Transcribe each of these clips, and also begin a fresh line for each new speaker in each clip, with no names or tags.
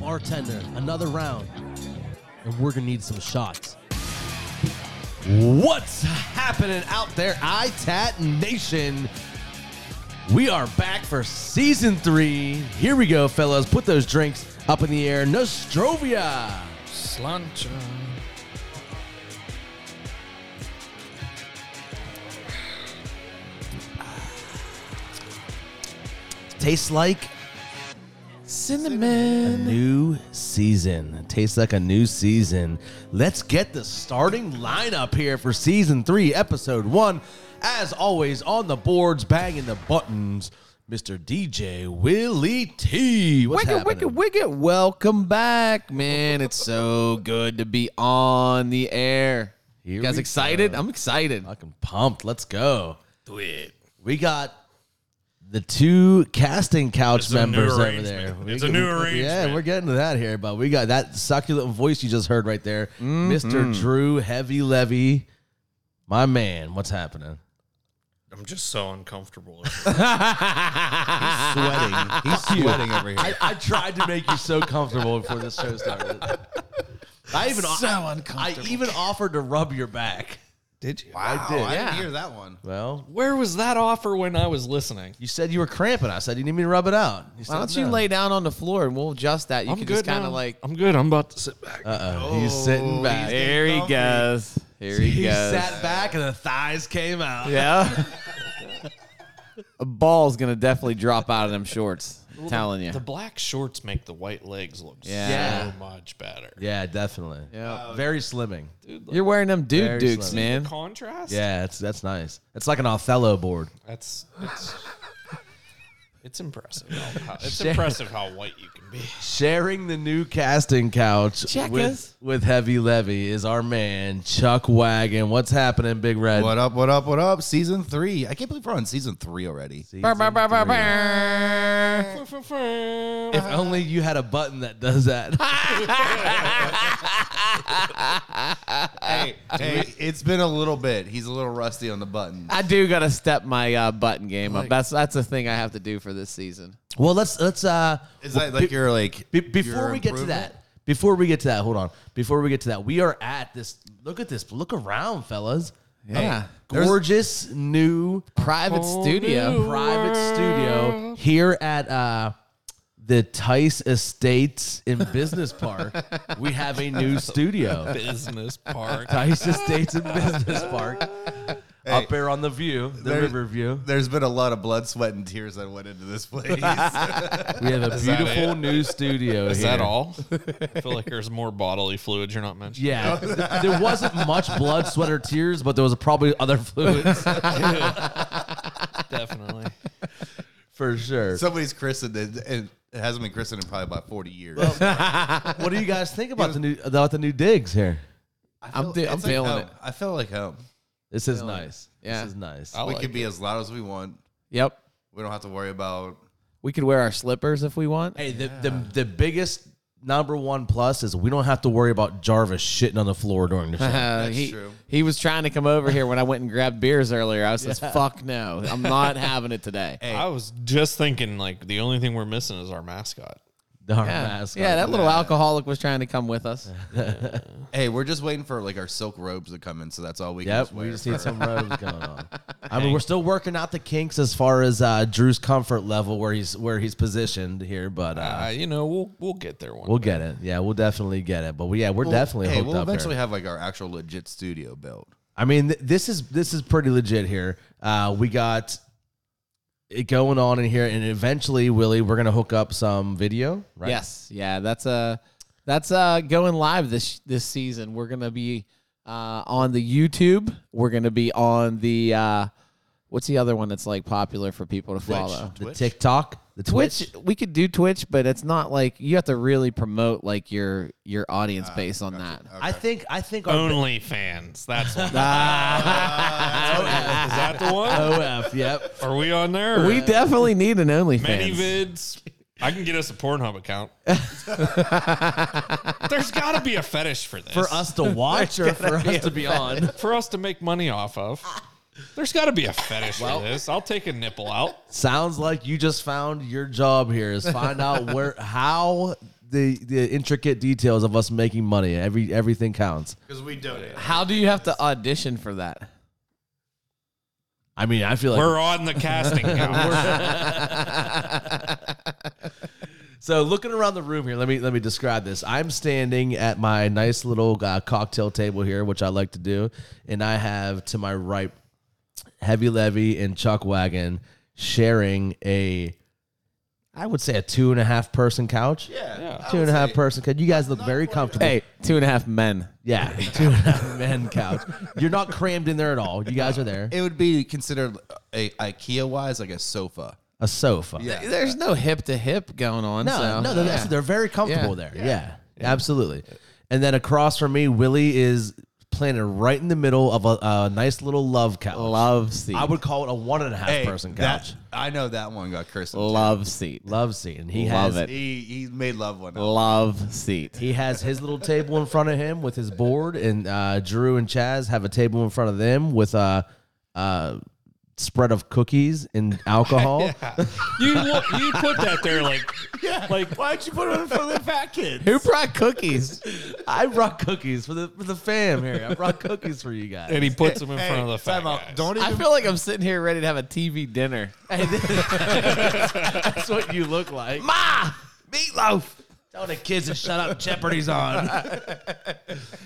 bartender another round, and we're gonna need some shots. What's happening out there, ITAT Nation? We are back for season three. Here we go, fellas. Put those drinks up in the air. Nostrovia.
Slancha.
Tastes like
Cinnamon.
New season. Tastes like a new season. Let's get the starting lineup here for season three, episode one. As always, on the boards, banging the buttons, Mr. DJ Willie T. What's
Wicked,
happening?
wicked, wicked. Welcome back, man. It's so good to be on the air.
Here
you guys
we
excited? I'm excited.
Fucking pumped. Let's go.
Do it.
We got the two casting couch
It's a new
members over
arrangement.
there.
It's a new
Yeah,
arrangement.
we're getting to that here, but we got that succulent voice you just heard right there, Mr. Drew Heavy Levy. My man, what's happening?
I'm just so uncomfortable.
sweating. He's sweating over here.
I, I tried to make you so comfortable before this show started. I even
So
I
uncomfortable.
even offered to rub your back.
Did you?
I did.
I
Yeah.
didn't hear that one.
Well,
Where was that offer when I was listening?
you said you were cramping. I said you need me to rub it out. You said
Why don't you
no.
lay down on the floor and we'll adjust that? You
I'm
can
good.
just kind
now.
of like.
I'm good. I'm about to sit back.
Uh-oh, he's sitting back.
There he goes. Here
He sat back and the thighs came out.
Yeah. A ball's gonna definitely drop out of them shorts. I'm telling you.
the black shorts make the white legs look
Yeah.
so much better.
Yeah, definitely.
Yeah.
Very slimming.
Dude, look,
You're wearing them dude
Very
dukes,
slow.
man.
contrast.
Yeah, it's, that's nice. It's like an Othello board.
that's it's it's impressive. How, it's
Shit.
impressive how white you can be.
Sharing the new casting couch with,
Checkers.
with Heavy Levy is our man, Chuck Wagon. What's happening, Big Red?
What up? What up? What up? Season three. I can't believe we're on season three already.
Season three. If only you had a button that does that.
Hey, hey, it's been a little bit. He's a little rusty on the button.
I do gotta step my uh, button game up. That's that's a thing I have to do for this season.
well, let's let's uh
Is that like you're like
Be- before
your
we get to
improvement?
that, before we get to that, hold on. Before we get to that, we are at this. Look at this. Look around, fellas.
Yeah.
A gorgeous new
Private studio.
private studio here at uh, the Tice Estates in Business Park. we have a new studio.
Business park.
Tice Estates in Business Park. Up there on the view, the
there's-
river view.
There's been a lot of blood, sweat, and tears that went into this place.
We have a
that
beautiful new studio
Is
here.
that all? I feel like there's more bodily fluid you're not mentioning.
Yeah, th- there wasn't much blood, sweat, or tears, but there was probably other fluids
Definitely.
for sure.
Somebody's christened it, and it hasn't been christened in probably about 40 years.
what do you guys think about the new about the new digs here?
I'm
Feel-
do- I'm
it's like
feeling
home.
it.
I feel like home.
This is nice.
Yeah.
This is nice.
I
we
like
can be as loud as we want.
Yep.
We don't have to worry about.
We could wear our slippers if we want.
Hey, the, the the biggest number one plus is we don't have to worry about Jarvis shitting on the floor during the show.
Uh,
That's
he,
true.
he was trying to come over here when I went and grabbed beers earlier. I was just fuck no. I'm not having it today.
I was just thinking like the only thing we're missing is our mascot.
Our
Yeah.
mascot.
yeah, that little alcoholic was trying to come with us.
Hey, we're just waiting for like our silk robes to come in, so that's all we can.
Yep,
just wear.
we just need some robes going on. I mean, we're still working out the kinks as far as uh, Drew's comfort level, where he's where he's positioned here, but uh,
Uh, you know, we'll we'll get there one.
we'll
day.
get it. Yeah, we'll definitely get it. But we, yeah, we're definitely
Hey,
hooked
we'll
up here.
eventually have like our actual legit studio built.
I mean, th- this is this is pretty legit here. Uh, we got it going on in here, and eventually, Willie, we're gonna hook up some video, right?
Yes, yeah, that's uh that's uh going live this this season. We're gonna be uh, on the YouTube. We're gonna be on the uh, what's the other one that's like popular for people to follow?
the TikTok, the Twitch.
Twitch. We could do Twitch, but it's not like you have to really promote like your your audience base on that.
I think I think our
Only fans. That's one.
OF,
Oh, Is that the one?
OF, yep.
Are we on there?
We definitely need an
many
OnlyFans.
vids. I can get us a Pornhub account. There's got to be a fetish for this
For us to watch or for us to be on.
for us to make money off of. There's got to be a fetish for this. I'll take a nipple out.
Sounds like you just found your job here. Is find out where how the the intricate details of us making money. Every everything counts.
because we donate.
How do you have to audition for that?
I mean, I feel like
We're on the casting couch.
So looking around the room here, let me let me describe this. I'm standing at my nice little uh, cocktail table here, which I like to do, and I have to my right Heavy Levy and Chuck Wagon sharing a, I would say a two and a half person couch.
Yeah. I
two and
would
a half
say-
person couch. You guys look very comfortable.
Hey, two and a half men.
Yeah, two and a half men couch. You're not crammed in there at all. You guys are there.
It would be considered a IKEA wise like a sofa.
A sofa.
Yeah.
There's no hip to hip going on.
No,
so.
no, they're,
Yeah.
they're very comfortable
Yeah.
there. Yeah. absolutely. And then across from me, Willie is planted right in the middle of a, a nice little love couch.
love seat.
I would call it a one and a half person
that-
couch.
I know that one got cursed.
love seat.
love seat. And he
Love
has
it.
He he made love one. up.
Love seat.
he has his little table in front of him with his board, and uh, Drew and Chaz have a table in front of them with a. Uh, spread of cookies and alcohol
you wa- you put that there like like why'd you put it in front of the fat kid?
Who brought cookies?
i brought cookies for the for the fam here i brought cookies for you guys
And he puts them in front of the fat
Time out.
guys.
Don't
I
even
feel like I'm sitting here ready to have a TV dinner.
That's what you look like. Ma! Meatloaf! Tell the kids to shut up. Jeopardy's on.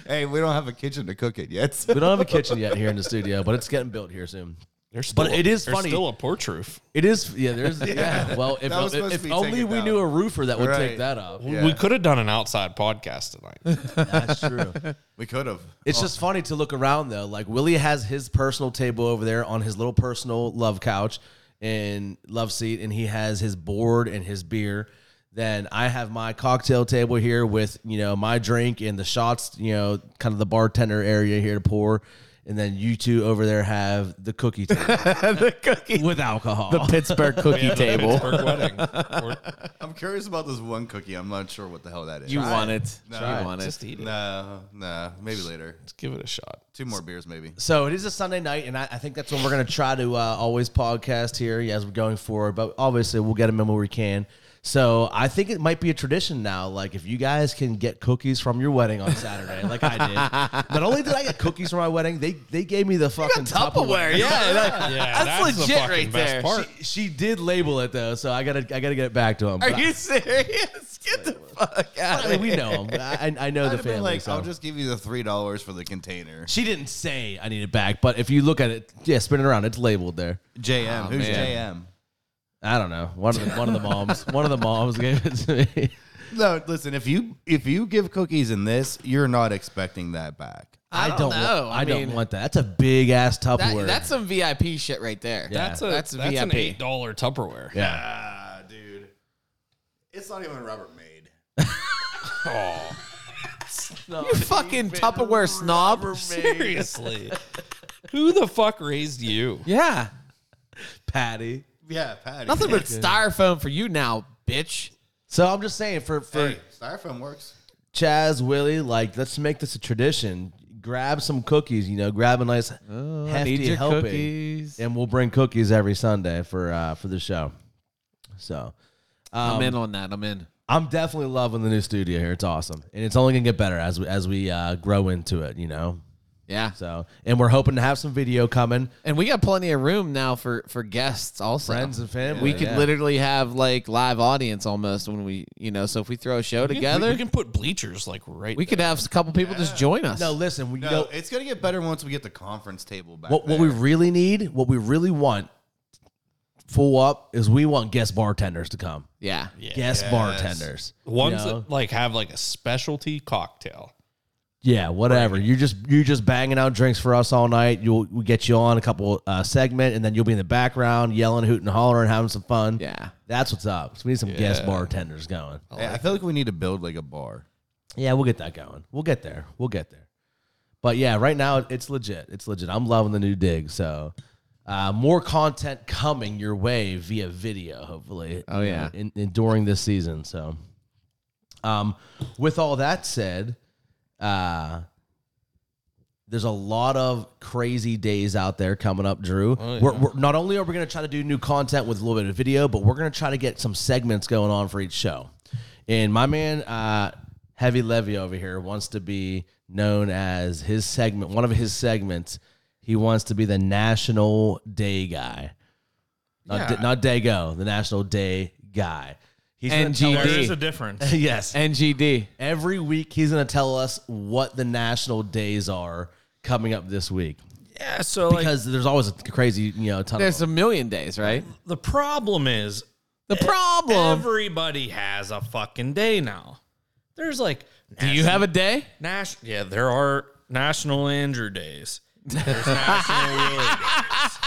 Hey, we don't have a kitchen to cook it yet. so-
We don't have a kitchen yet here in the studio, but it's getting built here soon.
There's still
But
a-
it is
there's
funny.
still a porch roof.
It is, yeah, there's, yeah. Well, if,
That was supposed
if
to be
only
taken
we
down.
knew a roofer that would take
Right.
that up.
We-
Yeah.
We could have done an outside podcast tonight.
That's true.
We could have.
It's just funny to look around, though. Like, Willie has his personal table over there on his little personal love couch and love seat, and he has his board and his beer. Then I have my cocktail table here with, you know, my drink and the shots, you know, kind of the bartender area here to pour. And then you two over there have the cookie table
the cookie.
with alcohol.
The Pittsburgh cookie table.
Pittsburgh wedding. Or
I'm curious about this one cookie. I'm not sure what the hell that is.
You want it.
Try
You
it.
want it.
just eat it.
No, no. Maybe later.
Let's give it a shot.
Two more beers, maybe.
So it is a Sunday night, and I, I think that's when we're going to try to uh, always podcast here yeah, as we're going forward. But obviously, we'll get them in where we can. So I think it might be a tradition now. Like if you guys can get cookies from your wedding on Saturday, like I did. Not only did I get cookies from my wedding, they they gave me the fucking Tupperware.
Tupperware. Yeah, that-
Yeah,
that's,
that's the
legit
fucking
right
best
there.
part.
She, she did label it though, so I gotta I gotta get it back to him.
Are you serious? Get the fuck out of here.
we know him. I, I know the
I'd have been
family.
like,
so.
I'll just give you the three dollars for the container.
she didn't say I need it back, but if you look at it, yeah, spin it around. It's labeled there. Oh,
JM. Who's
I don't know. One of the one of the moms. one of the moms gave it to me.
JM? No, listen. If you if you give cookies in this, you're not expecting that back.
I
don't
don't, wa-
know.
I,
I
don't
mean-
want that. That's a big ass
That-
Tupperware.
that's some VIP shit right there.
Yeah.
That's a
That's
that's, an
VIP.
eight dollar Tupperware.
yeah.
Ah, dude. It's not even rubber made.
Oh,
You fucking Tupperware snob.
seriously. Who the fuck raised you?
Yeah.
Patty.
Yeah, Patty.
Nothing but styrofoam for you now, bitch.
So I'm just saying for for
Hey, styrofoam works.
Chaz Willie, like let's make this a tradition. Grab some cookies, you know, grab a nice
Oh,
hefty helping, and we'll bring cookies every Sunday for uh, for the show. So
I'm in on that. I'm in.
I'm definitely loving the new studio here. It's awesome, and it's only gonna get better as we, as we uh, grow into it, you know.
Yeah.
So, and we're hoping to have some video coming.
And we got plenty of room now for for guests also.
friends and family.
we could literally have like live audience almost when we, you know, so if we throw a show together,
We,
we,
can put bleachers like right.
could have a couple people just join us.
No, listen. We
No,
go.
it's gonna get better once we get the conference table back.
What, what we
there.
really need, what we really want, full up is we want guest bartenders to come.
yeah.
there. yeah.
Guest bartenders. you
ones
know?
that like have like a specialty cocktail.
Yeah, whatever. You're just you're just banging out drinks for us all night. You'll we get you on a couple uh, segment, and then you'll be in the background yelling, hooting, hollering, having some fun.
Yeah.
that's what's up. So we need some guest bartenders going.
Hey, I feel like we need to build like a bar.
Yeah, we'll get that going. We'll get there. We'll get there. But yeah, right now it's legit. It's legit. I'm loving the new dig. So uh, more content coming your way via video, hopefully.
Oh, yeah.
in, in- during this season. So, um, with all that said, uh, there's a lot of crazy days out there coming up, Drew. we're, we're, not only are we going to try to do new content with a little bit of video, but we're going to try to get some segments going on for each show. And my man, uh, Heavy Levy over here wants to be known as his segment, one of his segments. He wants to be the National Day guy. Not,
Yeah.
da- not Dago, the National Day guy. He's gonna tell
NGD.
us-
There is a difference.
yes.
NGD.
Every week he's going to tell us what the national days are coming up this week
Yeah, so like
because there's always a crazy, you know, ton
There's
of
a million days, right?
the problem is
The problem.
everybody has a fucking day now. There's like
Do you have a day?
Nash. Yeah, there are national Andrew days. There's national Willie days.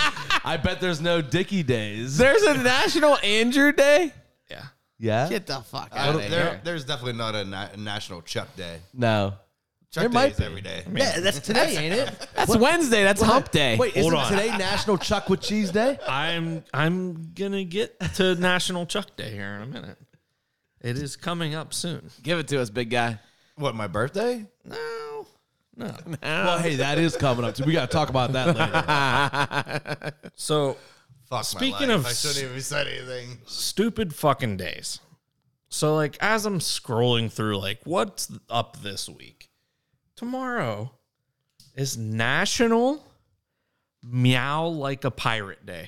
I bet there's no Dicky days.
There's a National Andrew Day.
Yeah.
Yeah?
Get the fuck
I
out
don't-
of
there-
here.
there's definitely not a na- national Chuck Day.
No.
Chuck
There
Day
might
is
be.
every day.
Yeah, that's today, ain't it?
That's Wednesday. That's Hump Day.
Wait,
Hold
isn't
on.
today National Chuck with Cheese Day?
I'm I'm gonna get to National Chuck Day here in a minute. It is coming up soon.
give it to us, big guy.
What, my birthday?
No, no.
Well, hey, that is coming up too. We got to talk about that later.
So
Fuck
Speaking
my life.
of
I
s-
shouldn't even said anything.
stupid fucking days. So like as I'm scrolling through like what's up this week? Tomorrow is National Meow Like a Pirate Day.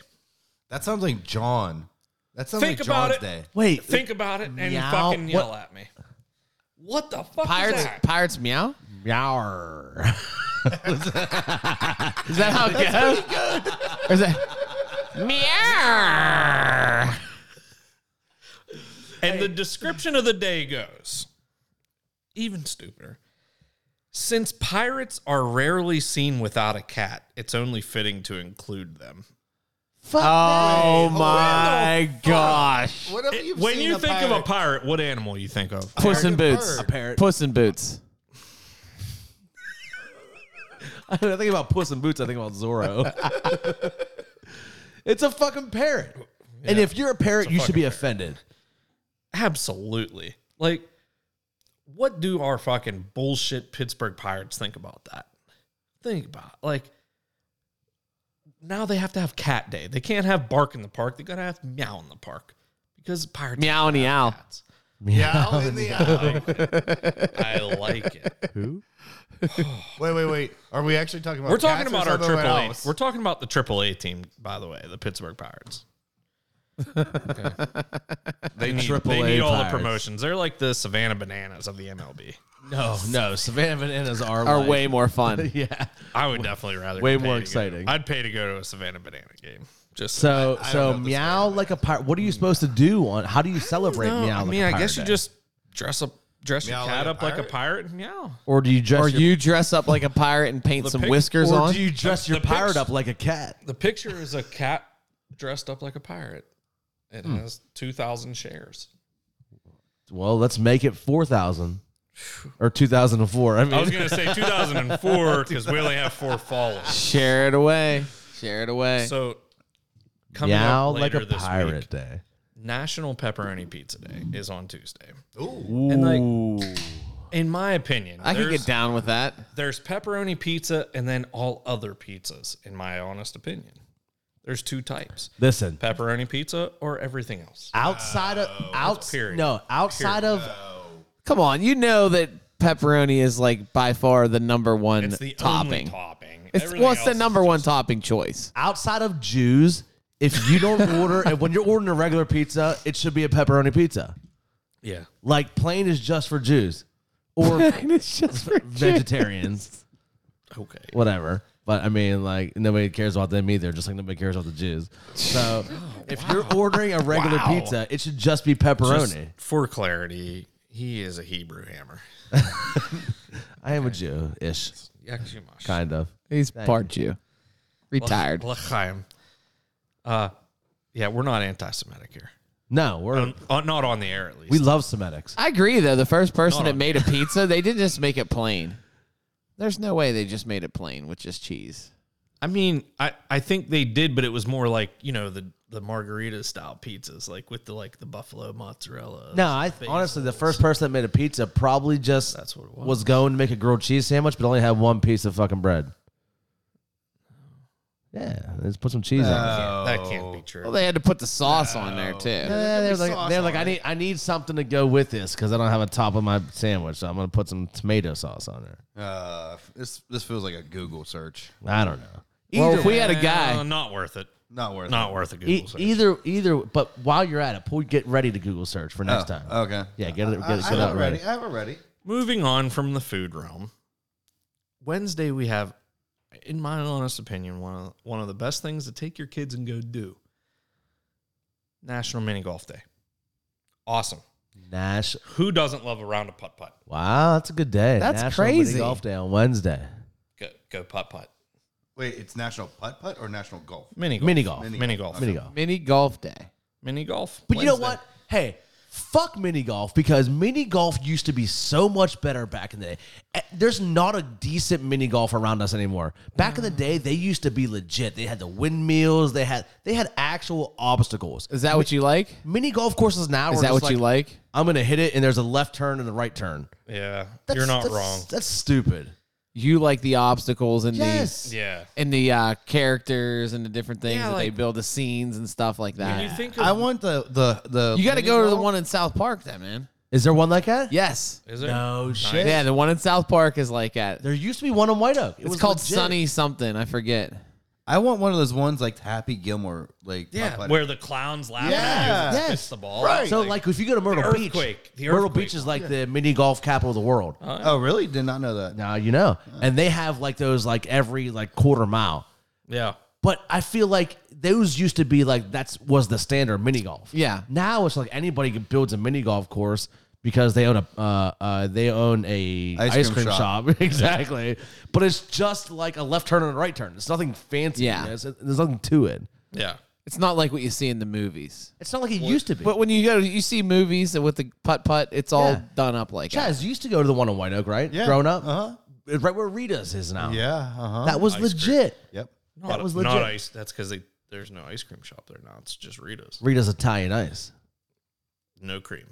That sounds like John. That sounds
Think
like
about
John's
it.
day.
Wait,
Think about it and
Meow-
fucking yell
what-
at me. What the fuck
Pirates.
is that?
Pirates meow.
Yar.
Is that how it goes? Or is that meow?
And the description of the day goes even stupider. Since pirates are rarely seen without a cat, it's only fitting to include them.
Oh my gosh!
What have you
when
seen
you
a
think
pirate?
of a pirate, what animal you think of?
Puss in
American
Boots.
bird.
Parrot.
Puss in Boots.
I think about Puss in Boots. I think about Zorro. it's a fucking parrot. And if you're a parrot, you should be offended.
Absolutely. Like, what do our fucking bullshit Pittsburgh Pirates think about that? Think about like now they have to have cat day. They can't have bark in the park. They gotta have meow in the park because pirates
Meow and meow.
Cats.
Meow in the eye.
I like it.
Wait, wait, wait. Are we actually talking about
We're talking
cats
about
or
our
something
triple A.
else?
We're talking about the triple A team, by the way, the Pittsburgh Pirates. They need,
Triple
they
A
need all the
Pirates.
promotions. They're like the Savannah Bananas of the MLB.
No, no. Savannah bananas are
Are
life.
way more fun.
yeah.
I would definitely rather
way
pay
more
to go-
exciting.
I'd pay to go to a Savannah Banana game. Just
So
I
so
don't know this
meow like a pirate. What are you supposed to do on? How do you celebrate
No,
meow?
I
like
mean,
a
I
pirate
guess you
day?
just dress up, dress
Meow
your cat
like a
up like a
pirate?
pirate and meow.
or do you dress
Or
your,
you dress up like a pirate and paint
The
some
pic-
whiskers
or
on?
do you dress
The-
your
the
pirate
pics-
up like a cat?
The picture is a cat dressed up like a pirate. It
Hmm.
has two thousand shares.
Well, let's make it four thousand or two thousand and four. I mean,
I was gonna say two thousand and four because we only have four followers.
Share it away. Share it away.
So coming
meow
up
like
later
a
this
pirate
week,
day.
National Pepperoni Pizza Day is on Tuesday.
Ooh.
Ooh,
In my opinion,
I could
there's-
get down with that.
There's pepperoni pizza and then all other pizzas, in my honest opinion. There's two types
listen.
pepperoni pizza or everything else.
Outside of outs,
period.
Ah, no, outside of
Come on, you know that pepperoni is like by far the number one
It's the only
topping.
topping.
It's,
Everything
well, it's the
else
number
is
one topping choice.
outside of Jews. If you don't order, and when you're ordering a regular pizza, it should be a pepperoni pizza.
Yeah.
Like plain is just for Jews or
it's just for
vegetarians,
Okay.
whatever. But I mean, like nobody cares about them either. Just like nobody cares about the Jews. So if you're ordering a regular
Wow.
pizza, it should just be pepperoni.
Just for clarity, he is a Hebrew hammer.
I am a Jew ish,
Yakshimash.
kind of.
He's part Jew. Retired.
L'chaim. Uh, yeah, we're not anti Semitic here.
No, we're
Um, uh, not on the air, at least.
we love Semitics.
I agree, though. The first person
Not
that
on
made a pizza, they didn't just make it plain. There's no way they just made it plain with just cheese.
I mean, I, I think they did, but it was more like, you know, the, the margarita style pizzas, like with the like the buffalo mozzarella.
No, I honestly, the first person that made a pizza probably just
That's what it was.
was. going to make a grilled cheese sandwich, but only had one piece of fucking bread. Yeah, let's put some cheese on. it.
Uh,
That can't be true.
Well, they had to put the sauce on there too.
Yeah, they're
There's
like,
sauce
they're
on
like I
it.
need I need something to go with this because I don't have a top of my sandwich, so I'm gonna put some tomato sauce on there.
Uh, this this feels like a Google search.
I don't know.
Well, if we had a
Uh,
guy,
not worth it.
Not worth.
Not worth a Google
E-
search.
either either, but while you're at it, pull, get ready to Google search for
it.
next time.
Oh, okay.
Yeah, get it,
I,
get it, get
I have
it
it
ready.
ready. I have it ready.
Moving on from the food realm, Wednesday we have, in my honest opinion, one of one of the best things to take your kids and go do. National Mini Golf Day. Awesome.
Nash,
Who doesn't love a round of putt putt?
wow, that's a good day.
That's
National Mini
crazy.
Golf Day on Wednesday.
Go go putt putt.
Wait, it's National Putt Putt or National Golf?
Mini golf.
Mini golf.
Mini, golf.
Mini golf.
mini golf day.
Mini golf.
But you know
Wednesday.
what? Hey, fuck mini golf because mini golf used to be so much better back in the day. Eh, There's not a decent mini golf around us anymore. Back in the day, they used to be legit. They had the windmills. They had they had actual obstacles.
Is that what you like?
Mini golf courses now
Is
are
that
just
what you like?
I'm gonna hit it, and there's a left turn and a right turn.
Yeah.
That's-
you're not
that's-
wrong.
That's stupid.
You like the obstacles and the
Yeah.
and the uh, characters and the different things
Yeah,
that they
like-
build the scenes and stuff like
When you
that.
think of
I want the the the.
You got to
mini
go to the
golf.
one in South Park, then, man.
Is there one like that?
Yes.
is it
No shit.
Yeah, the one in South Park is like at.
There used to be one in White Oak. It
It's
was
called
legit.
Sunny something. I forget.
I want one of those ones like Happy Gilmore, like
Yeah,
putt-putt.
where the clowns laugh
Yeah.
at you and
Yes.
yes. the ball.
Right.
So, like, if you go to Myrtle Beach,
earthquake. The
Myrtle
earthquake.
Beach is like the mini golf capital of the world.
Oh, really? Did not know that.
Now you know. And they have like those like every like quarter mile.
yeah.
But I feel like those used to be like that's was the standard mini golf.
Yeah.
Now it's like anybody can builds a mini golf course because they own a uh, uh, they own a ice,
Ice
cream,
cream
shop,
shop.
exactly. But it's just like a left turn and a right turn. It's nothing fancy.
Yeah.
It's- there's nothing to it.
Yeah.
It's not like what you see in the movies.
It's not like it used to be.
But when you go, you see movies with the putt putt. It's all
Yeah.
done up like that.
Chaz you used to go to the one in White Oak, right?
Yeah.
Growing up,
Uh-huh.
right where Rita's is now.
Yeah. Uh huh.
That was legit.
Yep.
Not,
That was
not
legit.
ice. That's because there's no ice cream shop there now. It's just Rita's.
Rita's Italian ice.
No cream.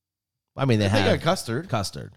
I mean, they
They
have
got custard.
custard.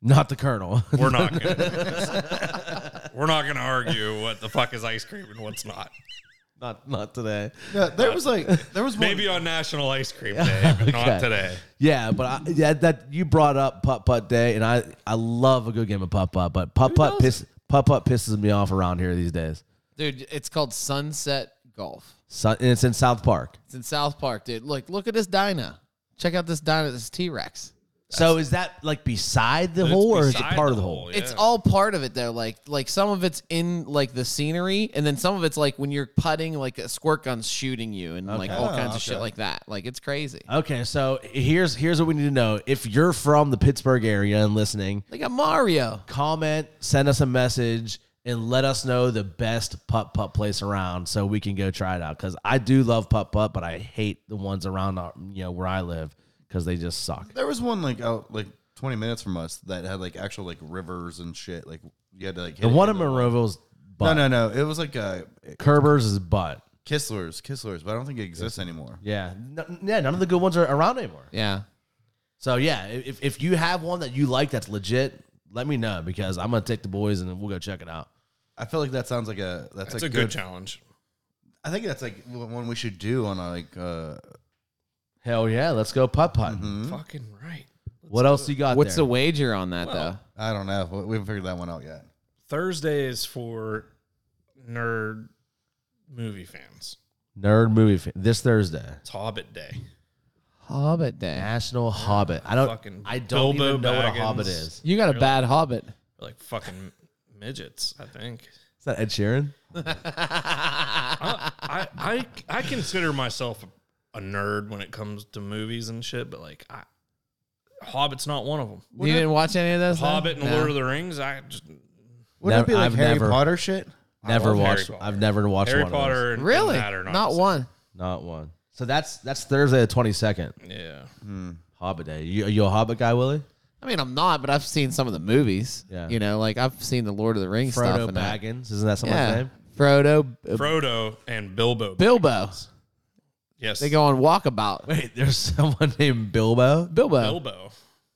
Not the Colonel.
We're not gonna. we're not gonna argue what the fuck is ice cream and what's not.
not not today.
Yeah, there was like there was one.
Maybe on National Ice Cream Day, but
Okay.
not today.
Yeah, but I, yeah, that you brought up putt putt day, and I I love a good game of putt putt, but putt putt piss putt putt pisses me off around here these days.
Dude, it's called Sunset Golf.
So, and it's in South Park.
It's in South Park, dude. Look, look at this dino. Check out this dino, this T Rex.
so is that like beside the hole, or is it
beside
part of the hole?
It's all part of it though. Like like some of it's in like the scenery, and then some of it's like when you're putting, like a squirt gun's shooting you, and like all kinds of shit like that. Like it's crazy.
Okay, so here's here's what we need to know. If you're from the Pittsburgh area and listening,
They got Mario.
comment, send us a message, and let us know the best putt putt place around so we can go try it out. Because I do love putt putt, but I hate the ones around uh, you know where I live because they just suck.
There was one like out like twenty minutes from us that had like actual like rivers and shit. Like you had to like hit
The
it
one in
into
Monroeville's
No,
butt.
no, no. It was like uh,
Kerber's is butt.
Kistler's, Kistler's, but I don't think it exists anymore.
Yeah, N- yeah. None of the good ones are around anymore.
Yeah.
So yeah, if if you have one that you like that's legit, let me know because I'm gonna take the boys and we'll go check it out.
I feel like that sounds like a that's,
It's
a,
a good, challenge.
I think that's like one we should do on a, like uh
Hell yeah, let's go putt putt.
Fucking right.
What else you got?
What's
there?
the wager on that though?
I don't know. We- We haven't figured that one out yet.
Thursday is for nerd movie fans.
nerd movie fan- this Thursday?
It's Hobbit Day.
Hobbit day.
National Hobbit. I don't.
Fucking
Oh, I don't
Bilbo
even know what a
Baggins.
Hobbit is.
You got a bad hobbit.
Like fucking midgets, I think.
Is that Ed Sheeran?
I, I, I, I consider myself a nerd when it comes to movies and shit, but like, I, Hobbit's not one of them.
you didn't watch any of those? though?
Hobbit and
No.
Lord of the Rings, I just
Wouldn't
Nev-
it be like
I've
Harry
never-
Potter shit?
Never
love Harry
watched.
Potter.
I've never watched
Harry
one Of those.
Potter and
Really?
and that are not,
Not
the
one.
Not one. So that's that's Thursday the twenty second.
same. Yeah,
Hobbit Day. You, you a Hobbit guy, Willie?
I mean, I'm not, but I've seen some of the movies.
Yeah.
You know, like I've seen the Lord of the Rings stuff.
Frodo
and that.
Baggins. Isn't that someone's
Yeah.
name?
Frodo. uh,
Frodo and Bilbo.
Bilbo.
yes,
They go on walkabout.
Wait, there's someone named Bilbo.
Bilbo.
Bilbo.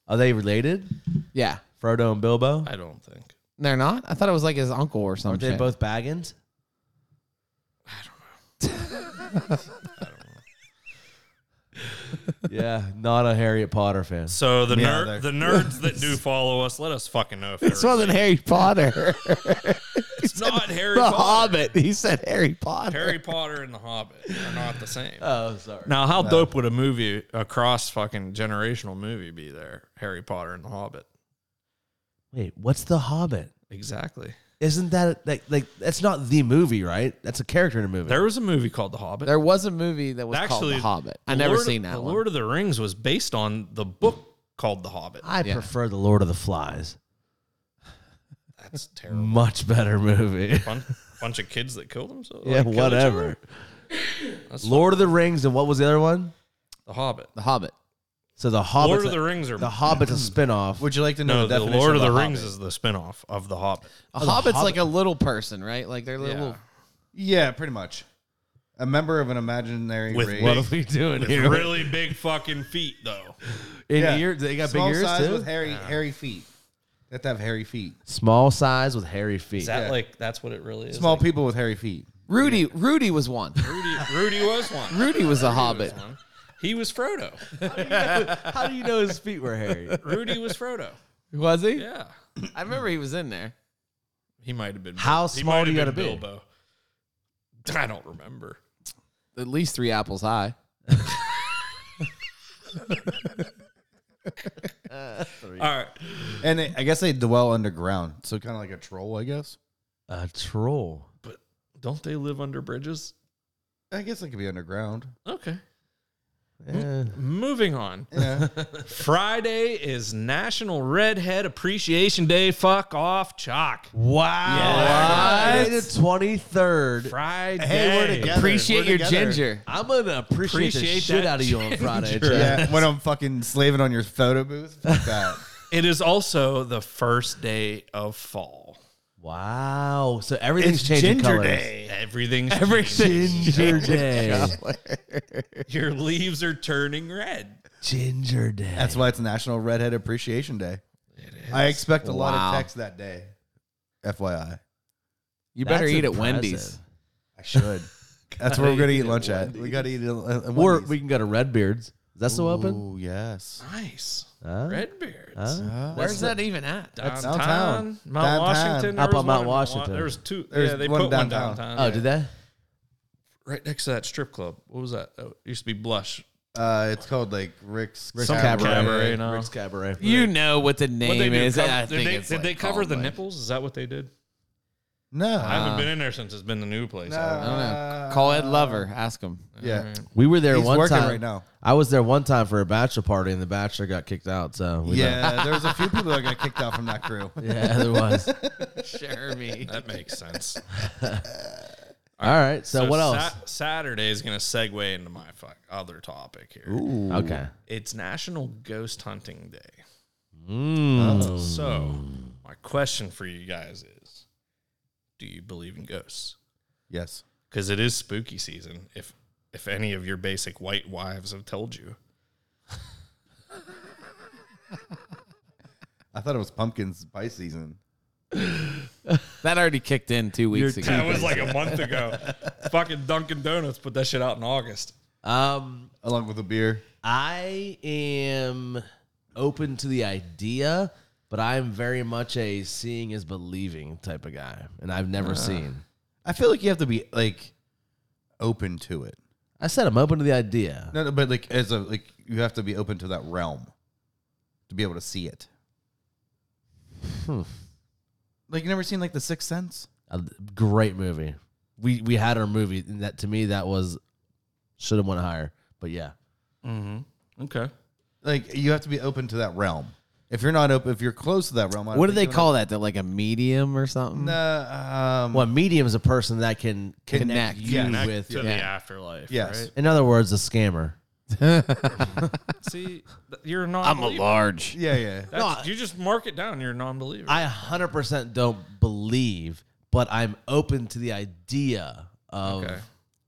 Are they related?
Yeah.
Frodo and Bilbo.
I don't think.
They're not? I thought it was like his uncle or
Aren't
something.
they both Baggins? yeah, not a Harry Potter fan.
So the
Yeah,
ner-
they're-
the nerds that do follow us, let us fucking know if
This
they're-
wasn't Harry Potter.
it's not Harry
the
Potter.
Hobbit. He said Harry Potter.
Harry Potter and the Hobbit are not the same.
Uh,
Oh, sorry.
now, how dope would a movie, a cross fucking generational movie, be there? Harry Potter and the Hobbit.
Wait, what's the Hobbit?
Exactly.
Isn't that like like that's not the movie, right? That's a character in a movie.
There was a movie called The Hobbit.
There was a movie that was called
Actually,
The Hobbit. I never
Lord-
seen that
the
one.
Lord of the Rings was based on the book called The Hobbit.
I
Yeah.
prefer the Lord of the Flies.
That's terrible.
Much better movie.
Bun- bunch of kids that killed themselves.
yeah,
like, killed each
whatever.
other. That's
Lord of the Rings and what was the other one?
The Hobbit.
the Hobbit.
So the Hobbit.
Lord of the Rings are
The Hobbit's a spinoff.
Would you like to
no,
know the
the
definition
Lord of the,
Hobbit?
Rings is the spinoff of Oh, the Hobbit.
A
the
hobbit's
Hobbit.
like a little person, right? Like they're little.
Yeah.
Yeah, pretty much. A member of an imaginary
With
race.
what are we doing
With
here?
really big fucking feet though.
In
Yeah.
ear- they got
Small
big ears
size
too.
with hairy, hairy feet. They have to have hairy feet.
Small size with hairy feet.
Is that
Yeah.
like that's what it really is?
Small people with hairy feet.
Rudy. Rudy was one.
Rudy, Rudy was one.
Rudy was a
was
hobbit.
one. He was Frodo.
How do you know his feet were hairy?
Rudy was Frodo.
Was he?
Yeah,
I remember he was in there.
he might have been.
How
he
small
might
do
have
you
been
gotta be?
Bilbo. I don't remember.
At least three apples high.
All right,
And they, I guess they dwell underground. So kind of like a troll, I guess.
A troll.
but don't they live under bridges?
I guess they could be underground.
Okay.
Eh.
Moving on.
Yeah.
Friday is National Redhead Appreciation Day. Fuck off, Chalk.
Wow.
Yes.
Friday the twenty third.
Friday.
Hey, we're together.
Appreciate
We're
your
together.
ginger.
I'm gonna appreciate, the
Appreciate
shit
that
out of you on Friday.
ginger.
Chad.
Yeah, when I'm fucking slaving on your photo booth. Fuck that.
It is also the first day of fall.
Wow. So everything's
It's
changing
Ginger
colors.
Day.
Everything's
Ginger Day.
Your leaves are turning red.
Ginger Day.
That's why it's National Redhead Appreciation Day. I expect a lot
Wow.
of texts that day. FYI.
You better
That's
eat at
impressive.
Wendy's.
I should. That's where we're gonna eat lunch at. We gotta eat. uh, At, at
Or
Wendy's.
we can go to Redbeard's. Is that still open?
Ooh, yes.
Nice.
Huh?
Redbeards.
Huh?
Where's that even at? Downtown.
downtown.
Mount
Downtown.
Washington.
Up on
there was
Mount
one in Wa-
Washington.
There was two.
There's
yeah, they
one
put
downtown.
one downtown.
Oh,
yeah.
did they?
Right next to that strip club. What was that? Oh, it used to be Blush.
Uh, it's called like Rick's
Rick's
Rick's Cabaret.
Cabaret.
Cabaret now.
Rick's Cabaret.
You know what the
What'd
name
do?
is.
Cover-
I
did
think
they,
it's
did
like
they cover
called
the
like-
nipples? Is that what they did?
No,
I haven't been in there since it's been the new place.
no.
I don't
Uh,
know. Call Ed Lover. Ask him.
Yeah,
We were there
He's
one
working
time.
right now.
I was there one time for a bachelor party, and the bachelor got kicked out. So we
yeah. There was a few people that got kicked out from that crew.
don't- yeah, there was.
Sure me.
That makes sense.
All right. So, what
Sa-
else?
Saturday is going to segue into my fuck other topic here.
Okay.
It's National Ghost Hunting Day.
Mm.
So, my question for you guys is do you believe in ghosts?
Yes.
Because it is spooky season, if if any of your basic white wives have told you.
I thought it was pumpkin spice season.
That already kicked in two weeks ago.
That was like a month ago. Fucking Dunkin' Donuts put that shit out in August.
Um,
Along with a beer.
I am open to the idea, but I'm very much a seeing is believing type of guy, and I've never
Uh-huh.
seen.
I feel like you have to be like open to it.
I said I'm open to the idea.
No, no, but like as a like you have to be open to that realm to be able to see it.
Hmm.
Like you never seen like the Sixth Sense?
A great movie. We we had our movie, and that to me that was should have went higher, but yeah.
Mm-hmm. Okay.
Like you have to be open to that realm. If you're not open, if you're close to that realm, I
what do
don't
they
think
call that? That like a medium or something?
you're Nah, um,
Well, medium is a person that can connect,
Connect.
you
Connect
with.
To
yeah.
the afterlife.
Yes.
Right?
In other words, a scammer.
See, th- you're not.
I'm a large.
Yeah, yeah.
That's, you just mark it down. You're a non-believer.
I 100% don't believe, but I'm open to the idea of
Okay.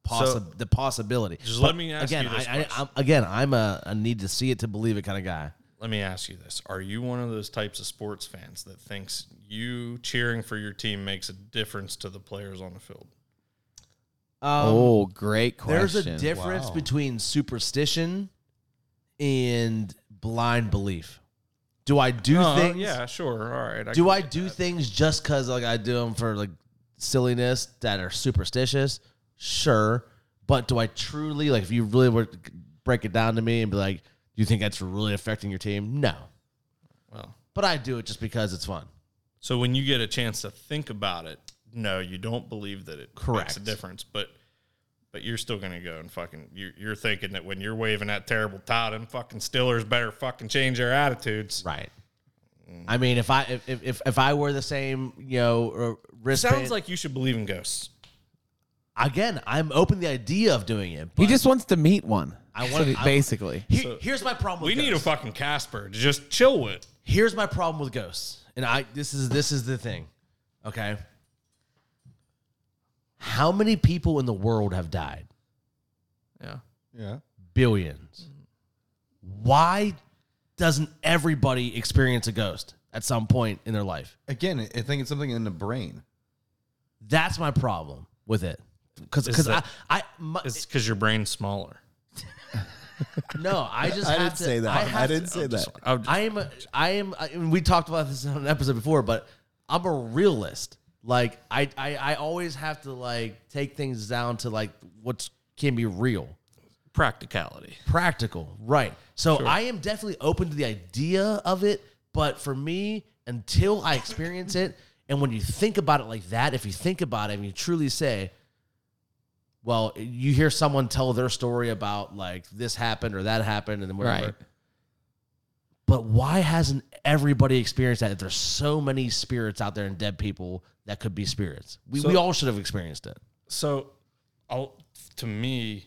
possi-
So-
the possibility.
Just
But
let me ask
again,
you this
I, I,
question.
I'm, again, I'm a, a need to see it to believe it kind of guy.
Let me ask you this: Are you one of those types of sports fans that thinks you cheering for your team makes a difference to the players on the field?
oh, great question.
Um, There's a difference between superstition and blind belief. Do I do
Oh,
things?
yeah, sure. All right.
Do
can
I
get
do
that.
things just because like I do them for like silliness that are superstitious? Sure, but do I truly like if you really were to break it down to me and be like, do you think that's really affecting your team? No,
Well,
but I do it just because it's fun.
so when you get a chance to think about it, no, you don't believe that it
Correct.
makes a difference, but but you're still gonna go and fucking you're, you're thinking that when you're waving that terrible towel, them fucking Steelers better fucking change their attitudes.
Right. I mean, if I if if- if, if I were the same, you know, or wristband,
Sounds like you should believe in ghosts.
again, I'm open to the idea of doing it. But
he just wants to meet one.
I
I
wanna-
want
I-
basically.
Here- here's my problem.
We
With
need a
ghosts.
fucking Casper to just chill with.
here's my problem with ghosts and i this is this is the thing okay how many people in the world have died
Yeah.
Yeah.
billions why doesn't everybody experience a ghost at some point in their life
Again, I think it's something in the brain.
that's my problem with it because
Is
because i
that-
i my,
It's because your brain's smaller.
no i just have to, i, have to-
say that.
I would-
I am. A, I am. I- and we talked about this on an episode before, but I'm a realist. Like I, I, I always have to like take things down to like what can be real,
practicality.
practical, right? So I am definitely open to the idea of it, but for me, until I experience it, and when you think about it like that, if you think about it and you truly say, well, you hear someone tell their story about like this happened or that happened, and then whatever.
Right.
But why hasn't everybody experienced that? If there's so many spirits out there and dead people that could be spirits, we, we all should have experienced it.
So, I'll, to me,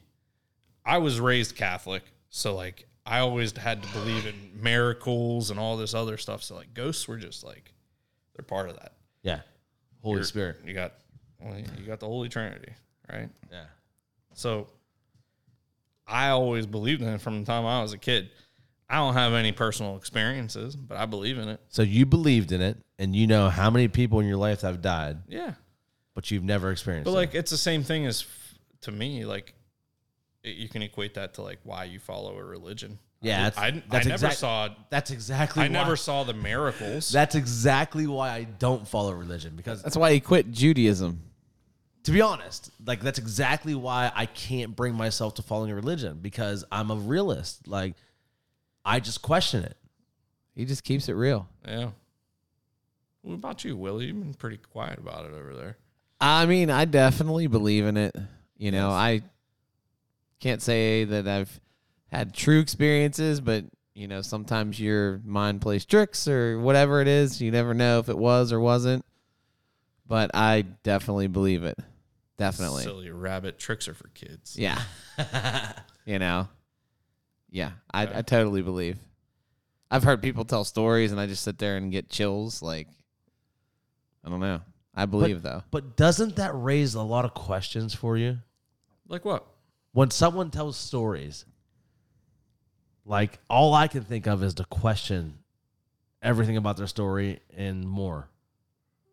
I was raised Catholic, so like I always had to believe in miracles and all this other stuff. So like ghosts were just like they're part of that.
Yeah, Holy
You're-
Spirit.
You got well, you got the Holy Trinity, right?
Yeah,
So I always believed in it from the time I was a kid. I don't have any personal experiences, but I believe in it.
So you believed in it, and you know how many people in your life have died,
Yeah.
but you've never experienced.
But
it.
like it's the same thing as f- to me like it, you can equate that to like why you follow a religion.
Yeah, that's-
I, I,
that's
I never
exact-
saw
that's exactly.
I never
why-
saw the miracles.
That's exactly why I don't follow religion because,
That's why he quit Judaism.
to be honest, like that's exactly why I can't bring myself to following a religion because I'm a realist. Like, I just question it.
He just keeps it real.
yeah. What about you, Willie? You've been pretty quiet about it over there.
I mean, I definitely believe in it. You know, I can't say that I've had true experiences, but you know, sometimes your mind plays tricks or whatever it is. You never know if it was or wasn't. But I definitely believe it. Definitely.
Silly rabbit tricks are for kids.
Yeah. you know. Yeah, I, I totally believe. I've heard people tell stories, and I just sit there and get chills. Like, I don't know. I believe though.
But doesn't that raise a lot of questions for you?
Like what?
When someone tells stories, like all I can think of is to question everything about their story and more.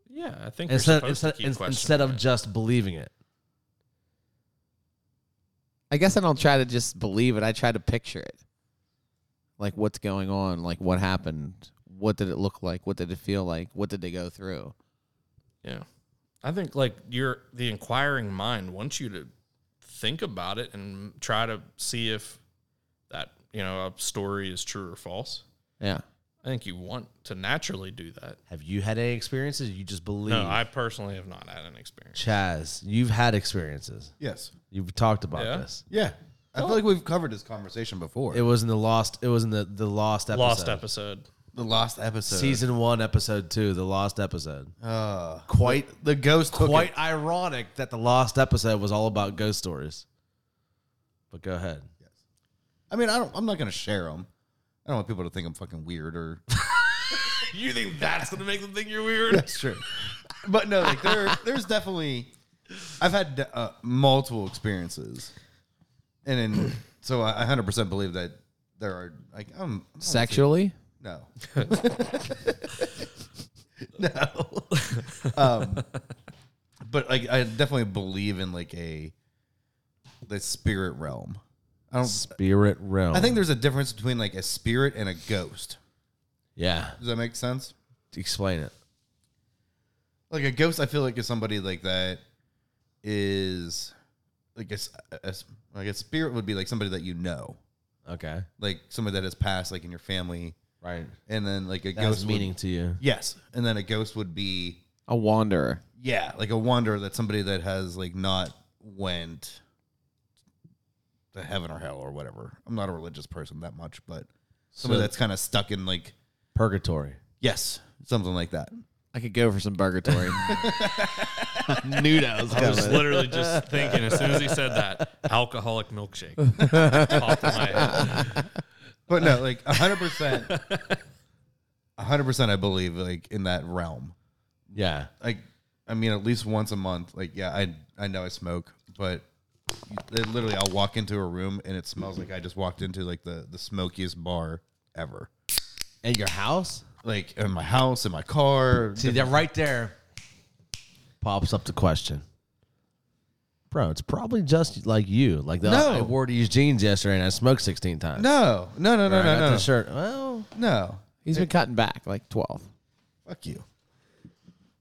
Yeah, I think
Instead,
you're supposed
instead,
to keep questioning
instead of
it.
just believing it.
I guess I don't try to just believe it. I try to picture it. Like what's going on, like what happened, what did it look like, what did it feel like, what did they go through?
Yeah. I think like your the inquiring mind wants you to think about it and try to see if that, you know, a story is true or false.
Yeah.
I think you want to naturally do that.
Have you had any experiences you just believe?
No, I personally have not had an experience.
Chaz, you've had experiences.
Yes.
You've talked about
Yeah.
this.
Yeah. I feel like we've covered this conversation before.
It was in the lost. It was in the the lost episode.
Lost episode.
the lost episode.
Season one, episode two, the lost episode.
Uh,
Quite
the ghost. took
quite
it.
ironic that the last episode was all about ghost stories. But go ahead.
I mean, I don't. I'm not gonna share them. I don't want people to think I'm fucking weird or.
You think that's gonna make them think you're weird?
That's true. But no, like there, there's definitely. I've had uh, multiple experiences, and then so I 100 percent believe that there are like um
Sexually?
no no, um, but like I definitely believe in like a the spirit realm. I don't.
Spirit realm.
I think there's a difference between like a spirit and a ghost.
Yeah.
Does that make sense?
Explain it.
Like a ghost, I feel like is somebody like that is like a, s- a s- like a spirit would be like somebody that you know,
Okay.
like somebody that has passed, like in your family,
Right.
and then like a
That
ghost
has
would-
meaning to you.
yes, and then a ghost would be
A wanderer.
yeah, like a wanderer that somebody that has like not went to heaven or hell or whatever. I'm not a religious person that much, but somebody
So-
that's kind of stuck in like
Purgatory.
yes, something like that.
I could go for some burgatory.
Knew that was
I was literally just thinking as soon as he said that alcoholic milkshake. Off the mind.
But no, like 100%. 100% I believe like in that realm.
Yeah.
Like I mean at least once a month. Like yeah, I I know I smoke, but it- literally I'll walk into a room and it smells like I just walked into like the the smokiest bar ever.
And your house?
Like in my house, in my car.
See, that right there pops up the question. Bro, it's probably just like you. Like the
No.
I wore these jeans yesterday and I smoked 16 times.
No, no, no, no,
Or I
no,
got
no,
the
no.
shirt. Well,
No,
He's been cutting back like 12.
fuck you.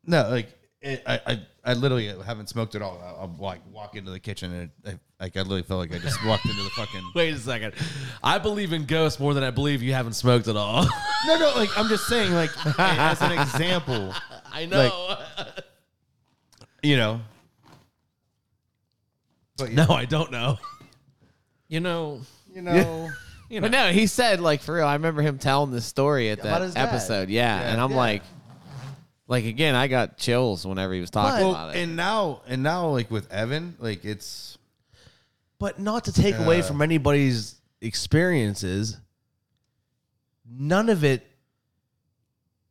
No, like it, I, I, I literally haven't smoked at all. I, I'm like walk into the kitchen and it, I, like I literally felt like I just walked into the fucking.
wait a second. I believe in ghosts more than I believe you haven't smoked at all.
No, no, like I'm just saying, like as an example,
I know.
you know. But
no, I don't know.
You know,
you know,
But no, he said like for real. I remember him telling this story at
About
that
his dad.
episode. Yeah,
Yeah.
and I'm
Yeah.
like, like again, I got chills whenever he was talking
well,
about it.
and now and now like with Evan, like it's
But not to take away from anybody's experiences, none of it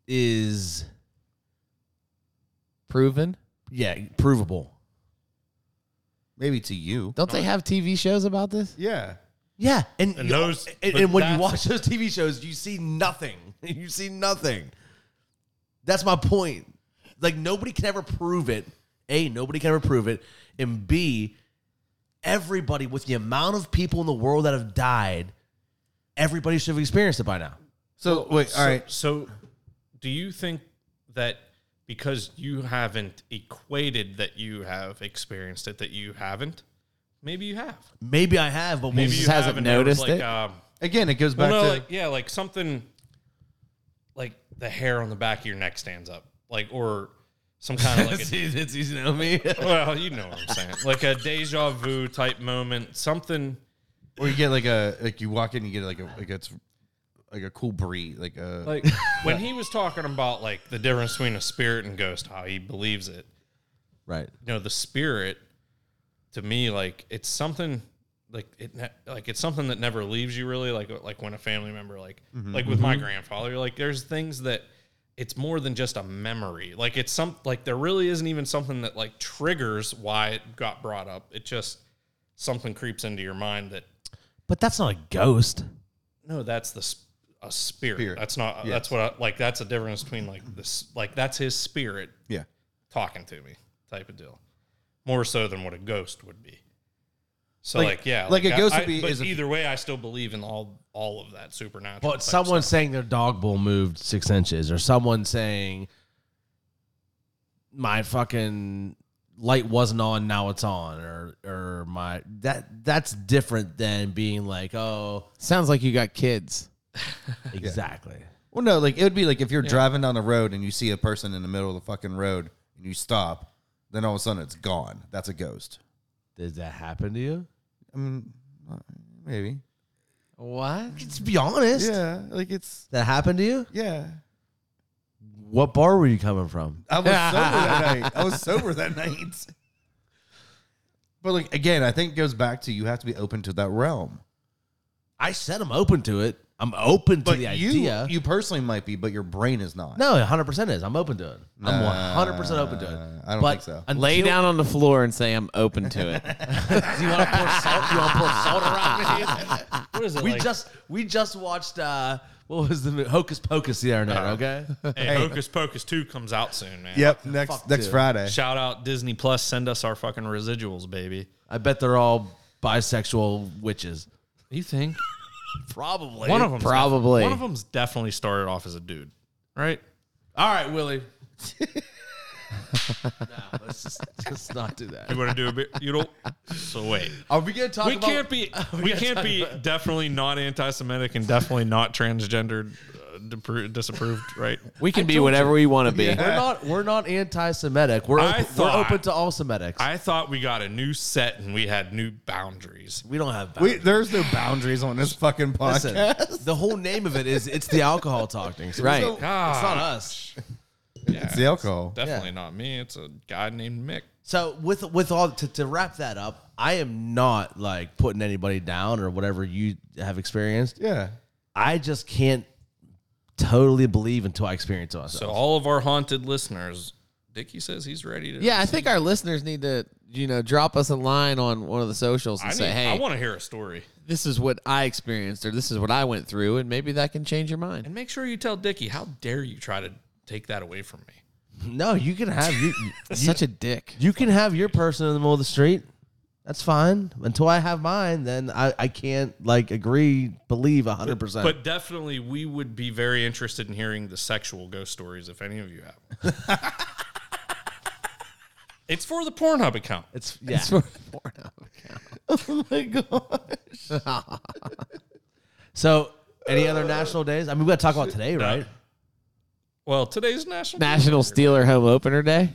is
Proven?
yeah, provable.
maybe to you.
Don't they have TV shows about this?
Yeah,
Yeah, and
And
you-
those-
and,
but
and when you
that's-
watch those TV shows, you see nothing. You see nothing. That's my point. Like nobody can ever prove it. A, nobody can ever prove it, and B, everybody with the amount of people in the world that have died, everybody should have experienced it by now.
So wait, all right.
So, do you think that because you haven't equated that you have experienced it, that you haven't? Maybe you have.
Maybe I have, but
Maybe
we
you
just hasn't
have, and there was,
noticed
like,
it?
Um,
Again, it goes
well,
back
no,
to
like yeah, like something like the hair on the back of your neck stands up, like or some kind of like a
it's, it's you know me.
well, you know what I'm saying, like a deja vu type moment, something.
Or you get like a like you walk in, you get like a like it's like a cool breeze, like uh, a
Like when he was talking about like the difference between a spirit and ghost, how he believes it.
right.
you know the spirit to me like it's something like it ne- like it's something that never leaves you really like like when a family member like like with my grandfather like there's things that it's more than just a memory like it's some like there really isn't even something that like triggers why it got brought up it just something creeps into your mind that
But that's not a ghost.
no that's the sp- a spirit.
Spirit.
that's not that's what I, like that's a difference between like this like that's his spirit
yeah.
talking to me type of deal, more so than what a ghost would be. So
Like-
like, yeah,
like a
I-
ghost
I-
would be-
But
is a-
either way, I still believe in all all of that supernatural.
But
type
someone
stuff.
saying their dog bowl moved six inches, or someone saying my fucking light wasn't on, now it's on, or or my that that's different than being like, oh,
Sounds like you got kids.
exactly.
Well, no, like it would be like if you're driving down the road and you see a person in the middle of the fucking road and you stop, then all of a sudden it's gone. That's a ghost.
Did that happen to you?
I mean, uh, maybe.
What?
Just be honest.
Yeah, like it's
That happened to you?
yeah.
What bar were you coming from?
I was sober that night. I was sober that night. But like again, I think it goes back to you have to be open to that realm.
I said I'm open to it. I'm open to
But
the
you,
idea.
you personally might be, but your brain is not.
no, 100% is. I'm open to it. I'm
Nah,
100% open to it.
I don't
but
think so.
until-
Lay down on the floor and say I'm open to it.
Do you want to pour salt? Do you want to pour salt around me?
what is it?
We
like?
just we just watched uh what was the movie? Hocus Pocus the other night, okay?
hey, Hocus Pocus two comes out soon, man.
Yep. Next
fuck
next
too.
Friday.
Shout out Disney Plus. Send us our fucking residuals, baby.
I bet they're all bisexual witches.
You think
Probably.
one of them?
Probably.
one of them's definitely started off as a dude, right?
All right, Willie. no, let's just, just not do that.
You want to do a bit? You don't. So wait,
Are we going to talk
we
about Oh,
can't be. We can't be definitely not anti-Semitic and definitely not transgendered, uh, depro- disapproved, right?
We can be whatever we want to be.
We're not we're not anti-Semitic. We're
I
open, we're
thought-
open to all Semitics.
I thought we got a new set and we had new boundaries.
we don't have
We, there's no boundaries on this fucking
Listen,
podcast.
the whole name of it is it's the alcohol talking. So
Right.
It's not,
God,
it's not us.
It's the alcohol.
Definitely not me. It's a guy named Mick.
So with with all to, to wrap that up, I am not like putting anybody down or whatever you have experienced.
Yeah.
I just can't totally believe until I experience it
So
myself.
all of our haunted listeners, Dickie says he's ready to.
Yeah, I think our listeners need to, you know, drop us a line on one of the socials and
I,
say,
need-
"Hey,
I want to hear a story.
this is what I experienced, or this is what I went through, and maybe that can change your mind."
And make sure you tell Dickie, how dare you try to take that away from me?
no, you can have you, you,
Such a dick.
you can have your person in the middle of the street. That's fine. Until I have mine, then I, I can't like agree, believe hundred percent.
But definitely, we would be very interested in hearing the sexual ghost stories if any of you have. it's for the Pornhub account.
it's yeah.
Oh my god.
So, any other national days? I mean, we got to talk about today,
No.
right?
Well, today's National
National Steeler Home Opener Day.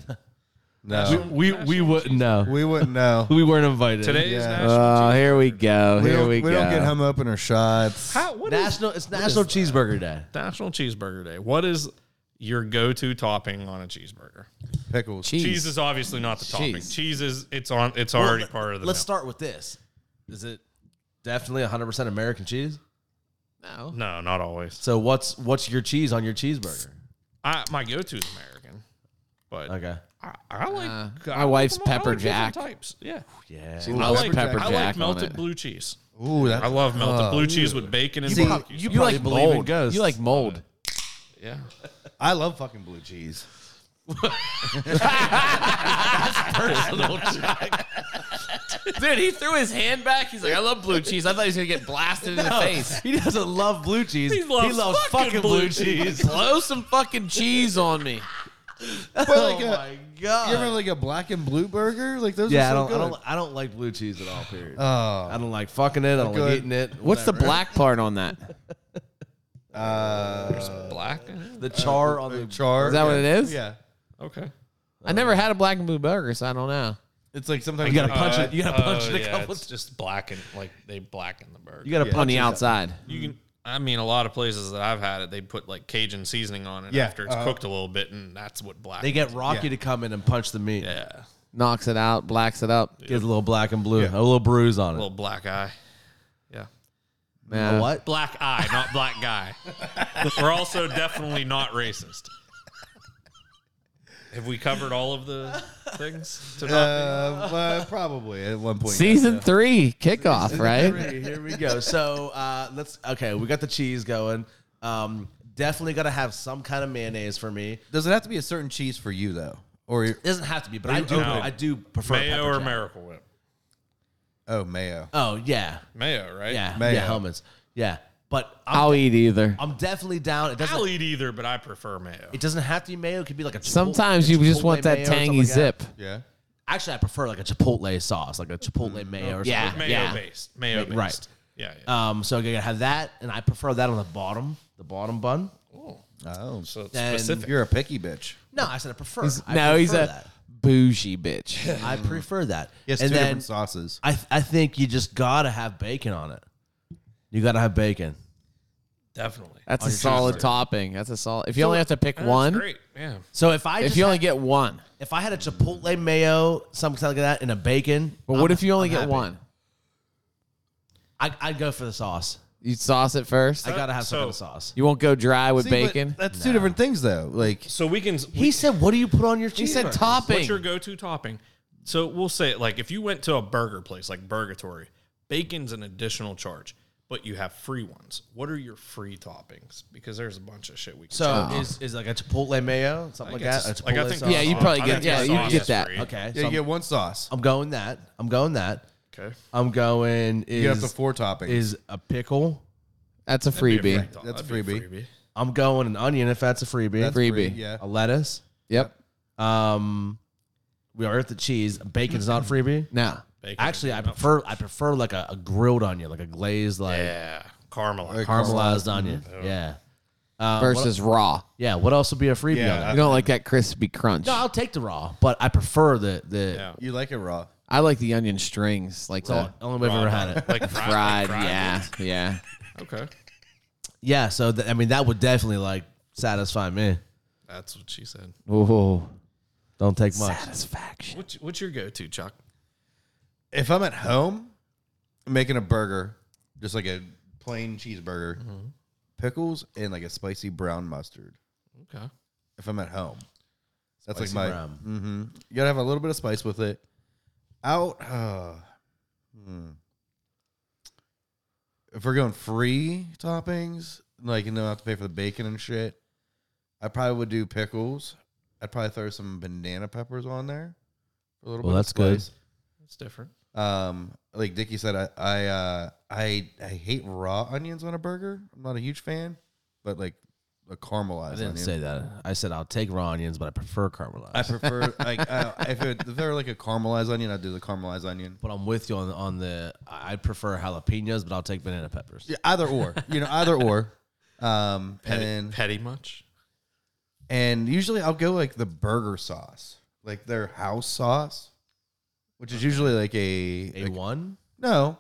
No.
We we wouldn't know.
We wouldn't know.
We weren't invited.
Today is
Yeah.
National.
Oh, here we go.
We
Here
don't,
we, go.
we don't get home opener shots.
How, what is
national. It's National Cheeseburger Day.
National Cheeseburger Day? What is your go-to topping on a cheeseburger?
Pickles.
Cheese.
Cheese is obviously not the topping.
Cheese.
Cheese is it's on. It's already part of the.
Let's
meal.
start with this. Is it definitely 100% American cheese?
No.
No, not always.
So what's what's your cheese on your cheeseburger?
I, my go-to is American, but
Okay.
I, I like
Uh,
I
my
like
wife's
them all. I like
pepper
different
jack.
types. Yeah,
Yeah.
I like
pepper
I
jack
like
on
melted
it. Oh,
blue cheese.
Ooh, that's
I love melted blue cheese with bacon and barbecue.
you,
You
probably
like
believe in
mold.
ghosts.
You like mold.
yeah,
I love fucking blue cheese.
Dude, he threw his hand back. He's like, I love blue cheese. I thought he was going to get blasted in the face.
He doesn't love blue cheese. He
loves fucking blue cheese.
Blow some fucking cheese on me.
But like
oh
a,
my
you ever
god.
have like a black and blue burger? Like those
yeah, I
are
don't,
so
I
good.
don't. I don't like blue cheese at all. Period.
Oh,
I don't like fucking it. I don't like
Good.
eating it.
What's the
whatever.
black part on that?
uh,
black.
the char on the
char.
Is that what it is?
Yeah,
Okay,
I never had a black and blue burger, so I don't know.
it's like sometimes
You gotta punch
uh,
it. You gotta punch it a couple.
Oh, It's just blacken like they blacken the burger.
You gotta punch
On the outside.
You can. I mean, a lot of places that I've had it, they put like Cajun seasoning on it
Yeah,
after it's
uh-huh.
cooked a little bit, and that's what black.
They get Rocky
Yeah.
to come in and punch the meat.
yeah,
Knocks it out, blacks it up.
Gives a little black and blue, a little bruise on it.
a little black eye. Yeah,
Yeah.
what?
black eye, not black guy. We're also definitely not racist. Have we covered all of the things? To not be-
Uh, well, probably at one point.
Season three kickoff, right?
Three, Here we go. So uh, let's. Okay, we got the cheese going. Um, definitely gotta have some kind of mayonnaise for me.
Does it have to be a certain cheese for you though? Or
It doesn't have to be, but I do.
open it?
I do prefer
mayo
pepper
or
jack.
Miracle Whip?
oh, mayo.
Oh yeah,
Mayo, right?
yeah,
Mayo.
yeah. Helmets. Yeah, but I'm,
I'll eat either.
I'm definitely down. It
I'll
doesn't.
eat either, but I prefer mayo.
It doesn't have to be mayo. It could be like a. Chipotle,
Sometimes you
Chipotle
just want
mayo
that
or something
tangy
like that.
zip.
Yeah.
Actually, I prefer like a chipotle sauce, like a chipotle mayo or something.
Yeah.
Mm. Mayo based. Mayo based.
right.
Yeah. yeah.
Um, so I gotta have that, and I prefer that on the bottom, the bottom bun.
Oh,
so it's
then-
specific.
you're a picky bitch.
No, I said I prefer. I
No, he's
prefer
a
that.
bougie bitch.
I prefer that.
Yes,
and
two
then
different sauces.
I I think you just gotta have bacon on it. You gotta have bacon.
Definitely.
That's a solid topping. That's a solid. If you only have to pick
That's
one,
Great. Yeah.
So if I
if
just
you
had-
only get one,
if I had a chipotle mayo, something like that, and a bacon,
but what if you only
I'm
get
happy.
one?
I, I'd go for the sauce.
You sauce it first.
I gotta have some
so-
kind of sauce.
You won't go dry with
See, but
bacon.
That's two different things though. Like
So we can.
He said, "What do you put on your cheese?"
He said topping.
What's your go-to topping? So we'll say it like if you went to a burger place like Burgatory, bacon's an additional charge, but you have free ones. What are your free toppings? Because there's a bunch of shit we can.
So is, is like a chipotle mayo something like that?
it's-
A chipotle
like, I think-
sauce?
yeah, you
sauce.
probably
I
get.
think
Yeah,
the
you
sauce
get
is
that.
free.
okay.
yeah,
so
you get one sauce.
I'm going that. I'm going that.
Okay.
I'm going is
You got up to four toppings.
is a pickle.
That's a freebie.
That's freebie.
I'm going an onion if that's a freebie.
That's
freebie.
free, Yeah.
a lettuce.
Yep.
Um, we are at the cheese. Bacon's not freebie.
Now,
Bacon.
Actually, I prefer I prefer like a, a grilled onion, like a glazed, like
yeah, caramel.
caramelized onion. Yeah. Uh, what,
versus raw.
yeah. What else would be a freebie?
Yeah,
on there?
You don't like that crispy crunch.
Uh, no, I'll take the raw, but I prefer the the
Yeah.
You like it raw.
I like the onion strings, like
the
the
only way I've ever had it.
Like fried, like
fried.
fried
Yeah,
ones.
yeah.
Okay.
Yeah. So th- I mean, that would definitely like satisfy me.
That's what she said.
Ooh,
Don't take much.
satisfaction.
What's, what's your go-to, Chuck?
If I'm at home, I'm making a burger, just like a plain cheeseburger,
Mm-hmm.
pickles, and like a spicy brown mustard.
Okay.
If I'm at home, that's
Spicy
like my.
brown.
Mm-hmm. You gotta have a little bit of spice with it. Out. Uh, hmm. If we're going free toppings, like you don't have to pay for the bacon and shit, I probably would do pickles. I'd probably throw some banana peppers on there for a little
Well,
bit.
that's good.
of spice.
That's different.
Um, like Dickie said, I I uh, I I hate raw onions on a burger. I'm not a huge fan, but like a caramelized.
I didn't
onion.
say that. I said I'll take raw onions, but I prefer caramelized.
I prefer like uh, if, it, if they're like a caramelized onion, I'd do the caramelized onion.
but I'm with you on on the. I I prefer jalapenos, but I'll take banana peppers.
Yeah, either or, you know, either or. Um,
Petty,
and
petty much?
and usually I'll go like the burger sauce, like their house sauce, which is usually like a,
A
like-
one.
no,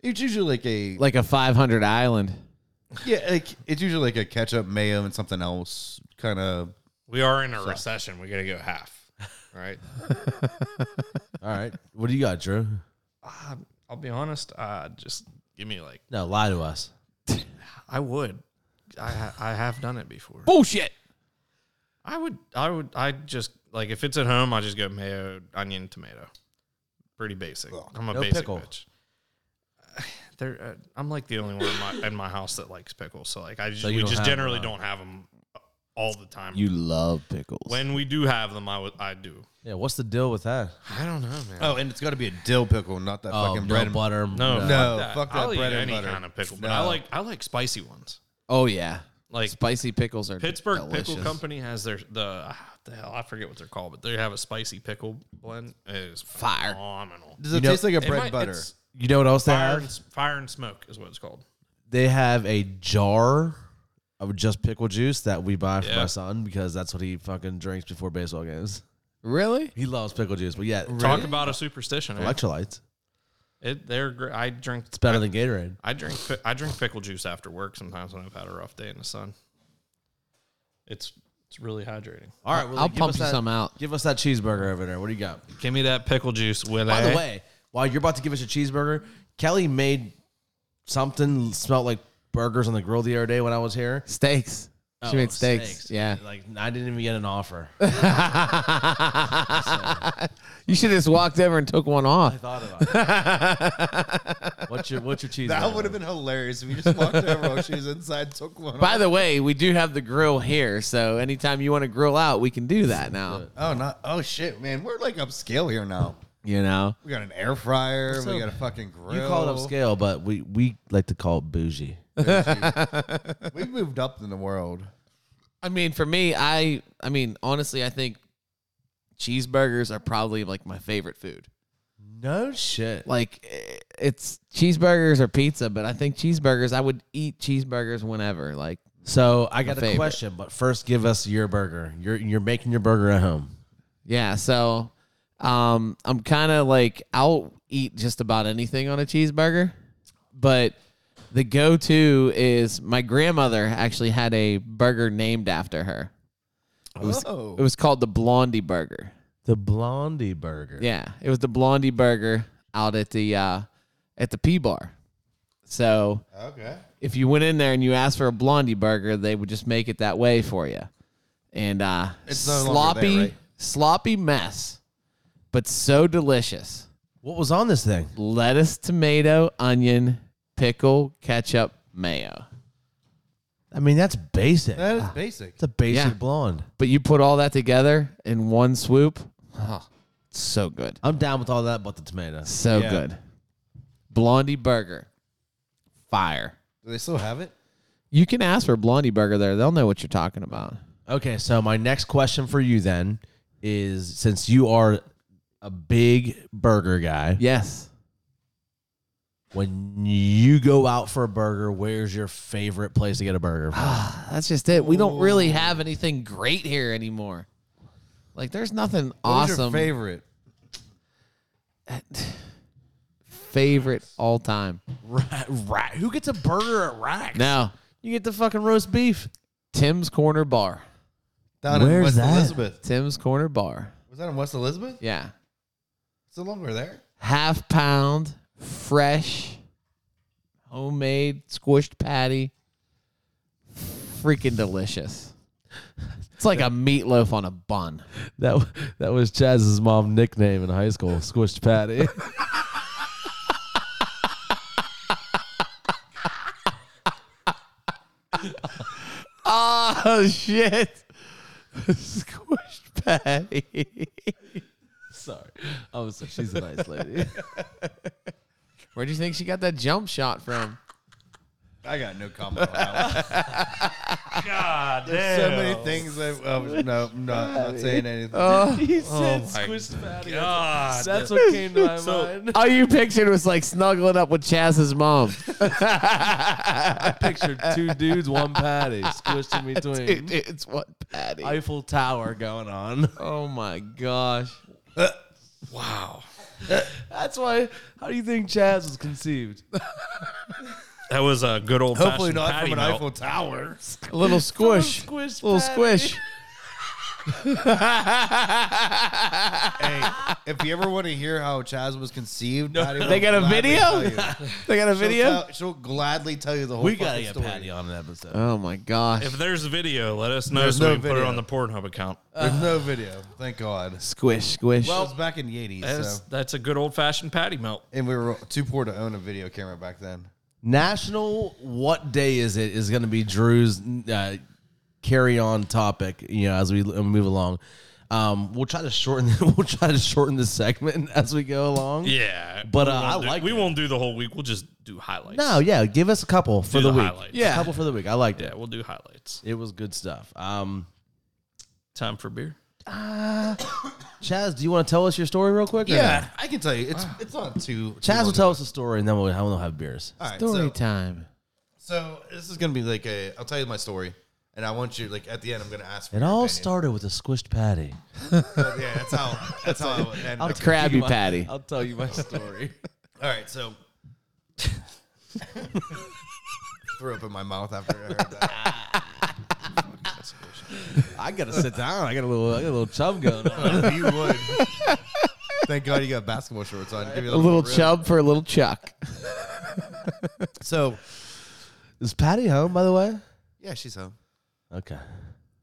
it's usually like a
Like a 500 island.
yeah, like it's usually like a ketchup, mayo, and something else kind of
We are in a recession. We got to go half. Right.
All right. What do you got, Drew?
uh, I'll be honest. Uh, just give me like
No, lie to us.
I would. I ha- I have done it before.
Bullshit.
I would. I would. I just like if it's at home, I just go mayo, onion, tomato. Pretty basic. I'm a
No
basic
pickle.
bitch. There, uh, I'm like the only one in my, in my house that likes pickles. So like, I just,
you
we
don't
just
have them, uh,
generally
huh?
don't have them all the time.
love pickles.
when we do have them, I would. I do.
Yeah. What's the deal with that?
I don't know, man.
Oh, and it's got to be a dill pickle, not that
Oh, no
fucking bread and butter.
butter.
no,
no.
no,
fuck that
I'll eat
bread and
any
butter.
kind of pickle, but I
No.
like I like spicy ones.
Oh yeah,
Like
spicy pickles are
Pittsburgh
delicious.
Pickle Company has their the ah, the hell I forget what they're called, but they have a spicy pickle blend. It is
Fire.
phenomenal.
Does it taste like a bread butter?
It's
You know what else they
Fire and,
have?
s- fire and smoke is what it's called.
They have a jar of just pickle juice that we buy for my
Yeah.
son because that's what he fucking drinks before baseball games.
Really?
He loves pickle juice, but yeah,
Talk about a superstition. eh?
electrolytes.
It, they're great. I drink.
It's better than Gatorade.
I drink. pi- I drink pickle juice after work sometimes when I've had a rough day in the sun. It's it's really hydrating.
All right, well,
I'll
give
pump
us
you
that-
some out.
Give us that cheeseburger over there. What do you got?
Give me that pickle juice with.
By the way, while you're about to give us a cheeseburger, Kelly made something smelled like burgers on the grill the other day when I was here.
Steaks. she
Oh,
made steaks. Yeah.
Like I didn't even get an offer.
You should have just walked over and took one
I
off.
thought about it. what's your what's your cheeseburger?
That would have been hilarious if you just walked over while she was inside, took one.
By
off.
the way, we do have the grill here, so anytime you want to grill out, we can do that now.
oh not oh shit, man, we're like upscale here now.
You know,
We got an air fryer,
So,
we got a fucking grill.
You call it upscale, but we we like to call it bougie.
We've moved up in the world.
I mean, for me, I, I mean, honestly, I think cheeseburgers are probably like my favorite food.
No shit.
Like, eh, it's cheeseburgers or pizza, but I think cheeseburgers. I would eat cheeseburgers whenever. Like,
So I got a
My favorite.
question, but first give us your burger. You're you're making your burger at home.
Yeah, so um I'm kind of like I'll eat just about anything on a cheeseburger, but the go-to is my grandmother actually had a burger named after her. It was
Oh.
it was called the Blondie burger.
The Blondie burger.
Yeah, it was the Blondie burger out at the uh at the P bar. So,
Okay.
if you went in there and you asked for a blondie burger, they would just make it that way for you. And uh,
It's no longer there,
sloppy,
right?
sloppy mess, but so delicious.
What was on this thing?
Lettuce, tomato, onion, pickle, ketchup, mayo.
I mean, that's basic.
That is basic.
It's a basic
Yeah.
blonde.
But you put all that together in one swoop. Oh, so good.
I'm down with all that, but the tomato.
So
Yeah.
good. Blondie Burger. Fire.
Do they still have it?
You can ask for Blondie Burger there. They'll know what you're talking about.
Okay, so my next question for you then is since you are a big burger guy,
Yes.
when you go out for a burger, where's your favorite place to get a burger from?
That's just it. We don't really have anything great here anymore. Like there's nothing
What was
awesome.
your favorite?
favorite all time.
Rat, rat, who gets a burger at Rack?
Now,
You get the fucking roast beef.
Tim's Corner Bar.
Down in
Where's
West
that?
Elizabeth.
Tim's Corner Bar.
Was that in West Elizabeth?
Yeah.
It's no longer there.
Half pound, fresh, homemade, squished patty. Freaking delicious. It's like a meatloaf on a bun.
That that was Chaz's mom nickname in high school, Squished Patty.
Oh shit. Squished patty.
Sorry. Oh, so she's a nice lady.
Where do you think she got that jump shot from?
I got no comment on that. one.
God damn.
so many things. I, I was, no, I'm not, I'm not saying anything.
Oh.
he
Oh
said
my
Squished Patty.
God.
That's what came to my mind.
All you pictured was like snuggling up with Chaz's mom.
Pictured two dudes, one patty, squished in between.
Dude, it's one patty.
Eiffel Tower going on.
oh my gosh.
Wow.
That's why. How do you think Chaz was conceived?
That was a good old
Hopefully
fashioned
not
patty
from an
melt.
Eiffel Tower.
A little squish.
Squished.
little
patty.
squish.
hey, if you ever want to hear how Chaz was conceived, Patty will
They got a
gladly
video?
tell you.
They got a
She'll,
video?
tell- she'll gladly tell you the whole
We gotta
fucking
get
story.
Patty on an episode.
Oh my gosh.
If there's a video, let us know
There's
so
no
we can put it
video.
on the Pornhub account.
There's no video. Thank God.
Squish, squish.
Well, it was back in the 80s,
That's,
so.
that's a good old fashioned patty melt.
And we were too poor to own a video camera back then.
National. What day is it? Is going to be Drew's uh, carry on topic. You know, as we l- move along, um, we'll try to shorten. we'll try to shorten the segment as we go along.
Yeah.
But,
we
uh,
won't
I
do-
like
We
it.
won't do the whole week. We'll just do highlights.
No, yeah. Give us a couple for
Do
the,
the
week.
highlights.
a
Yeah.
couple for the week. I liked
Yeah,
it.
we'll do highlights.
It was good stuff. Um,
Time for beer.
Chaz, do you want to tell us your story real quick? or no?
Yeah, I can tell you. It's it's not too. too
Chaz will
long.
tell us a story, and then we'll, we'll have beers.
All right,
Story
so-
time.
So this is gonna be like a. I'll tell you my story, and I want you like at the end. I'm gonna ask. For
It
your
all
opinion.
started with a squished patty.
So, yeah, that's how. That's how. I would end.
I'll
All
tell you
Krabby
my-
Patty.
I'll tell you my story.
right, so. Threw up in my mouth after I heard that.
I gotta sit down. I got a little, I got a little chub going on.
Oh, you would. Thank God you got basketball shorts on. Give you
A little
rib.
chub for a little chuck.
So
Is Patty home, by the way?
yeah, she's home.
Okay.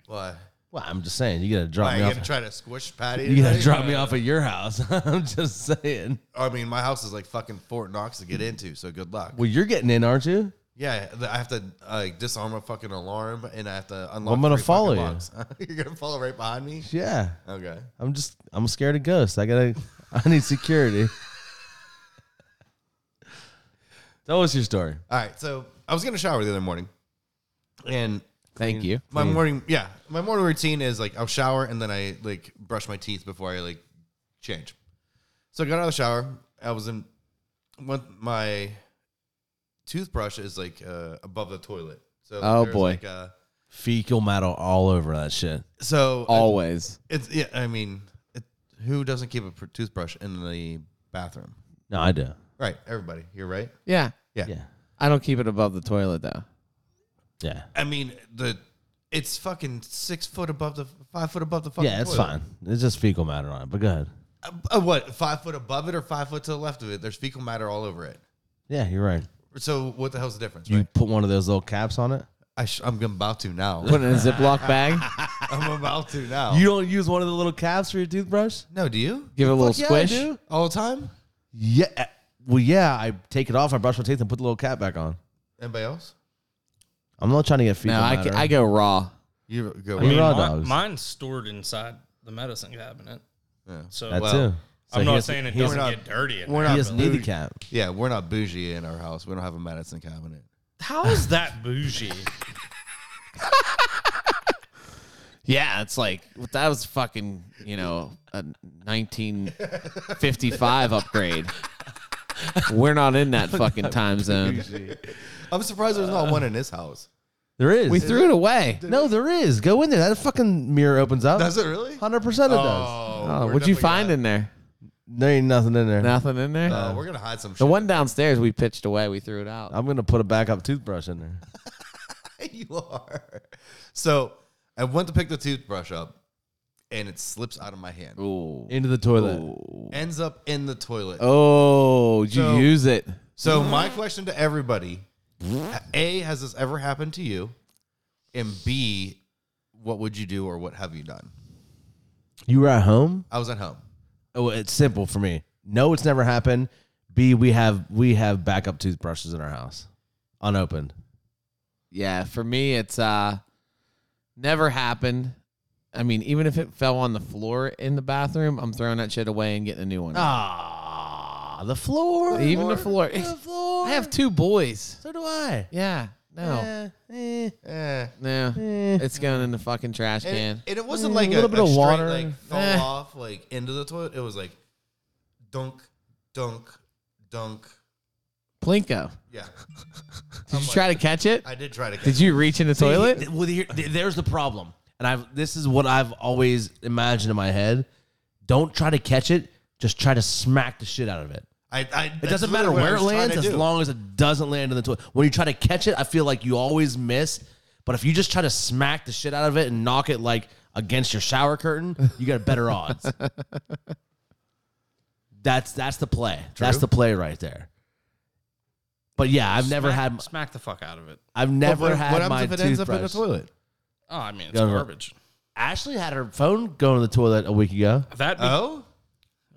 Why?
Well, I'm just saying, you gotta drop
Why
me
you gonna
off.
try to squish Patty?
You gotta
today?
drop me off at your house. I'm just saying.
I mean, my house is like fucking Fort Knox to get into. So good luck.
Well, you're getting in, aren't you?
Yeah, th- I have to uh, disarm a fucking alarm, and I have to unlock.
I'm gonna
three
follow
fucking
you.
locks. You're gonna follow right behind me.
Yeah.
Okay.
I'm just, I'm scared of ghosts. I gotta, I need security. tell us your story.
All right. So I was gonna shower the other morning, and
Thank you.
my morning, yeah, my morning routine is like I'll shower and then I like brush my teeth before I like change. So I got out of the shower. I was in. One, my toothbrush is like uh, above the toilet. So
Oh,
there's,
boy.
Like, uh,
Fecal matter all over that shit.
so
Always.
it's yeah. I mean, it, who doesn't keep a pr- toothbrush in the bathroom?
No, I do.
Right, everybody. You're right.
Yeah.
Yeah.
I don't keep it above the toilet though.
Yeah.
I mean, the it's fucking six foot above the five foot above the fucking.
Yeah, it's
toilet.
fine. It's just fecal matter on it, but go ahead.
Uh, uh, what five foot above it or five foot to the left of it? There's fecal matter all over it.
Yeah, you're right.
So what the hell's the difference?
You
Right?
put one of those little caps on it.
I sh- I'm about to now.
Put it in a Ziploc bag,
I'm about to now.
You don't use one of the little caps for your toothbrush?
no? Do you
give it a little
Fuck yeah, I
squish.
do.
all the time?
Yeah. Well, yeah. I take it off. I brush my teeth and put the little cap back on.
Anybody else?
I'm not trying to get fecal
No, I,
matter.
I go raw.
You go.
I mean, raw
right.
mi-
dogs.
Mine's stored inside the medicine cabinet.
Yeah.
So
that
well,
too. So
I'm
he
not
has-
saying it
he has-
doesn't
We're
get dirty. in
We're
there.
He
not
has
bougie.
knee cap.
Yeah, we're not bougie in our house. We don't have a medicine cabinet.
How is that bougie?
Yeah, it's like that was fucking, you know, a 1955 upgrade. We're not in that fucking time zone.
I'm surprised there's not one in this house.
There is.
We threw it away.
no, there is. Go in there. That fucking mirror opens up.
Does it really?
Hundred percent, it
Oh,
does.
Oh,
we're
what'd you
definitely
find
gonna-
in there?
There ain't nothing in there.
Nothing in there.
Uh, we're gonna hide some.
the
shit.
one downstairs we pitched away. We threw it out.
I'm gonna put a backup toothbrush in there.
you are. So I went to pick the toothbrush up, and it slips out of my hand.
Ooh.
Into the toilet.
Ends up in the toilet.
Oh, did you
So-
use it?
So my question to everybody: A, has this ever happened to you? And B, what would you do or what have you done?
You were at home.
I was at home.
Oh, it's simple for me. No, it's never happened. B, we have we have backup toothbrushes in our house, unopened.
Yeah, for me it's uh never happened. I mean, even if it fell on the floor in the bathroom, I'm throwing that shit away and getting a new one.
Oh,
Ah, the floor.
Even the floor.
The floor.
I have Oh. two boys.
So do I.
Yeah. No.
Eh, eh.
Eh.
No. It's going in the fucking trash
And,
can.
and it wasn't like a
little bit of
straight,
water.
like fell
Eh.
off like into the toilet. It was like dunk, dunk, dunk.
Plinko.
Yeah,
Did you try to catch it?
I did try to. Catch
Did you reach in the toilet?
Well, here, there's the problem, and I've this is what I've always imagined in my head. Don't try to catch it. Just try to smack the shit out of it.
I, I,
It doesn't matter where it lands as long as it doesn't land in the toilet. When you try to catch it, I feel like you always miss. But if you just try to smack the shit out of it and knock it like against your shower curtain, you got better odds. that's that's the play. That's the play right there. But yeah, I've never
smack,
had
smack the fuck out of it.
I've never had my
if it
toothbrush.
ends up in the toilet?
Oh, I mean, it's
Go for it.
garbage.
Ashley had her phone go in the toilet a week ago.
That be-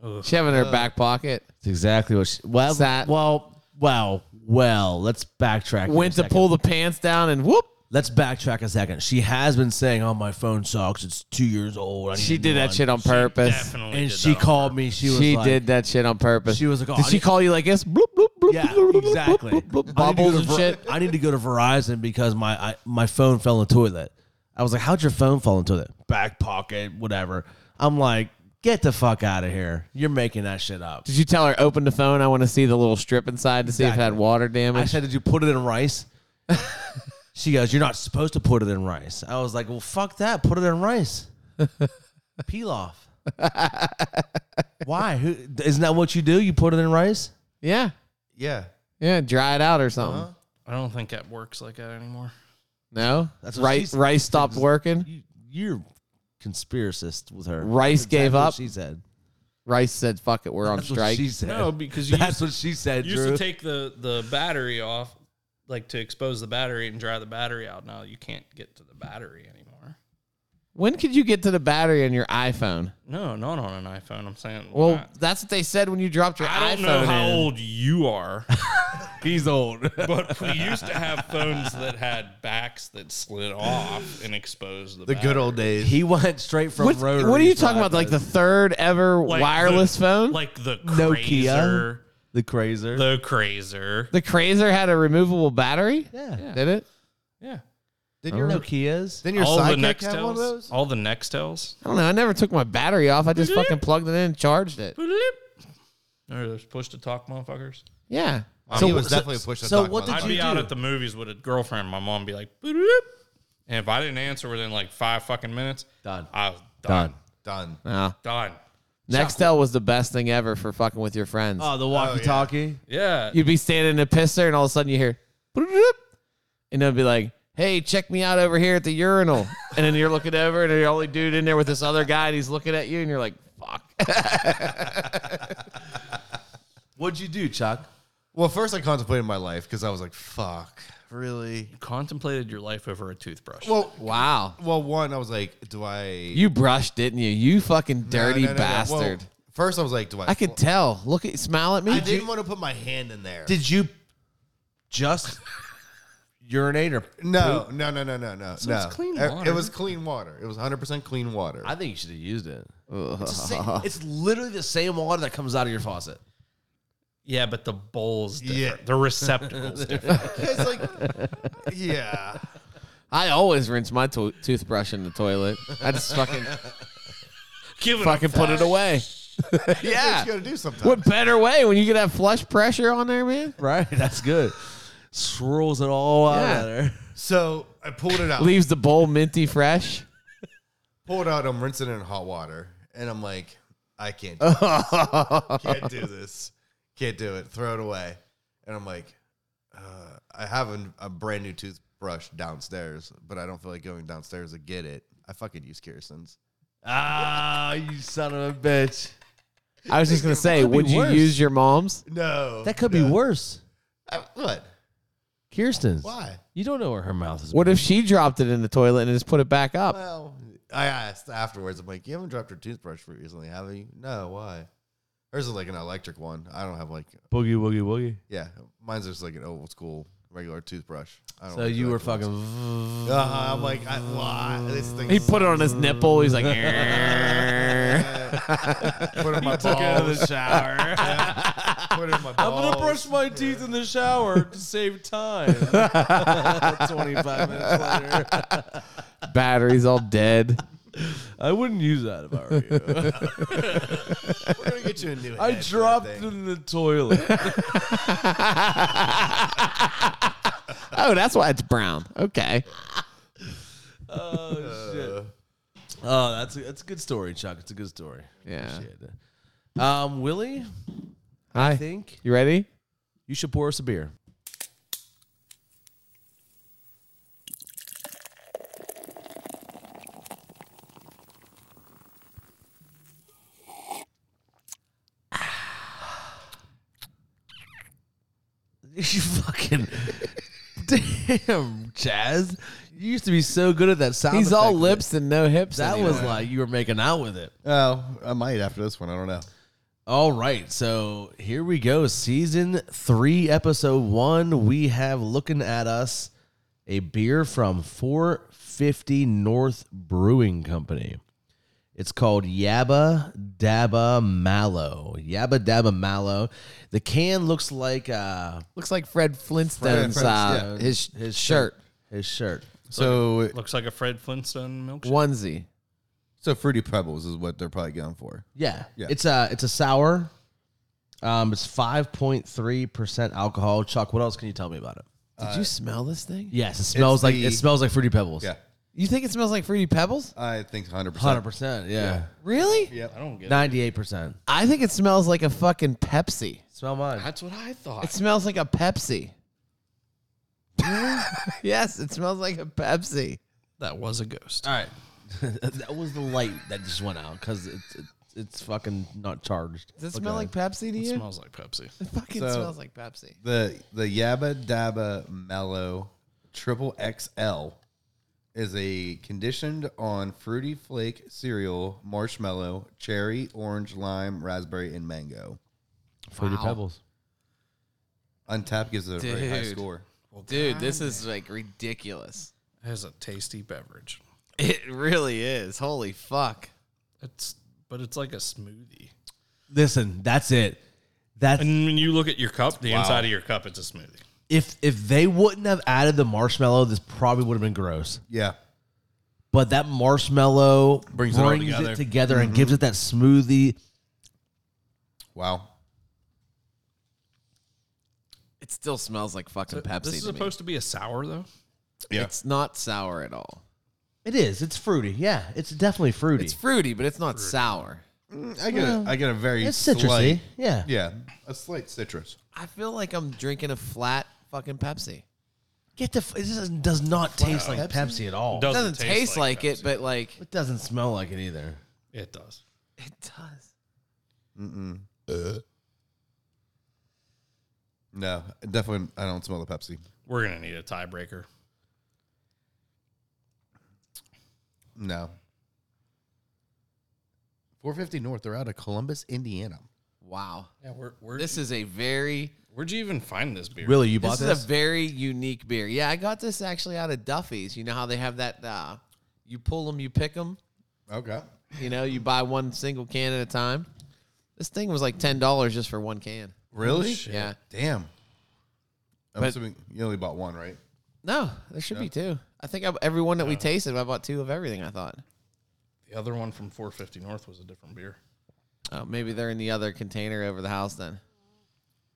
Oh,
She have it in
Uh,
her back pocket.
That's exactly what she. Well,
Is that-
well, well, well. Let's backtrack. here
Went
a
to
second.
pull the pants down and whoop.
Let's backtrack a second. She has been saying, "Oh, my phone sucks. It's two years old." I need
She
a
did
new
that
one."
shit on purpose.
definitely.
and
did
she
that on
called me. She was
She
like,
did that shit on purpose.
She was like, oh,
Did
I
she
need-
call you like this? Bloop, bloop, bloop,
Yeah,
bloop, bloop, bloop,
exactly. I
bloop, bloop,
need to
bloop,
go
Bubbles
to
and
Ver-
shit.
I need to go to Verizon because my I, my phone fell in the toilet. I was like, "How'd your phone fall in the toilet? Back pocket, whatever." I'm like, "Get the fuck out of here! You're making that shit up."
Did you tell her open the phone? I want to see the little strip inside to see if it had
Exactly.
water
I
damage.
said, "Did you put it in rice?" she goes, "You're not supposed to put it in rice." I was like, "Well, fuck that. Put it in rice. Peel off. Why? Who isn't that what you do? You put it in rice?
yeah,
yeah.
yeah, dry it out or something.
Uh-huh.
it. I don't think that works like that anymore.
No,
That's what she
rice.
said.
Rice stopped working.
You, you're conspiracist with her.
Rice
That's exactly
gave
what
up.
she said.
Rice said, "Fuck it, we're on
That's what
strike."
she said.
No, because you
That's what she said.
You used
Drew.
to take the the battery off, like to expose the battery and dry the battery out. Now you can't get to the battery anymore.
When could you get to the battery on your iPhone?
No, not on an iPhone. I'm saying.
Well,
I-
that's what they said when you dropped your
I don't
iPhone.
know how
in.
old you are,
He's old.
but we used to have phones that had backs that slid off and exposed the
The good
battery.
old days.
he went straight from
What's-
rotary.
what are you
to
talking about? Like the
iPhone.
third ever
Like
wireless
the-
phone?
like the
Nokia?
Nokia,
the crazer?
the Crazer.
the Crazer had a removable battery.
yeah.
Did it?
Yeah,
Did your
Nokias.
then your
all the
sidekick have one
Nextels,
of those?
all the Nextels.
I don't know. I never took my battery off. I just fucking plugged it in and charged it.
Or those push to talk motherfuckers.
Yeah.
So, he was definitely pushed.
so what did
I'd
you
be out
do?
at the movies with a girlfriend. My mom would be like, "Boop-a-doop." and if I didn't answer within like five fucking minutes,
Done.
I was done.
done?
No.
Done.
Nextel was the best thing ever for fucking with your friends.
Oh, the walkie-talkie.
Yeah.
You'd be standing in a pisser, and all of a sudden you hear, "Bloop," and they'll be like, "Hey, check me out over here at the urinal." And then you're looking over, and you're the only dude in there with this other guy, and he's looking at you, and you're like, "Fuck."
What'd you do, Chuck?
Well, first I contemplated my life because I was like, "Fuck, really?"
Contemplated your life over a toothbrush.
Well,
Wow.
well, one I was like, "Do I?"
You brushed, didn't you? You fucking
No, no,
dirty
no, no.
bastard.
Well, first I was like, "Do I?"
I could tell. Look at, smile at me.
I didn't want to put my hand in there.
Did you just urinate or
No, no, no, no, no, no. no.
it's clean
Uh,
water.
It was clean water. It was 100% clean water.
I think you should have used it. It's, the same- it's literally the same water that comes out of your faucet.
Yeah, but the bowl's different.
Yeah.
The receptacle's different.
it's like, yeah.
I always rinse my to- toothbrush in the toilet. I just fucking
Give it
fucking put it away.
That's what you
yeah.
got to do sometimes.
What better way when you get that flush pressure on there, man?
Right, that's good. Swirls it all out
Yeah.
of there.
So I pulled it out.
Leaves the bowl minty fresh.
pulled out. I'm rinsing it in hot water. And I'm like, I can't do this. can't do this. Can't do it. Throw it away. And I'm like, uh, I have an, a brand new toothbrush downstairs, but I don't feel like going downstairs to get it. I fucking use Kirsten's.
Ah, you son of a bitch.
I was just gonna say,
could be
would you
worse.
use your mom's?
No.
That could
no.
be worse.
I- what?
Kirsten's.
Why?
You don't know where her mouth is.
What if she dropped it in the toilet and just put it back up?
Well, I asked afterwards. I'm like, you haven't dropped your toothbrush recently, have you? No, why? Hers is like an electric one. I don't have like,
Boogie woogie woogie.
yeah, mine's just like an old school regular toothbrush. I don't
So
like
you were
electric
fucking.
ones. Uh-huh, I'm like, I, why? This thing.
He put it on his nipple. He's like, "Err."
put it in my balls.
shower.
Put it in my balls.
my teeth in the shower to save time. 25 minutes later.
batteries all dead.
I wouldn't use that if I were you.
We're gonna get you a new.
I
head for that
dropped it
thing.
in the toilet.
Oh, that's why it's brown. Okay.
Oh, shit. Oh, that's a, that's a good story, Chuck. It's a good story.
Yeah.
Shit. Um, Willie, I
Hi.
think
You ready?
you should pour us a beer. You fucking damn, Chaz. You used to be so good at that sound.
He's all
effect.
lips and no hips.
That was
anymore.
like you were making out with it.
Oh, I might after this one. I don't know.
All right, so here we go. Season three, episode one. We have looking at us a beer from 450 North Brewing Company. It's called Yabba Dabba Mallow. Yabba Dabba Mallow. The can looks like uh,
looks like Fred Flintstone's
Fred-
uh,
yeah.
his his shirt
his shirt.
So,
Looks like a Fred Flintstone milkshake.
onesie.
so fruity pebbles is what they're probably going for.
Yeah.
Yeah.
It's a it's a sour. Um, it's 5.3% alcohol. Chuck, what else can you tell me about it?
Did you smell this thing?
Yes, it smells like
the-
it smells like fruity pebbles.
Yeah,
You think it smells like fruity pebbles?
I think hundred percent.
Hundred percent, yeah.
Really?
Yep.
I don't get it.
Ninety-eight percent.
I think it smells like a fucking Pepsi.
Smell mine.
That's what I
It
thought.
smells like a Pepsi. yes, it smells like a Pepsi.
That was a ghost.
All right, that was the light that just went out because it's it's it's fucking not charged.
Does it
Look
smell
at
like Pepsi to
It
you?
smells like Pepsi.
it fucking
So-
smells like Pepsi.
The the Yabba Dabba Mellow Triple XL is a conditioned on fruity flake cereal, marshmallow, cherry, orange, lime, raspberry, and mango.
fruity pebbles.
Untapped gives it a very high
Dude.
score.
Dude, this is like ridiculous.
It has a tasty beverage.
It really is. Holy fuck.
It's but it's like a smoothie.
Listen, that's it. That's
And when you look at your cup, the inside of your cup, it's a smoothie.
if if they wouldn't have added the marshmallow, this probably would have been gross.
Yeah.
But that marshmallow
Brings
brings,
it all
it together,
together.
and gives it that smoothie.
Wow.
It still smells like fucking Pepsi.
this is
to me.
supposed to be a sour though.
Yeah.
It's not sour at all.
It is. It's fruity. Yeah, it's definitely fruity.
It's
It's,
fruity, but it's not sour.
I get a, I get a very
citrusy.
slight-
yeah.
Yeah, a slight citrus.
I feel like I'm drinking a flat fucking Pepsi.
Get the. f- It doesn't- does not taste like Pepsi at all.
It doesn't taste like, it, but like
It doesn't smell like it either.
it. It does.
it does.
No, definitely. I don't smell the Pepsi.
We're gonna need a tiebreaker.
No. 450 North. They're out of Columbus, Indiana.
Wow.
Yeah, where where
This is a very
where'd you even find this beer?
Really, you bought
this
this?
is a very unique beer. Yeah, I got this actually out of Duffy's. You know how they have that uh, you pull them, you pick them.
Okay.
You know, you buy one single can at a time. This thing was like ten dollars just for one can.
Really?
Yeah.
Damn. I'm
But-
assuming you only bought one, right?
No, there should be two. I think I, every one that we tasted, I bought two of everything. I thought.
The other one from 450 North was a different beer.
Oh, maybe they're in the other container over the house then.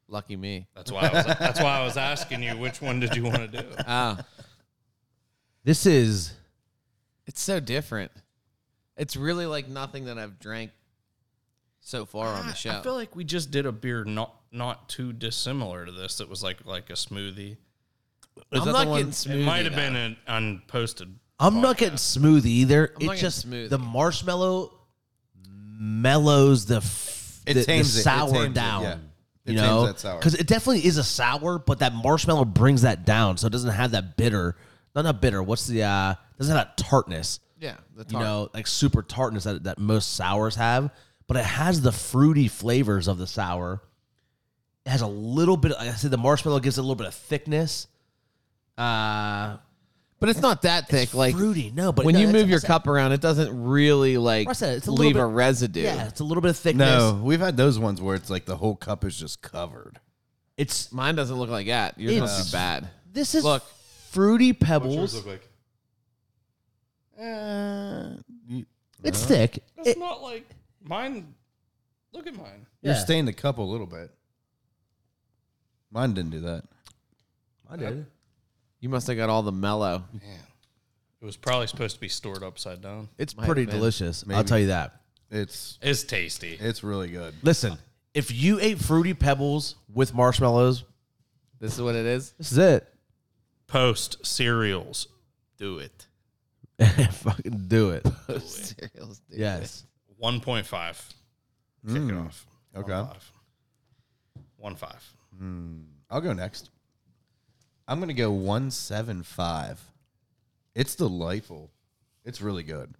Lucky me.
That's why I was, that's why I was asking you which one did you want to do.
Oh,
this is
it's so different. It's really like nothing that I've drank so far
Ah,
on the show.
I feel like we just did a beer not not too dissimilar to this. That was like like a smoothie.
is
I'm
that
not
the one-
getting smoothie.
it might have
now.
been an unposted.
Oh,
I'm not getting smooth either.
not
it
getting
just
smooth.
the marshmallow mellows the f-
It
the, the
tames it. It
sour
tames it,
down.
yeah. It
you
tames
know,
that sour.
because it definitely is a sour, but that marshmallow brings that down, so it doesn't have that bitter. Not not bitter. What's the uh? Doesn't have that tartness.
Yeah, the
You know, like super tartness that that most sours have, but it has the fruity flavors of the sour. It has a little bit. Like I said, the marshmallow gives it a little bit of thickness. Uh,
but it's not that thick. like
fruity, no, but
when
no,
you
that's-
move your
that's-
cup around, it doesn't really like
I said it's a little
leave
bit-
a residue.
Yeah, it's a little bit of thickness.
No, we've had those ones where it's like the whole cup is just covered.
It's
Mine doesn't look like that. Yours must
It's-
be bad.
this is
Look.
fruity pebbles.
like? Uh, you,
It's thick.
It's
It-
not like mine. Look at mine.
You're
Yeah.
staying the cup a little bit. Mine didn't do that.
I did.
You must have got all the mellow.
It was probably supposed to be stored upside down.
It's
Might
pretty
have been.
delicious. I'll
Maybe.
tell you that.
It's
It's tasty.
it's really good.
Listen, if you ate fruity pebbles with marshmallows,
This is what it is.
this is it.
Post cereals. Do it.
Fucking do it.
Cereals, dude.
Yes.
1.5. Kick it off.
Mm. Okay.
1.5. 1.5.
I'll go next. I'm gonna go one seven five. It's delightful. It's really good.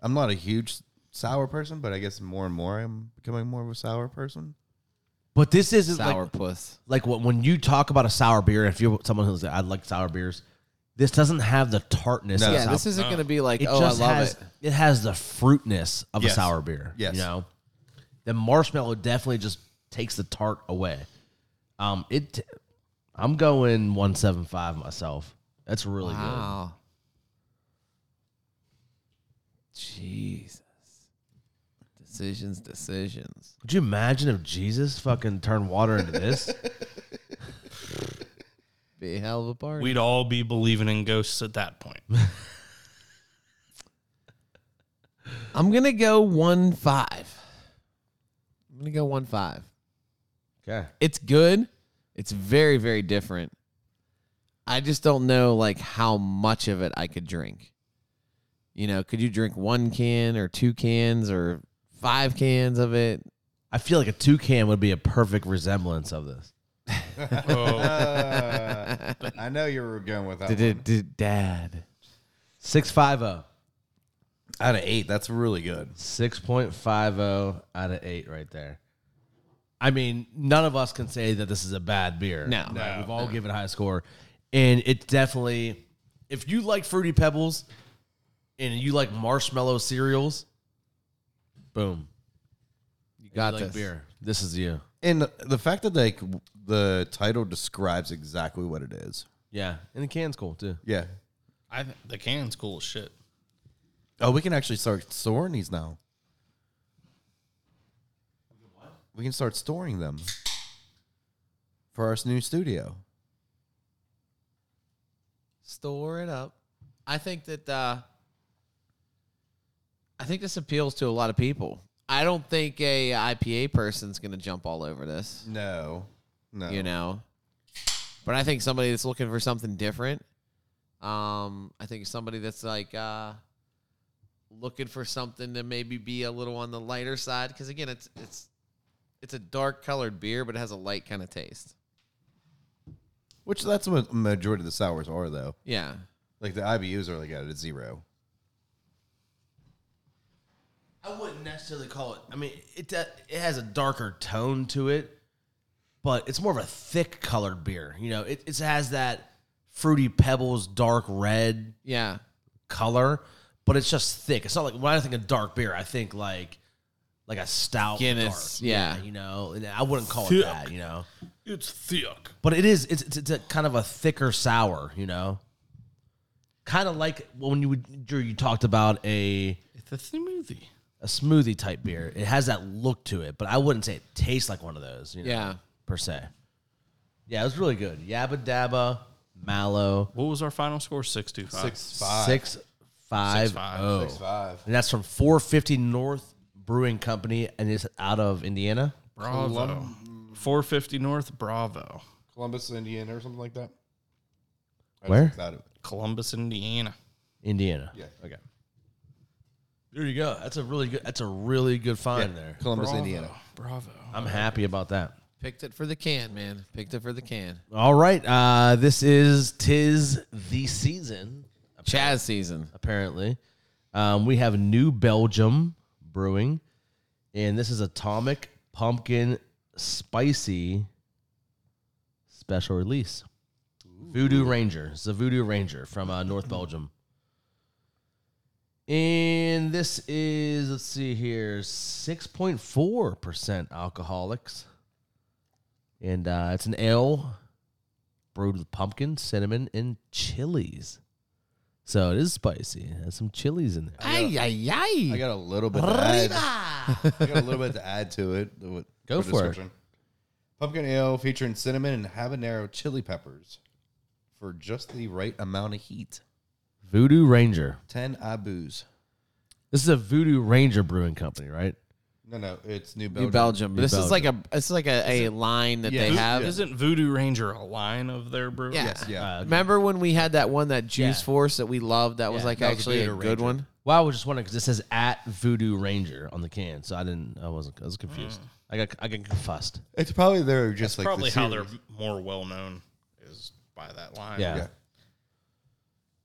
I'm not a huge sour person, but I guess more and more I'm becoming more of a sour person.
But this is like,
Sour puss.
like what- when you talk about a sour beer, if you're someone who's like, I like sour beers, this doesn't have the tartness.
No.
of a
Yeah,
sour-
this isn't going to be like,
it
oh, I
just
love
has
it.
it. has the fruitness of
Yes.
a sour beer.
Yes.
You know? The marshmallow definitely just takes the tart away. Um it I'm going 175 myself. That's really
Wow. Jesus. Decisions, decisions.
good. Could you imagine if Jesus fucking turned water into this?
Be a hell of a party.
We'd all be believing in ghosts at that point.
I'm going to go 1 5. I'm going to go 1 5.
okay.
It's good. It's very, very different. I just don't know like how much of it I could drink. You know, could you drink one can or two cans or five cans of it?
I feel like a toucan would be a perfect resemblance of this.
Oh,
Uh, I know you were going with that. one.
Dad.
650.
Out of eight, that's really good.
6.50 out of 8 right there. I mean, none of us can say that this is a bad beer.
No.
Right? We've all given a high score. And it definitely, if you like Fruity Pebbles and you like marshmallow cereals, boom.
You got
You like
this.
beer. This is you.
And the fact that like the title describes exactly what it is.
Yeah. And the can's cool too.
Yeah.
I th- the can's cool as shit.
Oh, we can actually start storing these now. We can start storing them for our new studio.
Store it up. I think that uh I think this appeals to a lot of people. I don't think a IPA person's gonna jump all over this.
No, no.
you know. But I think somebody that's looking for something different, um, I think somebody that's like uh, looking for something to maybe be a little on the lighter side, because again, it's it's it's a dark colored beer, but it has a light kind of taste.
Which that's what majority of the sours are, though.
Yeah.
Like the IBUs are like at a zero.
I wouldn't necessarily call it. I mean, it uh, it has a darker tone to it, but it's more of a thick colored beer. You know, it it has that fruity pebbles, dark red
Yeah.
color, but it's just thick. It's not like when I think of dark beer, I think like like a stout
Guinness,
dark.
yeah.
you know, and I wouldn't call it
Thick.
that, you know.
It's thick.
But it is it's it's, it's a kind of a thicker sour, you know. Kind of like when you would Drew, you talked about a
It's a smoothie.
a smoothie type beer. It has that look to it, but I wouldn't say it tastes like one of those. You know,
Yeah.
per se. Yeah, it was really good. Yabba dabba mallow
What was our final score? Six two five.
Six five.
six five
Six five.
oh.
Six five.
and that's from 450 North Brewing Company, and it's out of Indiana.
Bravo. Four fifty North. Bravo.
Columbus, Indiana, or something like that. I
Where?
just out of it.
Columbus, Indiana.
Indiana.
Yeah.
Okay. There you go. That's a really good. That's a really good find there.
Columbus,
Bravo.
Indiana.
Bravo.
I'm happy about that.
Picked it for the can, man. Picked it for the can.
All right. Uh, this is tis the season.
Chaz season.
Apparently, um, we have New Belgium Brewing, and this is Atomic Pumpkin Spicy Special Release. Voodoo Ranger. It's a Voodoo Ranger from uh, North Belgium. And this is, let's see here, 6.4% alcoholics. And uh, it's an ale brewed with pumpkin, cinnamon, and chilies. So it is spicy. It has some chilies in there.
Ay, ay, ay.
I got a little bit. To add. I got a little bit to add to it. the- what-
Go for it.
description. Pumpkin ale featuring cinnamon and habanero chili peppers for just the right amount of heat.
Voodoo Ranger.
Ten abus.
This is a Voodoo Ranger Brewing Company, right?
No, no, it's New Belgium.
New Belgium.
New
this is like a this is like a, a line that they
Who-
have.
Isn't Voodoo Ranger a line of their brew?
Yeah.
Yeah.
Uh,
Remember when we had that one that Juice
Yeah.
Force that we loved? That was
Yeah,
like
that was a
actually a,
Gator
good
Ranger.
one.
well, I was just wondering because it says at Voodoo Ranger on the can, so I didn't. I wasn't. I was confused. I got. I got confussed.
it's probably they're just like the
Probably how they're
series.
more well known is by that line.
Yeah.
Yeah.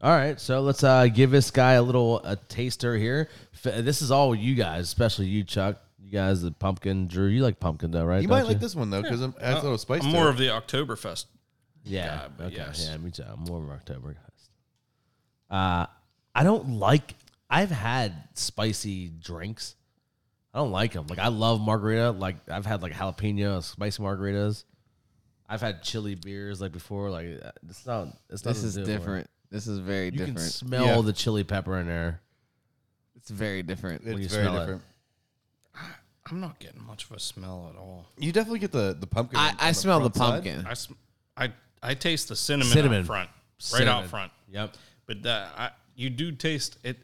All right, so let's uh, give this guy a little a taster here. F- this is all you guys, especially you, Chuck. You guys, the pumpkin, Drew. You like pumpkin though, right?
You
Don't
might like this one though because it adds a little spice.
Uh, I'm
to
more
it.
of the Oktoberfest.
Yeah.
but
okay.
yes.
Yeah, me too. I'm more of an Oktoberfest. Uh, I don't like. I've had spicy drinks. I don't like them. Like I love margarita. Like I've had like jalapeno spicy margaritas. I've had chili beers like before. Like uh, it's not. It's not
This is different. This is very
You
different.
can smell
Yeah.
the chili pepper in there.
it's very different.
you
it's very
smell it.
different.
I'm not getting much of a smell at all.
You definitely get the the pumpkin.
I,
on
I smell the
front side.
pumpkin.
I, sm- I, I taste the cinnamon,
Cinnamon.
up front, right
Cinnamon.
out front.
Yep.
But that I, you do taste it.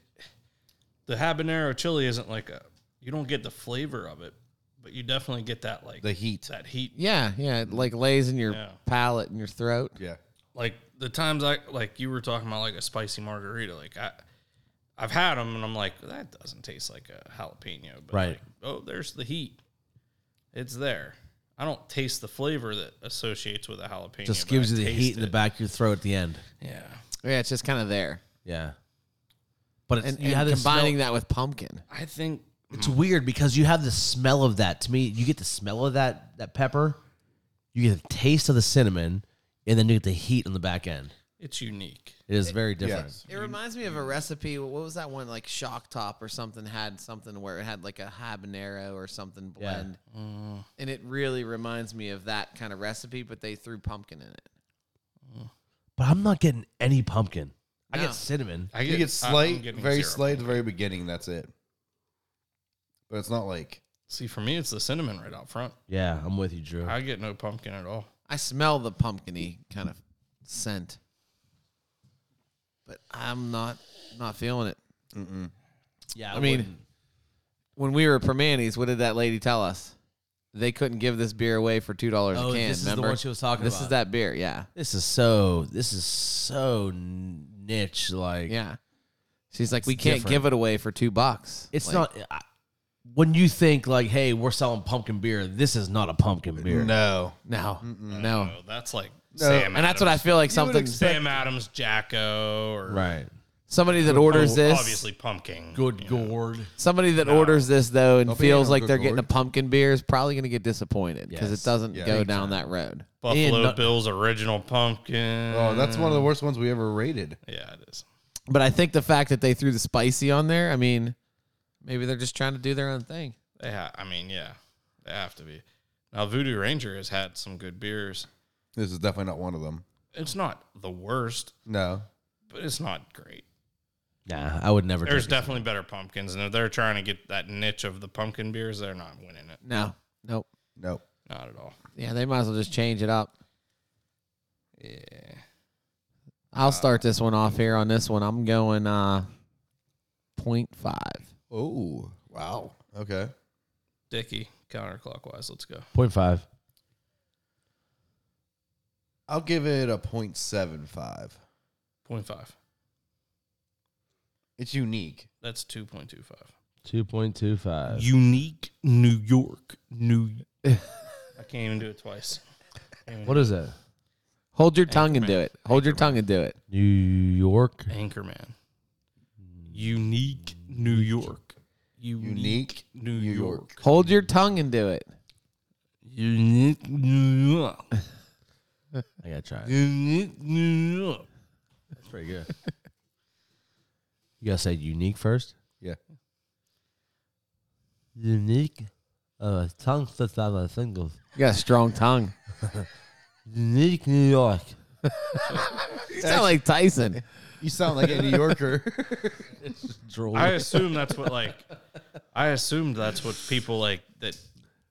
The habanero chili isn't like a. You don't get the flavor of it, but you definitely get that like
The heat.
that heat.
yeah, yeah. It like lays in your
Yeah.
palate and your throat.
Yeah.
Like the times I like you were talking about like a spicy margarita. Like I, I've had them and I'm like that doesn't taste like a jalapeno. But
Right.
like, oh, there's the heat. It's there. I don't taste the flavor that associates with a jalapeno.
Just
but
gives
I
you the
taste
heat in the
it.
back of your throat at the end.
Yeah.
Yeah, it's just kind of there.
Yeah. But it's,
And,
you
and
have this smell-
combining that with pumpkin.
I think
It's weird because you have the smell of that. To me, you get the smell of that that pepper, you get the taste of the cinnamon, and then you get the heat on the back end.
it's unique.
It is very different.
Yes.
It reminds me of a recipe. What was that one? Like Shock Top or something had something where it had like a habanero or something
Yeah.
blend. And it really reminds me of that kind of recipe, but they threw pumpkin in it.
But I'm not getting any pumpkin. I
No.
get cinnamon.
I
You get
I'm
slight,
getting
very
zero.
slight at the very beginning. That's it. But it's not like
See, for me, it's the cinnamon right out front.
Yeah, I'm with you, Drew.
I get no pumpkin at all.
I smell the pumpkiny kind of scent. But I'm not not feeling it.
yeah,
I mean, when we were at Permanis, what did that lady tell us? They couldn't give this beer away for two dollars
Oh,
a can.
this is the
remember?
one she was talking
this
about.
is that beer, yeah,
this is so this is so niche. Like,
yeah. She's like, we can't
different.
give it away for two bucks.
it's
Like,
not. I, when you think like, hey, we're selling pumpkin beer, this is not a pumpkin beer.
no.
no, no.
No, that's like
No,
Sam,
And that's what I feel like something.
Sam Adams Jacko or
Right.
Somebody that orders
Oh,
this,
Obviously, pumpkin.
Good gourd.
somebody that orders this though and
Don't be
feels
an
like
ogre
they're getting a
gourd.
pumpkin beer is probably going to get disappointed because
Yes.
it doesn't
Yeah.
go
Big
down that road.
Buffalo
Ian, no-
Bill's original pumpkin.
Oh, that's one of the worst ones we ever rated.
Yeah, it is.
But I think the fact that they threw the spicy on there, I mean, maybe they're just trying to do their own thing.
They ha- I mean, yeah, they have to be. Now, Voodoo Ranger has had some good beers.
This is definitely not one of them.
It's not the worst,
No.
but it's not great.
Nah, I would never.
There's
drink
definitely better pumpkins, and if they're trying to get that niche of the pumpkin beers, they're not winning it.
No, nope.
Nope.
Not at all.
Yeah, they might as well just change it up.
Yeah. Uh,
I'll start this one off here on this one. I'm going uh 0.5.
Oh, wow. Okay.
Dicky, counterclockwise. Let's go.
Point five.
I'll give it a 0.75.
Point five.
It's unique.
That's 2.25.
Two point two five.
Unique New York. New I can't even do it twice.
What is that?
Hold your tongue and do
Anchorman.
it. Hold your tongue and do it.
New York.
Anchorman. Unique New York.
Unique
New
New
York.
Hold your tongue and do it.
Unique New York.
I gotta try. it.
Unique New York.
That's pretty good. you gotta say unique first.
Yeah.
Unique. Uh, tongue fits out of singles.
You got a strong tongue.
Unique New York.
You sound like Tyson.
You sound like a New Yorker.
Drool.
I assume that's what like I assumed that's what people like that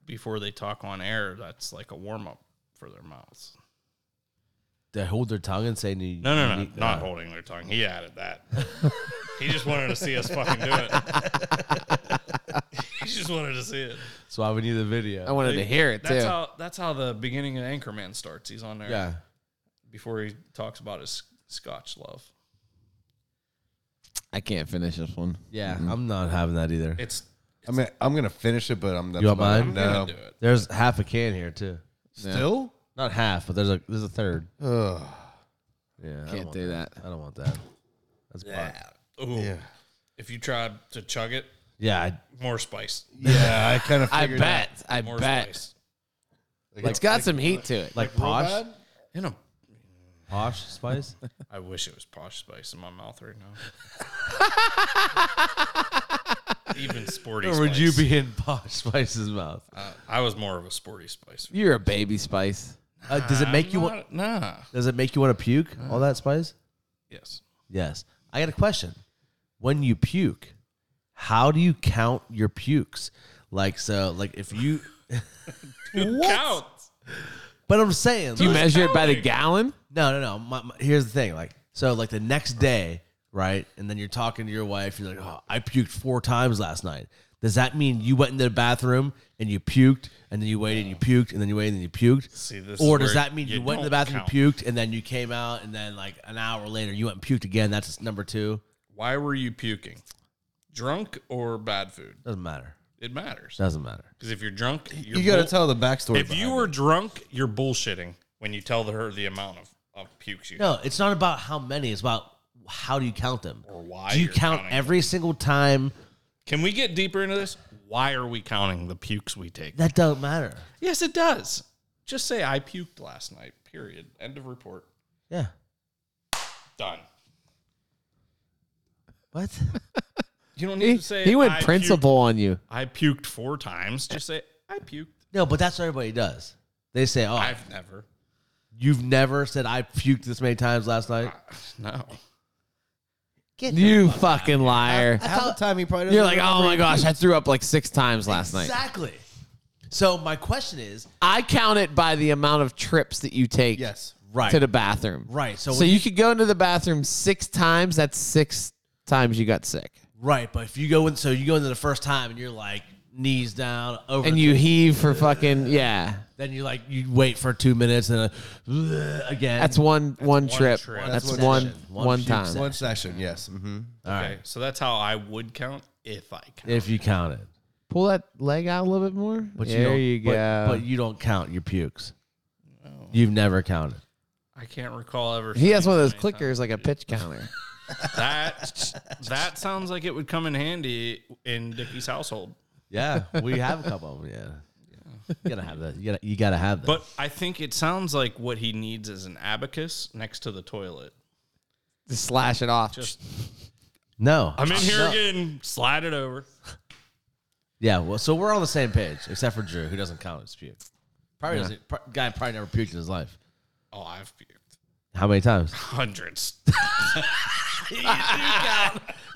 before they talk on air, that's like a warm up for their mouths.
they hold their tongue and say new.
No, no, no,
unique-
not holding their tongue. He added that. he just wanted to see us fucking do it. he just wanted to see it.
That's why we need the video.
I wanted to hear it too.
That's how that's how the beginning of Anchorman starts. He's on there
yeah.
before he talks about his Scotch love.
I can't finish this one.
Yeah. I'm not having that either.
It's
I mean, I'm going to finish it, but I'm not.
You want mine?
I'm
No.
gonna do it.
There's half a can here too.
Still?
Not half, but there's a there's a third.
Ugh.
Yeah. I don't
Can't
want
do that.
I don't want that. That's yeah.
Ooh. If you tried to chug it,
Yeah. I,
more spice.
Yeah, I kind of
I
figured
bet. I
More
bet.
spice.
Like,
It's got some heat to it.
like,
real
posh,
bad?
In a
posh spice.
I wish it was posh spice in my mouth right now. Even sporty
or
spice.
would you be in posh spice's mouth?
Uh, I was more of a sporty spice.
You're a baby spice.
Uh, does it make you want?
want? Nah.
Does it make you want to puke? All that spice?
Yes.
Yes. I got a question. When you puke, how do you count your pukes? Like so, like if you.
Count.
But I'm saying,
Do you
like-
measure it by the gallon?
No, no, no. My, my- here's the thing. Like, so, like the next day, right? And then you're talking to your wife. You're like, oh, I puked four times last night. Does that mean you went into the bathroom and you puked, and then you waited and you puked, and then you waited and you puked?
See, this
or
is
does
where
that mean you,
you
went to the
don't
bathroom,
count.
you puked, and then you came out, and then like an hour later you went and puked again? That's number two.
Why were you puking? Drunk or bad food?
Doesn't matter.
It matters.
Doesn't matter.
Because if you're drunk, you're
You got to
bull-
tell the backstory.
If you
behind
were
it.
drunk, you're bullshitting when you tell her the amount of, of pukes you
No, it's not about how many. It's about how do you count them?
or why
Do you
you're
count
counting.
every single time?
Can we get deeper into this? Why are we counting the pukes we take?
That doesn't matter.
Yes, it does. Just say I puked last night. Period. End of report.
Yeah.
Done.
What?
You don't need
He,
to say
he went
I
principal on you.
Puked, I puked four times. Just say I puked.
no, but that's what everybody does. They say, "Oh,
I've never.
You've never said I puked this many times last night.
No.
Get
You fucking liar.
Half the time, he probably doesn't
You're like,
remember
oh my gosh, I threw up like six times last night.
exactly. So my question is,
I count it by the amount of trips that you take
Yes.
right,
to the bathroom.
right. So,
So
when-
you could go into the bathroom six times. That's six times you got sick.
right, but if you go in, so you go into the first time and you're like knees down over,
And
the-
you heave for fucking, yeah.
then you like you wait for two minutes and uh, again.
That's one one trip.
trip.
That's,
That's one
one
session. One
one,
puke
time.
One session, yes. Mm-hmm.
okay. So that's how I would count if I count.
if you count it.
Pull that leg out a little bit more.
But you
there
don't-
you,
but-
go.
But, you don't count your pukes. You've never counted.
I can't recall ever.
he has
saying
one of those
how many times.
clickers like a pitch counter.
That that sounds like it would come in handy in Dickie's household.
Yeah, we have a couple of them. Yeah, you gotta have that. You gotta, you gotta have that.
But I think it sounds like what he needs is an abacus next to the toilet.
Just slash it off.
Just-
no,
I'm in here again. Slide it over.
yeah. Well, so we're on the same page, except for Drew, who doesn't count as puke. Probably doesn't. Pr- guy probably never puked in his life.
Oh, I've puked
How many times?
hundreds.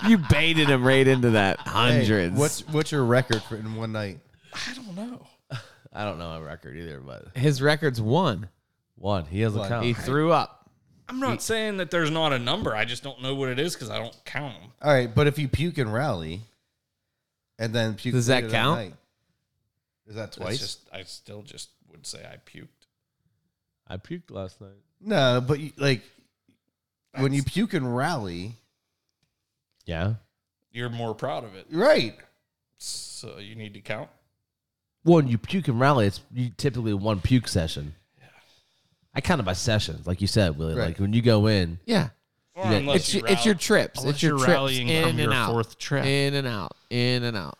you baited him right into that. Hundreds.
what's what's your record for in one night?
I don't know.
I don't know a record either, but
his records? One.
one. He doesn't count.
He threw up.
I'm not saying that there's not a number. I just don't know what it is because I don't count them.
All right, but if you puke and rally, and then puke,
Does that
later
count?
night, is that
It's
twice?
just I still just would say I puked.
I puked last night.
no, but you, like when you puke and rally,
Yeah.
You're more proud of it,
right?
so you need to count.
Well, you puke and rally. It's you typically one puke session. I count it by sessions, like you said, Willie.
Right.
Like when you go in,
Yeah.
Or
Yeah,
unless
It's
you
your, it's your
rally-
trips.
unless
it's your
you're
trips
rallying
in
from
and
your
out.
fourth trip.
In and out. In and out.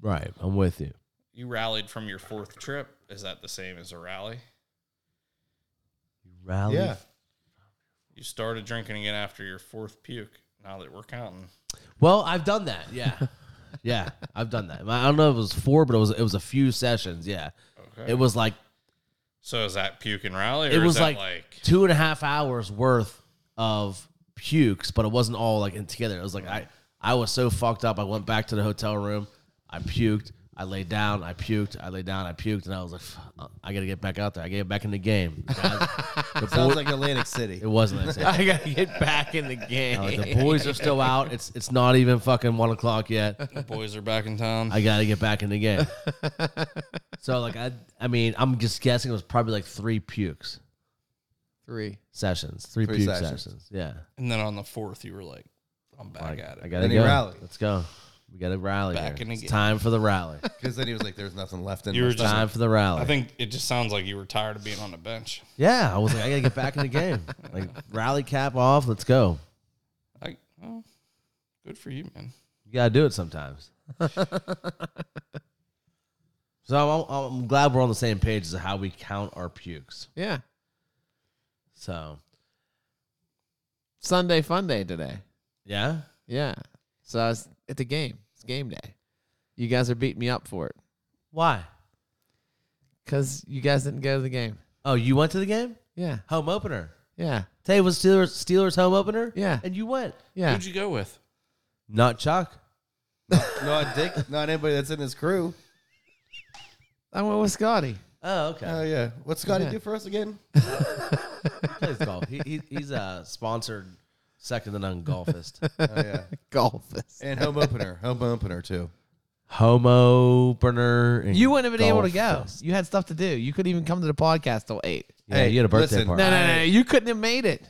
right? I'm with you.
you rallied from your fourth trip. Is that the same as a rally?
Rally.
Yeah.
You started drinking again after your fourth puke. Now that we're counting,
Well, I've done that. Yeah. yeah, I've done that. I don't know if it was four, but it was it was a few sessions. Yeah.
okay.
It was like
so is that puke and rally? Or
it
is
was
that
like,
like,
two and a half hours worth of pukes, but it wasn't all like in together. It was like I I was so fucked up. I went back to the hotel room. I puked. I laid down. I puked. I laid down. I puked, and I was like, "Fuck, I gotta get back out there. I gotta get back in the game. The
Sounds
boy-
like Atlantic City.
it wasn't. Like that.
I gotta get back in the game.
Like, the boys are still out. It's it's not even fucking one o'clock yet.
the boys are back in town?
I gotta get back in the game. so like I I mean I'm just guessing it was probably like three pukes
Three.
sessions, three,
Three
puke
sessions.
sessions. Yeah,
and then on the fourth, you were like, "I'm back at it."
I gotta
Then he
go.
rallied.
Let's go. We gotta rally.
Back
here.
in the
It's
game.
time for the rally.
Because then he was like, "There's nothing left in."
You
my
were just-
stomach.
time for the rally.
I think it just sounds like you were tired of being on the bench.
yeah, I was like, I gotta get back in the game. Like rally cap off. Let's go.
I, well, good for you, man.
You gotta do it sometimes. so I'm, I'm glad we're on the same page as how we count our pukes.
Yeah.
So
Sunday fun day today.
yeah,
Yeah. So I was at the game. It's game day. You guys are beating me up for it
why?
because you guys didn't go to the game.
Oh, you went to the game?
Yeah.
Home opener.
Yeah.
Today was Steelers Steelers home opener.
Yeah.
and you went.
Yeah.
Who'd you go with?
Not Chuck.
not Dick, not anybody that's in his crew.
I went with Scotty.
Oh, okay.
Oh yeah, what's Scotty
Yeah.
do for us again?
He plays golf. He, he, he's a sponsored second to none golfist.
Oh yeah,
Golfers.
and home opener, home opener too.
Homo burner.
You wouldn't have been able to go. You had stuff to do. You couldn't even come to the podcast till eight.
Yeah, you had a birthday
listen,
party.
No, no, no. You couldn't have made it.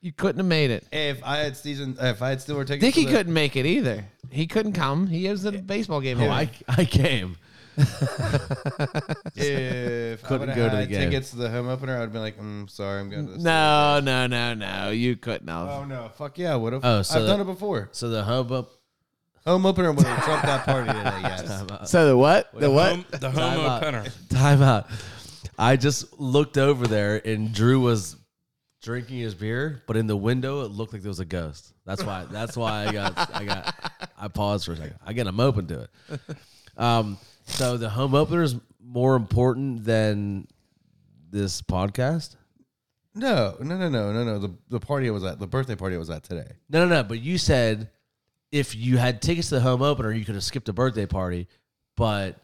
You couldn't have made it.
If I had season, if I had still were taking,
Dickie couldn't make it either. He couldn't come. He was at a baseball game.
Oh,
I,
I, I came.
If
Couldn't
I
go to the
would have had
game.
tickets to the home opener, I'd been like, mm, sorry, I'm going to. This
no, no, no, no. You couldn't have.
Oh no! Fuck yeah! Would have.
Oh, so
I've
the-
done it before.
So the homo.
Home opener would have trumped that party today. Yes.
so the what? The what?
Home- the
Time
homo
out.
penner.
Time out. I just looked over there and Drew was drinking his beer, but in the window it looked like there was a ghost. That's why. That's why I got. I got. I paused for a second. Again, I'm open to it. Um. So the home opener is more important than this podcast.
No, no, no, no, no, no. The the party I was at, the birthday party I was at today.
No, no, no. But you said if you had tickets to the home opener, you could have skipped a birthday party, but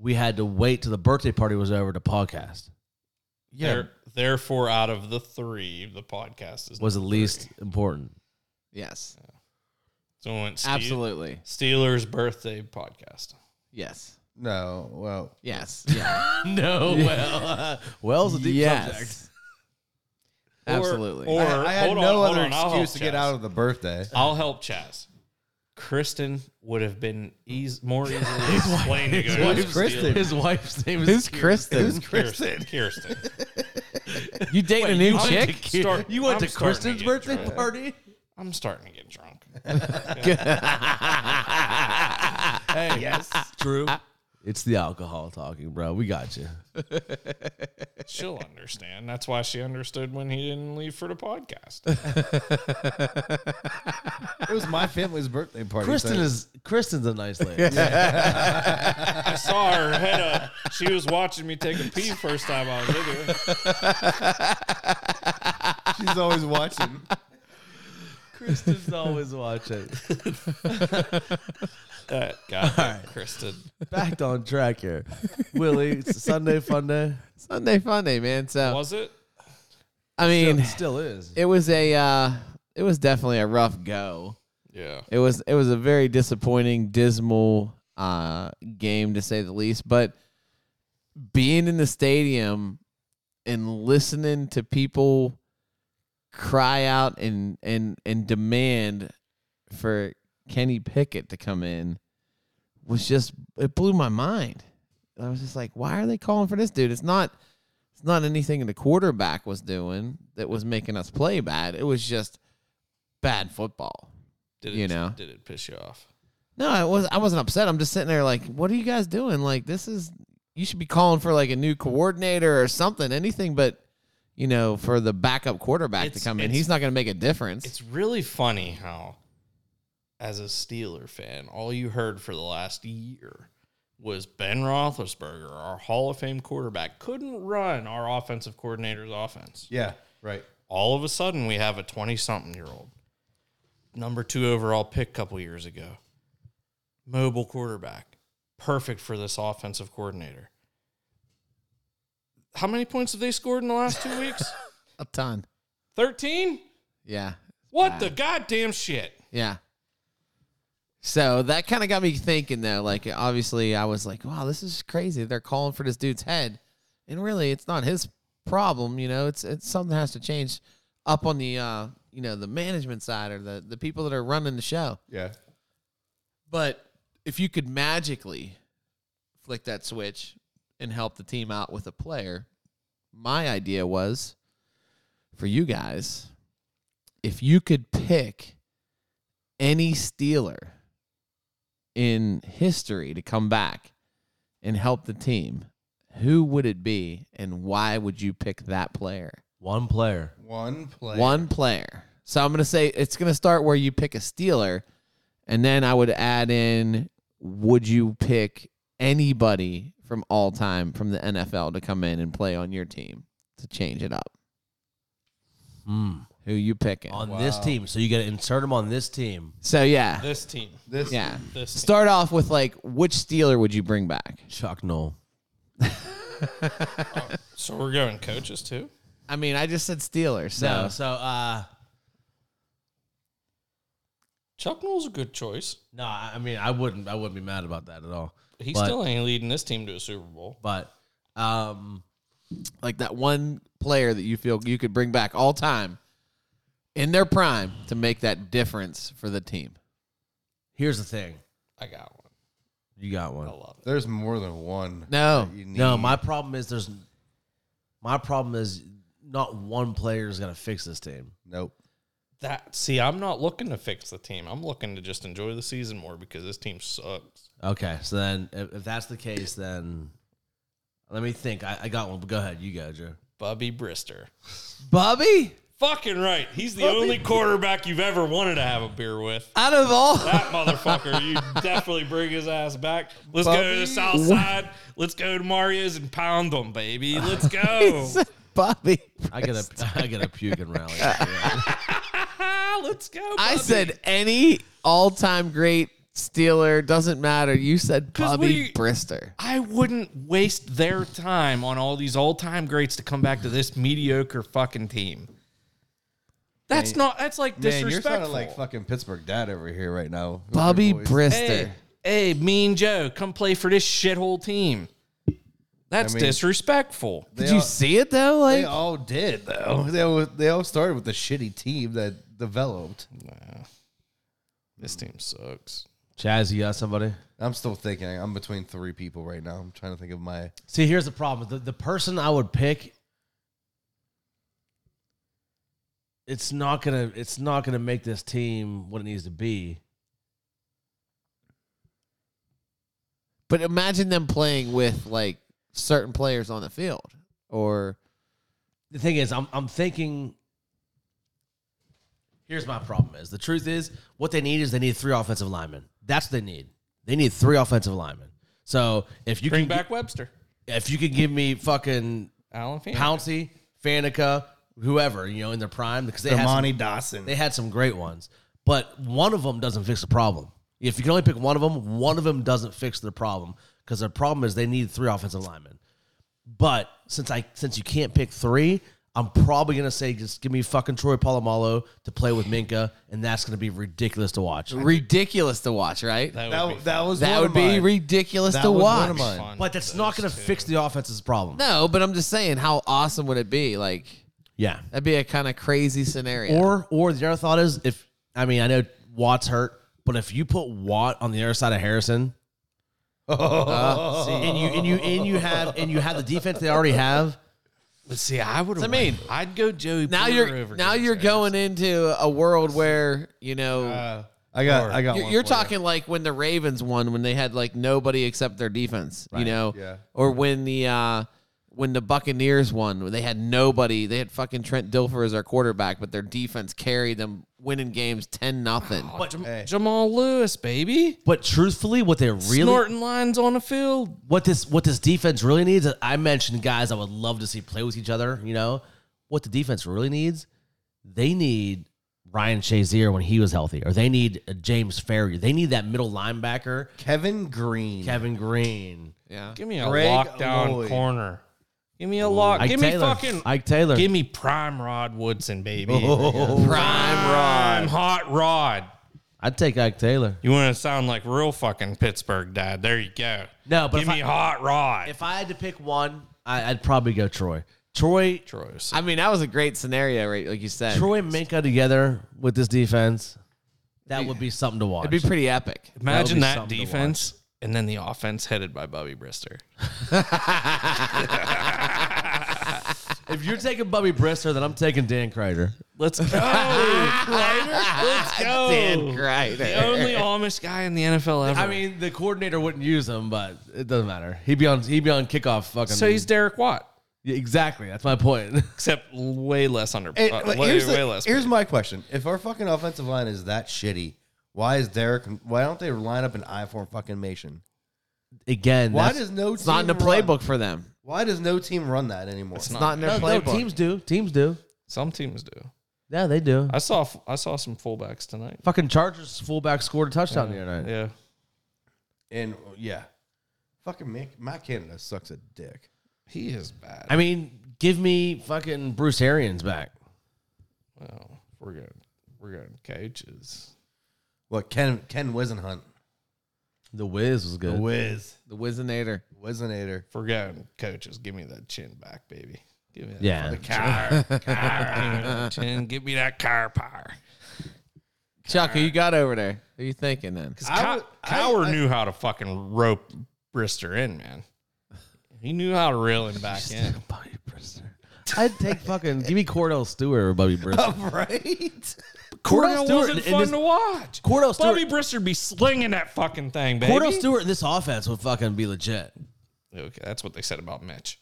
we had to wait till the birthday party was over to podcast.
There- therefore, out of the three, the podcast is
Was the
number
least
three.
important.
Yes.
So we went Ste-
Absolutely.
Steelers birthday podcast.
Yes.
No. Well,
Yes. Yeah.
no, well, uh, well's a deep subject.
Or-
yes. Absolutely.
Or,
I, I had
hold on,
no
hold
other
on, I'll help
excuse to get
Chaz.
out of the birthday.
I'll help Chaz. Kristen would have been eas- more easily explained to go to
wife's
the
Kristen.
Steelers.
His wife's name is
Who's Kristen?
Kirsten. Kirsten.
You dating a new
I'm
chick?
start-
You went
I'm
to
starting
Kristen's
get
birthday
drunk.
party?
I'm starting to get drunk.
Hey, yes, true. Ah. It's the alcohol talking, bro. We got you.
She'll understand. That's why she understood when he didn't leave for the podcast.
It was my family's birthday party.
Kristen
so-
is Kristen's a nice lady.
I saw her head up. She was watching me take a pee first time I was in there.
she's always watching.
Kristen's always watching.
That got right. Kristen.
Back on track here, Willie. It's a Sunday fun day.
Sunday fun day, man. So
Was it?
I mean,
It still is.
it was a uh, it was definitely a rough go.
Yeah.
It was it was a very disappointing, dismal uh, game to say the least. But being in the stadium and listening to people cry out and and and demand for Kenny Pickett to come in was just it blew my mind. I was just like, why are they calling for this dude? It's not it's not anything the quarterback was doing that was making us play bad. It was just bad football.
Did it,
You know.
Did it piss you off?
No, I was I wasn't upset. I'm just sitting there like, what are you guys doing? Like this is you should be calling for like a new coordinator or something, anything but you know, for the backup quarterback
It's-
to come in.
it's-
He's not gonna make a difference.
It's really funny how, as a Steeler fan, all you heard for the last year was Ben Roethlisberger, our Hall of Fame quarterback, couldn't run our offensive coordinator's offense.
Yeah, right.
All of a sudden, we have a 20 something year old, number two overall pick a couple years ago, mobile quarterback, perfect for this offensive coordinator. How many points have they scored in the last two weeks?
a ton.
13?
Yeah.
What the goddamn shit?
Yeah. So that kind of got me thinking though. Like obviously I was like, wow, this is crazy. They're calling for this dude's head. And really it's not his problem, you know, it's it's something has to change up on the uh you know, the management side or the, the people that are running the show.
Yeah.
But if you could magically flick that switch and help the team out with a player, my idea was for you guys, if you could pick any Steeler in history to come back and help the team, who would it be and why would you pick that player?
One player.
One play.
One player. So I'm going to say it's going to start where you pick a Steeler, and then I would add in would you pick anybody from all time from the NFL to come in and play on your team to change it up?
Mm.
Who you picking?
On this
Wow.
team, so you got to insert him on this team.
So yeah,
This team.
This.
yeah.
This team.
Start off with like which Steeler would you bring back?
Chuck Noll.
So we're going coaches too?
I mean, I just said Steeler, so
No, so uh,
Chuck Noll's a good choice.
no, I I mean, I wouldn't, I wouldn't be mad about that at all.
He
But-
still ain't leading this team to a Super Bowl.
But, um,
like that one player that you feel you could bring back all time in their prime to make that difference for the team.
here's the thing.
I got one.
You got one.
I love it.
There's more than one.
No,
that you
No,
need.
my problem is there's my problem is not one player is gonna fix this team.
Nope.
That see, I'm not looking to fix the team. I'm looking to just enjoy the season more because this team sucks.
Okay, so then if, if that's the case, then let me think. I, I got one. But go ahead, you go, Joe.
Bubby Brister.
Bobby.
Fucking right. He's the only quarterback you've ever wanted to have a beer with.
Out of all,
That motherfucker, you definitely bring his ass back. Let's go to
Bubby-
the south side. Let's go to Mario's and pound them, baby. Let's go.
Bobby.
I get a I get a puke and rally.
ah, let's go.
I
Bubby.
said any all-time great Steeler doesn't matter. You said
'Cause
Bobby
we-
Brister.
I wouldn't waste their time on all these old time greats to come back to this mediocre fucking team. That's not. That's like
Man,
disrespectful.
you're sounding like fucking Pittsburgh dad over here right now.
Bobby
Voice.
Brister.
hey, hey, Mean Joe, come play for this shithole team. That's
I mean-
disrespectful.
They
Did you
all-
see it though? Like
They all did though. They all, they all started with the shitty team that developed.
This team sucks.
Chaz, you got somebody?
I'm still thinking. I'm between three people right now. I'm trying to think of my.
See, here's the problem. The, the person I would pick it's not gonna it's not gonna make this team what it needs to be.
But imagine them playing with like certain players on the field or
The thing is, I'm I'm thinking. Here's my problem: is the truth is what they need is they need three offensive linemen. That's what they need. They need three offensive linemen. So if you
Bring
can
back Webster,
if you can give me fucking
Alan Fan.
Pouncy, Fanica, whoever you know in their prime because they had some-
Damani Dawson.
They had some great ones, but one of them doesn't fix the problem. If you can only pick one of them, one of them doesn't fix the problem because the problem is they need three offensive linemen. But since I since you can't pick three, I'm probably gonna say just give me fucking Troy Polamalu to play with Minka, and that's gonna be ridiculous to watch.
ridiculous to watch, right? That,
That would
that, that was one
would
of
be
mine.
ridiculous
That
to
was one
watch.
of
be
mine.
fun.
But that's not gonna fix the offense's problem.
No, but I'm just saying how awesome would it be? Like
Yeah.
that'd be a kind of crazy scenario.
Or or the other thought is if I mean I know Watt's hurt, but if you put Watt on the other side of Harrison, uh, and you and you and you have and you have the defense they already have,
But see, I would.
I mean,
I'd go Joey.
now
Porter
you're
over
now
James
you're
Harris.
going into a world where, you know,
Uh,
I got. I got.
you're,
one
you're
for
talking like when the Ravens won, when they had like nobody except their defense, you know,
yeah.
or when the uh, when the Buccaneers won, when they had nobody. They had fucking Trent Dilfer as their quarterback, but their defense carried them winning games ten nothing.
but
Jamal Lewis, baby,
but truthfully, what they really
snorting lines on the field.
what this what this defense really needs. I mentioned guys I would love to see play with each other. You know what the defense really needs? They need Ryan Shazier when he was healthy, or they need a James Ferrier. They need that middle linebacker
Kevin Green.
Kevin Green.
Yeah,
Give me a
Greg
lockdown
Lloyd.
corner. Give me a lock.
Ike
give me
Taylor.
fucking.
Ike Taylor.
Give me prime Rod Woodson, baby.
Oh. prime
Prime hot Rod.
I'd take Ike Taylor.
You want to sound like real fucking Pittsburgh dad? There you go.
No, but
give
if
me
I-
hot Rod.
If I had to pick one, I, I'd probably go Troy. Troy,
Troy's.
I mean that was a great scenario, right? Like you said,
Troy and Minka together with this defense, that would be something to watch.
it'd be pretty epic.
Imagine
that
that
would be something to
defense and then the offense headed by Bobby Brister.
if you're taking Bubby Brister, then I'm taking Dan Kreider.
Let's go. Let's go.
Dan Kreider.
The only Amish guy in the NFL ever.
I mean, the coordinator wouldn't use him, but it doesn't matter. He'd be on he'd be on kickoff fucking.
so he's Derek Watt,
Yeah, exactly. That's my point.
except way less under.
Hey,
uh,
like,
way,
here's, the-
way less.
here's my question: If our fucking offensive line is that shitty, why is Derek? Why don't they line up an I form fucking Mason?
Again,
Why
that's-
does no
It's not in the playbook for them.
why does no team run that anymore?
It's not in their
no,
playbook.
teams do teams do.
Some teams do.
Yeah, they do.
I saw I saw some fullbacks tonight.
fucking Chargers fullback scored a touchdown the other night.
Yeah.
And oh, yeah, fucking Mac, Matt Canada sucks a dick.
He is bad.
I mean, give me fucking Bruce Arians back.
Well, we're going we're going coaches.
What Ken Ken Wisenhunt,
The Wiz was good.
Wiz
The Wizinator.
Wizenator.
If we're going coaches, give me that chin back, baby. Give me that
Yeah.
fucking car, car, give me that chin. Give me that car power.
Chuck, who you got over there? Who you thinking then?
Because Cow-
would- I-
Cowher
I-
knew how to fucking rope Brister in, man. He knew how to reel him back in.
Bobby Brister. I'd take fucking give me Cordell Stewart or Bobby Brister.
Right?
Uh, Cordell
Stewart
wasn't
in
fun
this-
to watch.
Cordell
Bobby
Stewart-
Brister be slinging that fucking thing, baby.
Cordell Stewart in this offense would fucking be legit.
Okay, that's what they said about Mitch.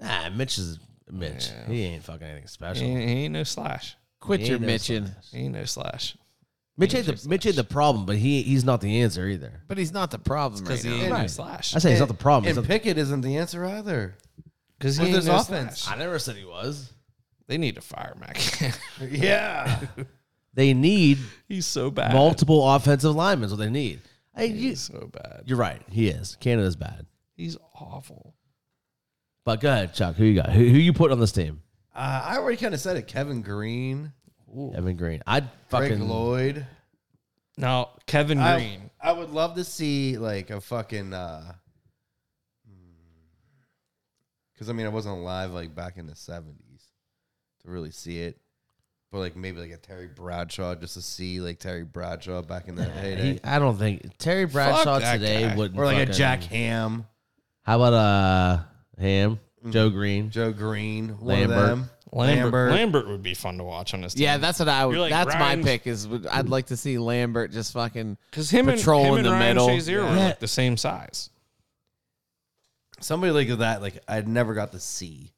Ah, Mitch is Mitch. He ain't fucking anything
He
special.
ain't, he ain't no slash.
Quit your
no
bitching.
He ain't no slash.
Mitch ain't the Mitch ain't the problem, but he he's not the answer either.
But he's not the problem right
Because he
now.
ain't no slash.
I say he's not the problem. He's
And
not-
Pickett isn't the answer either.
Because
With
he ain't
his
no
offense.
slash.
I never said he was.
They need to fire Mac.
Yeah,
They need
He's so bad.
multiple offensive linemen. Is what they need. Hey, you,
He's so bad.
you're right. He is. Canada's bad.
He's awful.
But go ahead, Chuck. Who you got? Who, who you put on this team?
uh, I already kind of said it. Kevin Green,
Evan Green. I'd
Greg
fucking
Lloyd.
Now, Kevin
I-
Green.
I, would love to see like a fucking uh because I mean I wasn't alive like back in the seventies to really see it. But like maybe like a Terry Bradshaw just to see like Terry Bradshaw back in that heyday.
He- I don't think Terry Bradshaw
that
today
guy.
wouldn't.
or like a
fucking-
Jack Ham,
How about uh Ham? Joe Green.
Joe Green, one
Lambert.
of them.
Lambert.
Lambert.
Lambert would be fun to watch on this.
Yeah,
team.
that's what I would.
You're like,
that's
Grimes-
my pick. Is would- I'd like to see Lambert just fucking.
because him and
Patrol
him
in
and
the
Ryan
middle.
Shazier were
Yeah.
like the same size.
Somebody like that, like I never got to see.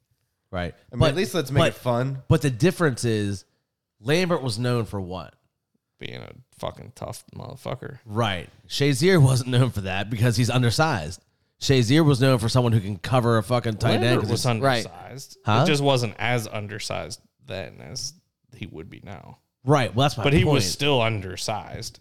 Right.
I mean, at least let's make
but-
it fun.
But the difference is Lambert was known for what?
Being a fucking tough motherfucker.
Right. Shazier wasn't known for that because he's undersized. Shazier was known for someone who can cover a fucking tight end.
Lambert
'cause
was
he's-
right.
undersized.
Huh?
It just wasn't as undersized then as he would be now.
right. Well, that's my
But he was
point.
still undersized.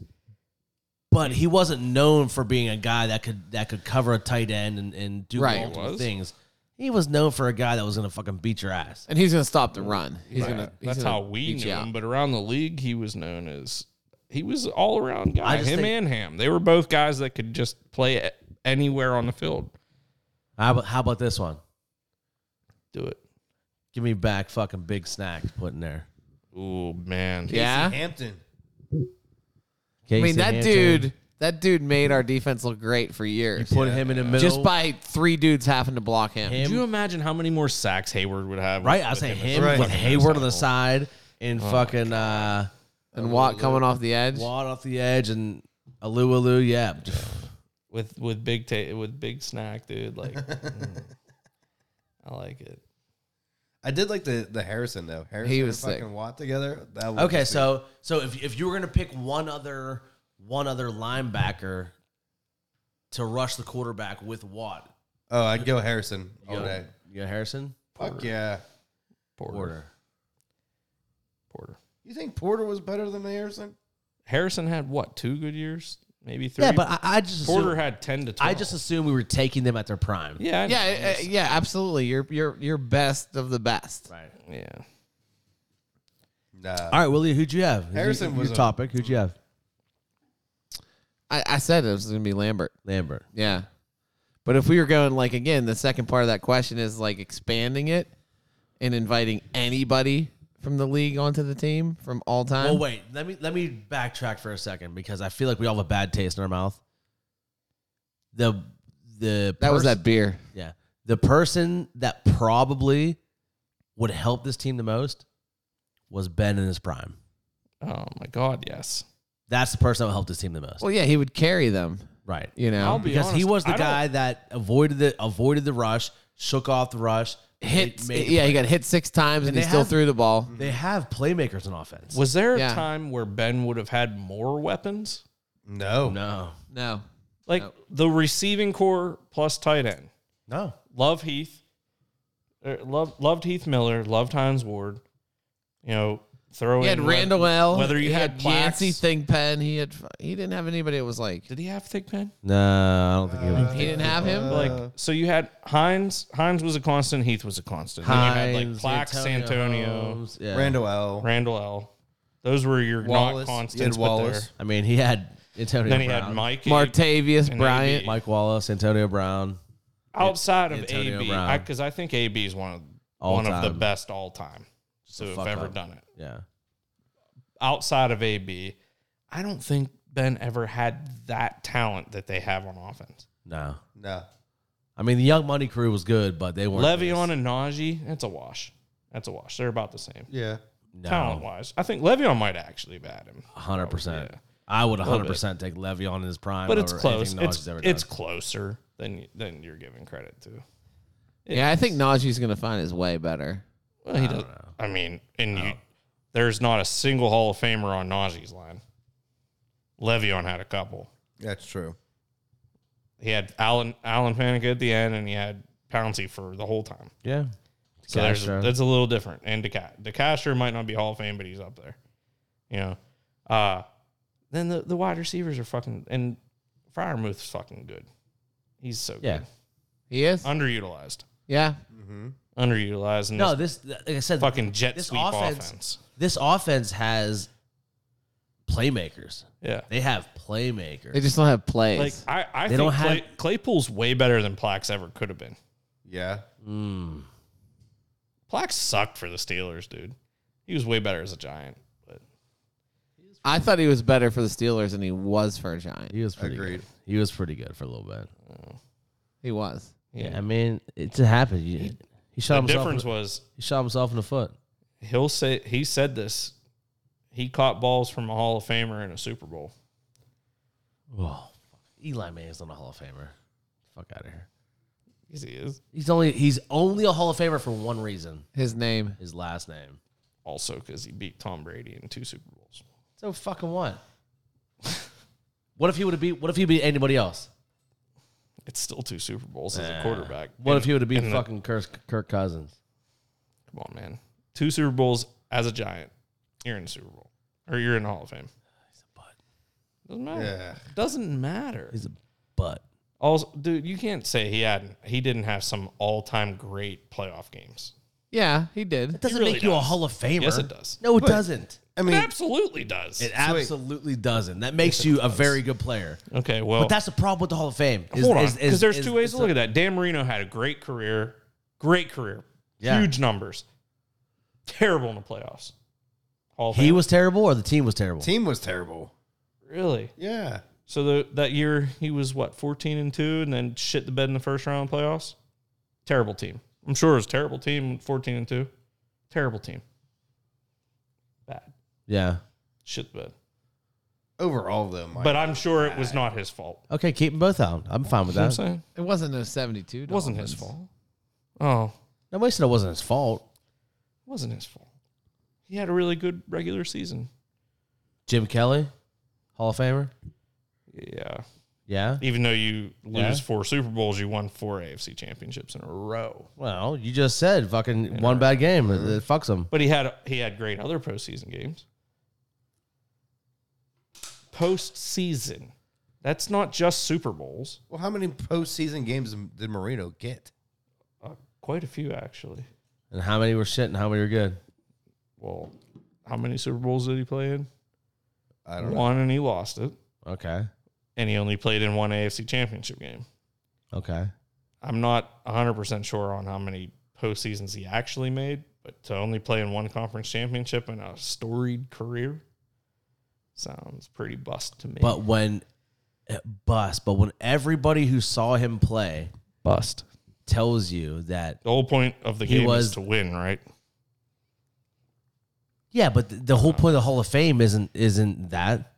but he wasn't known for being a guy that could that could cover a tight end and, and do
Right.
multiple
He was.
things. He was known for a guy that was gonna fucking beat your ass.
And he's gonna stop the run. He's
Yeah,
gonna. he's
that's
gonna
how we
beat
knew
you out.
him. But around the league, he was known as he was all around
I
guy.
just
Him
think-
and Ham, they were both guys that could just play a- anywhere on the field.
How about, how about this one?
Do it.
Give me back fucking big snacks put in there.
Oh man,
Yeah.
Hampton.
I mean
Casey
that
Hampton,
dude. That dude made our defense look great for
You
years.
put him in the middle.
Just by three dudes having to block him.
him
Could you imagine how many more sacks Hayward would have?
Right, I say him
Right.
with
Fucking
Hayward on
nose
the
tackle.
side and fucking uh,
and Watt coming off the edge.
Watt off the edge and Alu Alu. Yeah,
with with big ta- with big snack, dude. Like, mm. I like it.
I did like the the Harrison though. Harrison
was
and
sick.
fucking Watt together. That was
Okay, so so if if you were gonna pick one other one other linebacker to rush the quarterback with Watt,
oh, I'd go Harrison all
you
day.
got, you got Harrison
Fuck yeah.
Porter. Porter.
Porter.
You think Porter was better than Harrison?
Harrison had what two good years, maybe three.
Yeah, but I, I just assume,
Porter had ten to twelve.
I just assumed we were taking them at their prime.
yeah I know.
Yeah, uh, yeah, absolutely. You're you're you're best of the best.
Right.
yeah.
Nah.
All right, Willie, who'd you have? Who'd you-
Harrison
your
was a-
topic. Who'd you have?
I, I said it was gonna be Lambert.
Lambert.
Yeah. But if we were going like again, the second part of that question is like expanding it and inviting anybody from the league onto the team from all time.
Well, wait. Let me let me backtrack for a second because I feel like we all have a bad taste in our mouth. The the
that was
pers-
that beer.
yeah the person that probably would help this team the most was Ben in his prime.
Oh my God, yes.
That's the person that would help this team the most.
Well, yeah, he would carry them.
right.
You know,
I'll be
Because he
honest,
was the
I don't-
guy that avoided the avoided the rush, shook off the rush,
hit.
made-
Yeah, he got hit six times and,
And
he
they
still
have-
threw the ball.
Mm.
They have playmakers in offense.
Was there a
Yeah.
time where Ben would have had more weapons?
No.
no,
No,
Like the receiving core plus tight end.
no.
Love Heath. er, Love loved Heath Miller, loved Hines Ward. You know, throw
he
in
had
whe-
Randall L.
Whether you
he
had, Plax.
Yancey Thigpen, he had he didn't have anybody that was like
Did he have Thigpen?
No, I don't
Uh,
think he was.
he didn't have him.
like so you had Hines. Hines was a constant. Heath was a constant. then you
Hines,
had like Plax, Santonio,
Holmes, yeah.
Randall L.
Randall L. Those were your
Wallace.
not
You had
constants. but
Wallace.
I mean, he had Antonio
there. Then he
Brown.
had Mike.
Martavius
and
Bryant.
AB.
Mike Wallace, Antonio Brown.
outside of
Antonio
AB,
Brown.
because I, think AB is one of
All
one of the
time.
best all time to have
fuck
ever
up.
done it.
Yeah.
Outside of AB, I don't think Ben ever had that talent that they have on offense.
No.
No.
I mean, the Young Money crew was good, but they weren't.
Le'Veon and Najee, that's a wash. That's a wash. They're about the same
Yeah.
talent wise. I think Le'Veon might actually bat him,
100%.
Oh, Yeah.
I would
little
100% take Le'Veon in his prime.
but it's
over
close.
anything Najee's
It's
ever done.
it's closer than than you're giving credit to.
yeah, I think Najee's gonna find his way better.
Well, he does. I mean, and you, there's not a single Hall of Famer on Najee's line. Le'Veon had a couple.
That's true.
He had Alan Alan Panic at the end, and he had Pouncy for the whole time.
Yeah.
So there's,
Castro.
that's a little different. And DeCa- DeCastro might not be Hall of Fame, but he's up there. You know, uh, then the, the wide receivers are fucking and Fryermuth's fucking good. He's so
Yeah.
good.
He is.
Uh, Underutilized,
Yeah,
underutilized. And
No,
this
this, like I said,
fucking jet
this
sweep
offense-
offense.
this offense has playmakers.
Yeah.
They have playmakers.
they just don't have plays.
Like I, I
They
think
don't
Clay,
have-
Claypool's way better than Plax ever could have been.
Yeah.
Mm.
Plax sucked for the Steelers, dude. He was way better as a Giant. But
I thought he was better for the Steelers than he was for a Giant.
He was pretty
Agreed.
good. He was pretty good for a little bit.
He was.
yeah,
I mean, it's a happen. He, he shot
the
himself.
difference
in,
was
he shot himself in the foot.
he'll say he said this. He caught balls from a Hall of Famer in a Super Bowl.
Oh, Eli Manning's not a Hall of Famer. Fuck out of here.
Yes, he is.
He's only he's only a Hall of Famer for one reason:
His name.
his last name.
Also, because he beat Tom Brady in two Super Bowls.
So fucking what? what if he would have beat? What if he beat anybody else?
It's still two Super Bowls as a quarterback.
What if he would have beat
and the-
fucking Kirk, Kirk Cousins?
Come on, man. Two Super Bowls as a Giant. You're in the Super Bowl, or you're in the Hall of Fame. Doesn't matter. Doesn't matter.
He's a butt.
Also, dude, you can't say he had he didn't have some all time great playoff games.
Yeah, he did.
Doesn't
really
make you a
does.
Hall of Famer.
Yes, it does.
No, it doesn't.
I
It
mean,
absolutely does.
It absolutely doesn't. That makes you a very good player.
okay, well,
But that's the problem with the Hall of Fame. Is,
hold on,
is- is-
because there's
is-
two ways
is
to look at that. Dan Marino had a great career, great career,
Yeah.
huge numbers, terrible in the playoffs. Hall of
He
Fame.
was terrible, or the team was terrible.
team was terrible.
really
Yeah.
so the, that year he was what 14 and two, and then shit the bed in the first round of playoffs. Terrible team. I'm sure it was a terrible team. 14 and two, terrible team. Bad
Yeah.
shit the bed.
Overall, though, Mike.
But I'm sure it was not his fault.
Okay, keep them both out. I'm fine with
You know what I'm
that.
saying
It wasn't a 72.
it wasn't his fault. Oh,
Nobody said it wasn't his fault.
it wasn't his fault. He had a really good regular season.
Jim Kelly, Hall of Famer.
Yeah.
Yeah.
Even though you lose
Yeah.
four Super Bowls, you won four AFC championships in a row.
Well, you just said fucking one bad game. It, it fucks him.
But he had he had great other postseason games. Postseason. That's not just Super Bowls.
well, how many postseason games did Marino get?
Uh, quite a few, actually.
And how many were shit and how many were good?
Well, how many Super Bowls did he play in?
I don't know.
One, and he lost it.
Okay.
And he only played in one AFC championship game.
Okay.
I'm not 100% sure on how many postseasons he actually made, but to only play in one conference championship in a storied career sounds pretty bust to me.
But when bust, but when everybody who saw him play
bust.
tells you that
The whole point of the
He
game
was-
is to win, right?
yeah, but the, the whole point of the Hall of Fame isn't isn't that.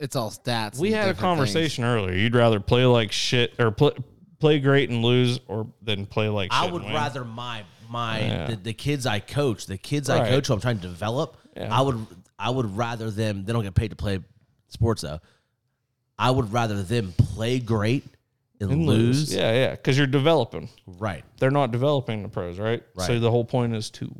It's all stats.
We
and
had a
different
conversation earlier. You'd rather play like shit or play play great and lose, or than play like shit
I
and
would
win.
rather my my
Yeah.
the, the kids I coach, the kids I
Right.
coach who I'm trying to develop,
Yeah.
I would I would rather them they don't get paid to play sports though. I would rather them play great and,
And
lose.
Yeah, yeah, because you're developing.
Right.
They're not developing the pros, right? So
Right.
the whole point is to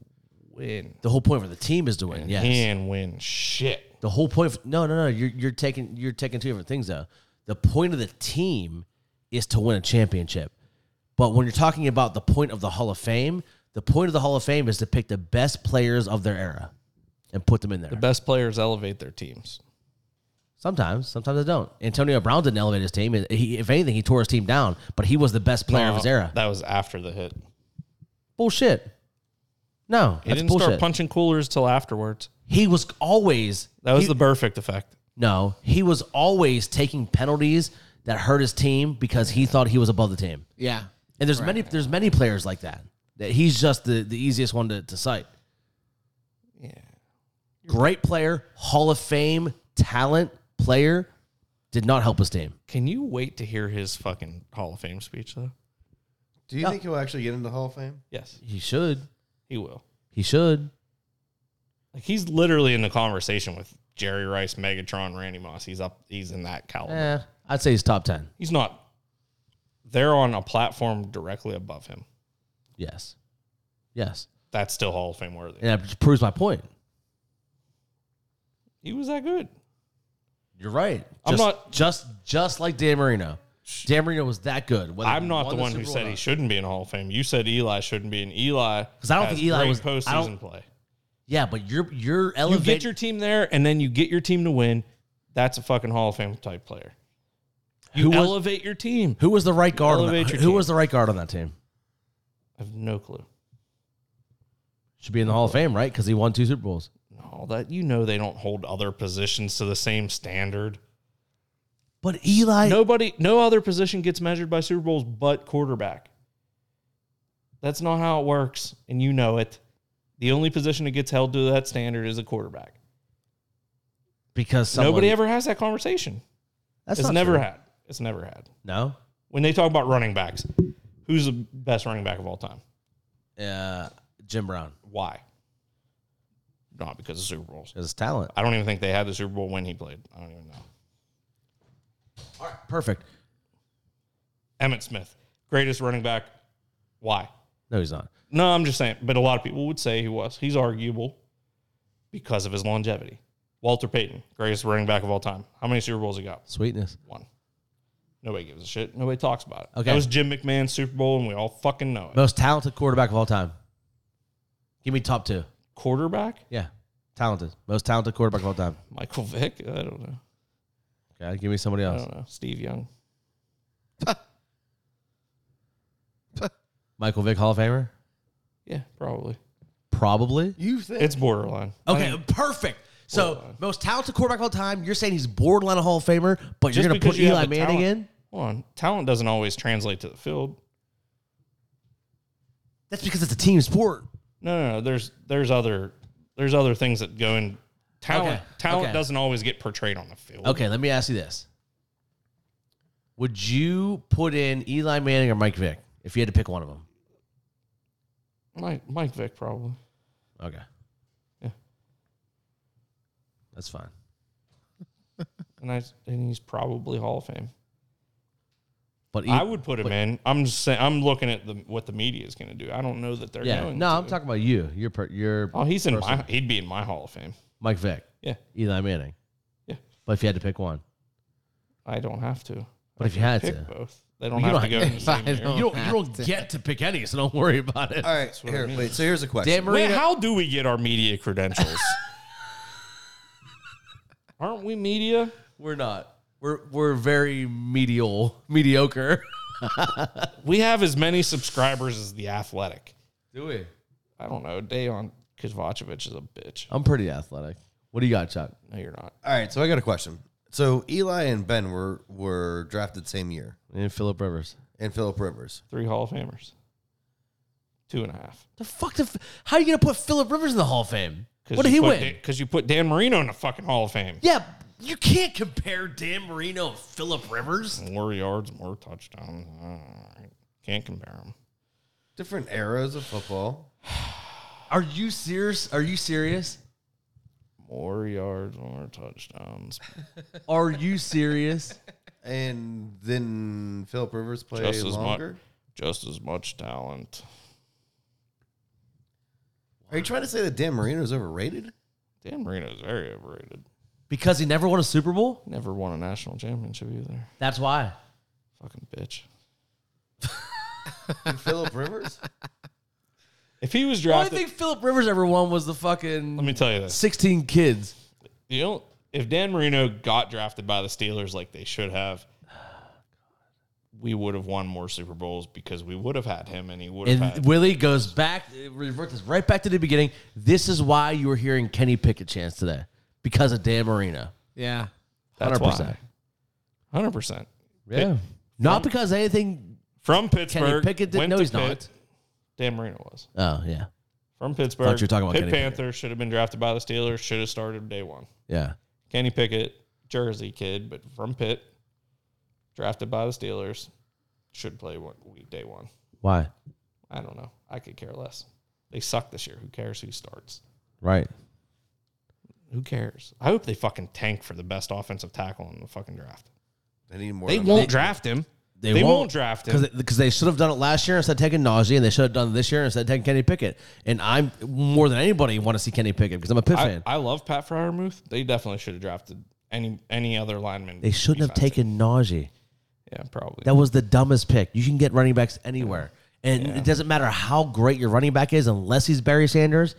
win
The whole point for the team is to win. yes.
and win shit.
The whole point. Of, no, no, no. You're you're taking you're taking two different things though. The point of the team is to win a championship, but when you're talking about the point of the Hall of Fame, the point of the Hall of Fame is to pick the best players of their era and put them in there.
The best players elevate their teams.
sometimes, sometimes they don't. Antonio Brown didn't elevate his team. He, if anything, he tore his team down. But he was the best player of his
No,
era.
Uh, That was after the hit.
bullshit. No,
He
that's
didn't
bullshit.
start punching coolers till afterwards.
he was always
That was
he-
the perfect effect.
No, he was always taking penalties that hurt his team because he thought he was above the team.
things. Yeah.
And there's many there's many players like that. That he's just the, the easiest one to, to cite.
Yeah.
Great player, Hall of Fame, talent, player, did not help his team.
Can you wait to hear his fucking Hall of Fame speech though?
Do you think he'll actually get into the Hall of Fame?
Yes,
He should.
he will.
He should.
Like he's literally in the conversation with Jerry Rice, Megatron, Randy Moss. He's up. He's in that caliber.
Eh, I'd say he's top ten.
He's not. They're on a platform directly above him.
Yes. Yes.
That's still Hall of Fame worthy.
And that just proves my point.
He was that good.
You're right. Just,
I'm not-
just just like Dan Marino. Dan Marino was that good. whether
I'm
he
not
won
the one who
Super Bowl
said
or
he
not.
shouldn't be in the Hall of Fame. You said Eli shouldn't be in Eli
'Cause I don't
has
think Eli
great
was- I
postseason
don't-
play.
Yeah, but you're you're
You
elevating
get your team there, and then you get your team to win. That's a fucking Hall of Fame type player. You
Who was-
elevate your team.
Who was the right guard? On that,
Elevate your
who
team.
was the right guard on that team?
I have no clue.
Should be in the Hall of Fame, right? Because he won two Super Bowls.
All that you know, they don't hold other positions to the same standard.
But Eli,
Nobody, no other position gets measured by Super Bowls but quarterback. That's not how it works, and you know it. The only position that gets held to that standard is a quarterback.
because someone,
Nobody ever has that conversation.
That's
it's
not
never
true.
had. It's never had.
No.
When they talk about running backs, who's the best running back of all time?
Uh, Jim Brown
Why? Not because of Super Bowls.
is talent.
I don't even think they had the Super Bowl when he played. I don't even know.
All right, perfect.
Emmett Smith, greatest running back. Why?
No, he's not.
No, I'm just saying. But a lot of people would say he was. He's arguable because of his longevity. Walter Payton, greatest running back of all time. How many Super Bowls he got?
Sweetness.
One. Nobody gives a shit. Nobody talks about it.
Okay.
That was Jim McMahon's Super Bowl, and we all fucking know it.
Most talented quarterback of all time. Give me top two.
Quarterback,
Yeah, talented. Most talented quarterback of all time.
Michael Vick. I don't know.
Okay, give me somebody
I
else.
don't know. Steve Young.
Michael Vick, Hall of Famer,
Yeah, probably.
probably.
You think?
It's borderline.
Okay, perfect.
uh,
So most talented quarterback of all time. You're saying he's borderline a Hall of Famer, but you're
Just
going to
because
put
you have
Eli
the
Manning
talent.
in.
Hold on. Talent doesn't always translate to the field.
That's because it's a team sport.
No, no, no. There's there's other there's other things that go in talent.
Okay,
Talent
okay.
doesn't always get portrayed on the field.
Okay, let me ask you this: Would you put in Eli Manning or Mike Vick if you had to pick one of them?
Mike Mike Vick probably.
Okay.
Yeah.
That's fine.
And I and he's probably Hall of Fame.
But E-
I would put him in. I'm just saying I'm looking at the what the media is going to do. I don't know that they're
Yeah.
going
No,
to.
I'm talking about you. You're per, you're
Oh, he's in my he'd be in my Hall of Fame.
Mike Vick,
Yeah.
Eli Manning.
Yeah.
But if you had to pick one,
I don't have to.
but if you had
Pick
to,
both. They don't
You
have
don't
to go in the same year.
you don't you don't get to pick any, so don't worry about it.
All right, here, wait. So here's a question.
Dan
Wait,
Marino,
how do we get our media credentials? Aren't we media?
we're not. We're we're very medial, mediocre.
We have as many subscribers as the Athletic.
Do we?
I don't know. Dayon Kovacevic is a bitch.
I'm pretty athletic. What do you got, Chuck?
No, you're not.
All right, so I got a question. So Eli and Ben were were drafted same year,
And Philip Rivers.
and Philip Rivers.
Three Hall of Famers. Two and a half.
The fuck? The, f- how are you gonna put Philip Rivers in the Hall of Fame? What did he win?
Because you put Dan Marino in the fucking Hall of Fame.
yeah, you can't compare Dan Marino and Philip Rivers.
More yards, more touchdowns. All right. Can't compare them.
Different eras of football.
Are you serious? Are you serious?
More yards, more touchdowns.
Are you serious?
And then Philip Rivers played
Just as
longer.
much. Just as much talent.
Are you trying to say that Dan Marino's overrated?
Dan Marino's very overrated.
because he never won a Super Bowl.
Never won a national championship either.
That's why.
Fucking bitch.
Philip Rivers?
If he was
The only
drafted,
thing Philip Rivers ever won was the
let
fucking
me tell you this.
sixteen kids.
You know, if Dan Marino got drafted by the Steelers like they should have, we would have won more Super Bowls because we would have had him and he would have
And
had.
Willie goes back, reverts us right back to the beginning. This is why you were hearing Kenny Pickett chance today because of Dan Marino.
Yeah.
That's
100%.
100%. 100%.
Yeah, not because of anything.
From
Kenny
Pittsburgh.
Pickett didn't.
went
No,
to
he's
Pitt.
not.
Dan Marino was.
Oh yeah,
From Pittsburgh.
you were talking about
Pitt
Kenny Pickett.
Panther should have been drafted by the Steelers, should have started day one.
yeah.
Kenny Pickett, Jersey kid, but from Pitt, drafted by the Steelers, should play one, week day one.
Why?
I don't know. I could care less. They suck this year. Who cares who starts?
Right.
Who cares? I hope they fucking tank for the best offensive tackle in the fucking draft.
They need more.
They
than
won't draft him. They, won't, draft him.
because they should have done it last year instead of taking Najee, and they should have done it this year instead of taking Kenny Pickett. And I'm more than anybody want to see Kenny Pickett because I'm a Pitt
I,
fan.
I love Pat Fryermuth. They definitely should have drafted any any other lineman.
they shouldn't have
defensive.
taken Najee.
Yeah, probably.
That was the dumbest pick. You can get running backs anywhere. And it doesn't matter how great your running back is, unless he's Barry Sanders.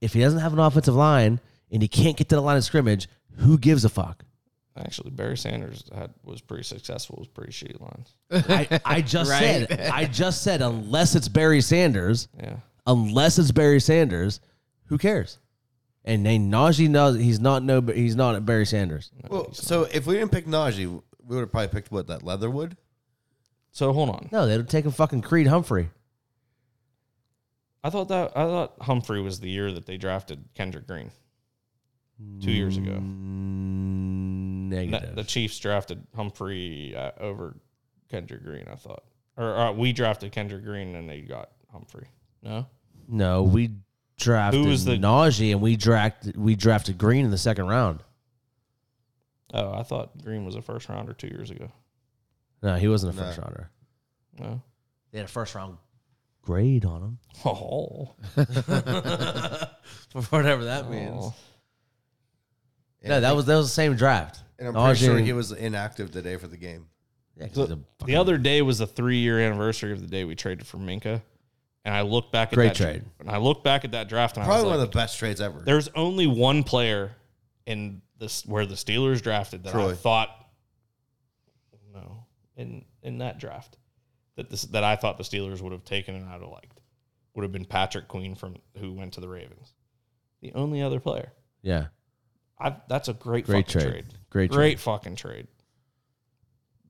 If he doesn't have an offensive line and he can't get to the line of scrimmage, who gives a fuck?
Actually, Barry Sanders had, was pretty successful. Was pretty shitty lines.
I, I just said, I just said, unless it's Barry Sanders,
Yeah,
unless it's Barry Sanders, who cares? And they Najee knows he's not no he's not Barry Sanders.
Well, so if we didn't pick Najee, we would have probably picked what that Leatherwood.
So hold on.
No, they would take a fucking Creed Humphrey.
I thought that I thought Humphrey was the year that they drafted Kendrick Green. Two years ago,
Mm.
Na-
Negative.
the Chiefs drafted Humphrey uh, over Kendrick Green. I thought, or uh, we drafted Kendrick Green and they got Humphrey. No,
no, we drafted
was the-
Najee and we drafted we drafted Green in the second round.
oh, I thought Green was a first rounder two years ago.
No, he wasn't a first rounder.
No,
They had a first round grade on him.
oh,
Whatever that
oh.
No, that was that was the same draft.
And I'm pretty sure
Najee-
he was inactive today for the game.
Yeah, 'cause
The,
he's a
the other day was the three year anniversary of the day we traded for Minka, and I looked back at
Great
that
trade.
And I looked back at that draft, and
Probably
I was
one
like,
of the best trades ever.
there's only one player in this where the Steelers drafted that I
Troy.
thought no in in that draft that this that I thought the Steelers would have taken and I'd have liked would have been Patrick Queen from who went to the Ravens. The only other player.
yeah,
I that's a great
Great
fucking
trade.
trade.
Great
Great fucking trade.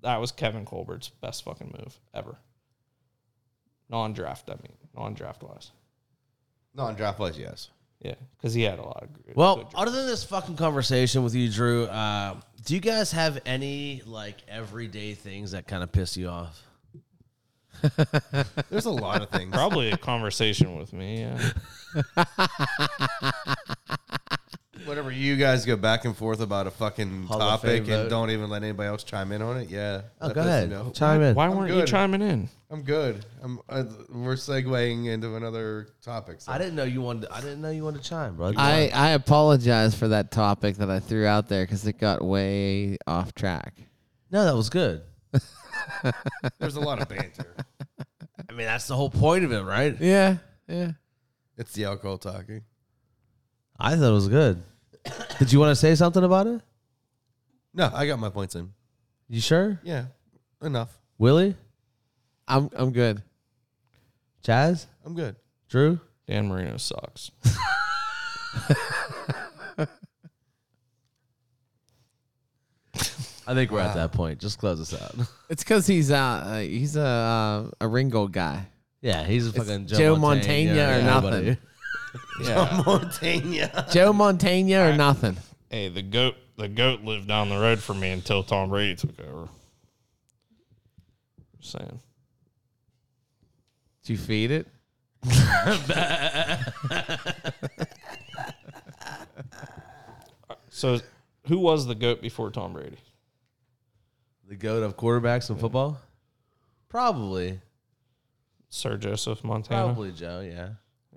That was Kevin Colbert's best fucking move ever. Non draft, I mean, non draft wise.
Non draft plays, yes.
Yeah, because he had a lot of good- good
Well,
drafts.
other than this fucking conversation with you, Drew, uh, do you guys have any like everyday things that kind of piss you off?
There's a lot of things.
Probably a conversation with me. Yeah.
Whenever you guys go back and forth about a fucking
Hall of Fame
topic
vote.
and don't even let anybody else chime in on it, yeah.
Oh,
that
go
pisses
ahead,
me off.
chime in.
Why
I'm
weren't you
good.
chiming in?
I'm good. I'm uh, we're segueing into another topic. So.
I didn't know you wanted. I didn't know you wanted to chime, bro.
I, I apologize for that topic that I threw out there because it got way off track.
no, that was good.
There's a lot of banter.
I mean, that's the whole point of it, right?
Yeah, yeah.
It's the alcohol talking.
I thought it was good. Did you want to say something about it?
No, I got my points in.
You sure,
Yeah, enough.
Willie,
I'm I'm good.
Chaz,
I'm good.
Drew?
Dan Marino sucks.
I think we're at that point. Just close us out.
It's because he's uh, uh he's a uh, a Ringo guy.
yeah, he's a fucking Joe,
Joe
Montana,
Montana or
everybody.
nothing.
Yeah.
Joe Montana or nothing.
hey, the goat, the goat lived down the road from me until Tom Brady took over. Just saying.
Did you feed it?
So, who was the goat before Tom Brady?
The goat of quarterbacks in football. Probably,
Sir Joseph Montana.
probably Joe. Yeah.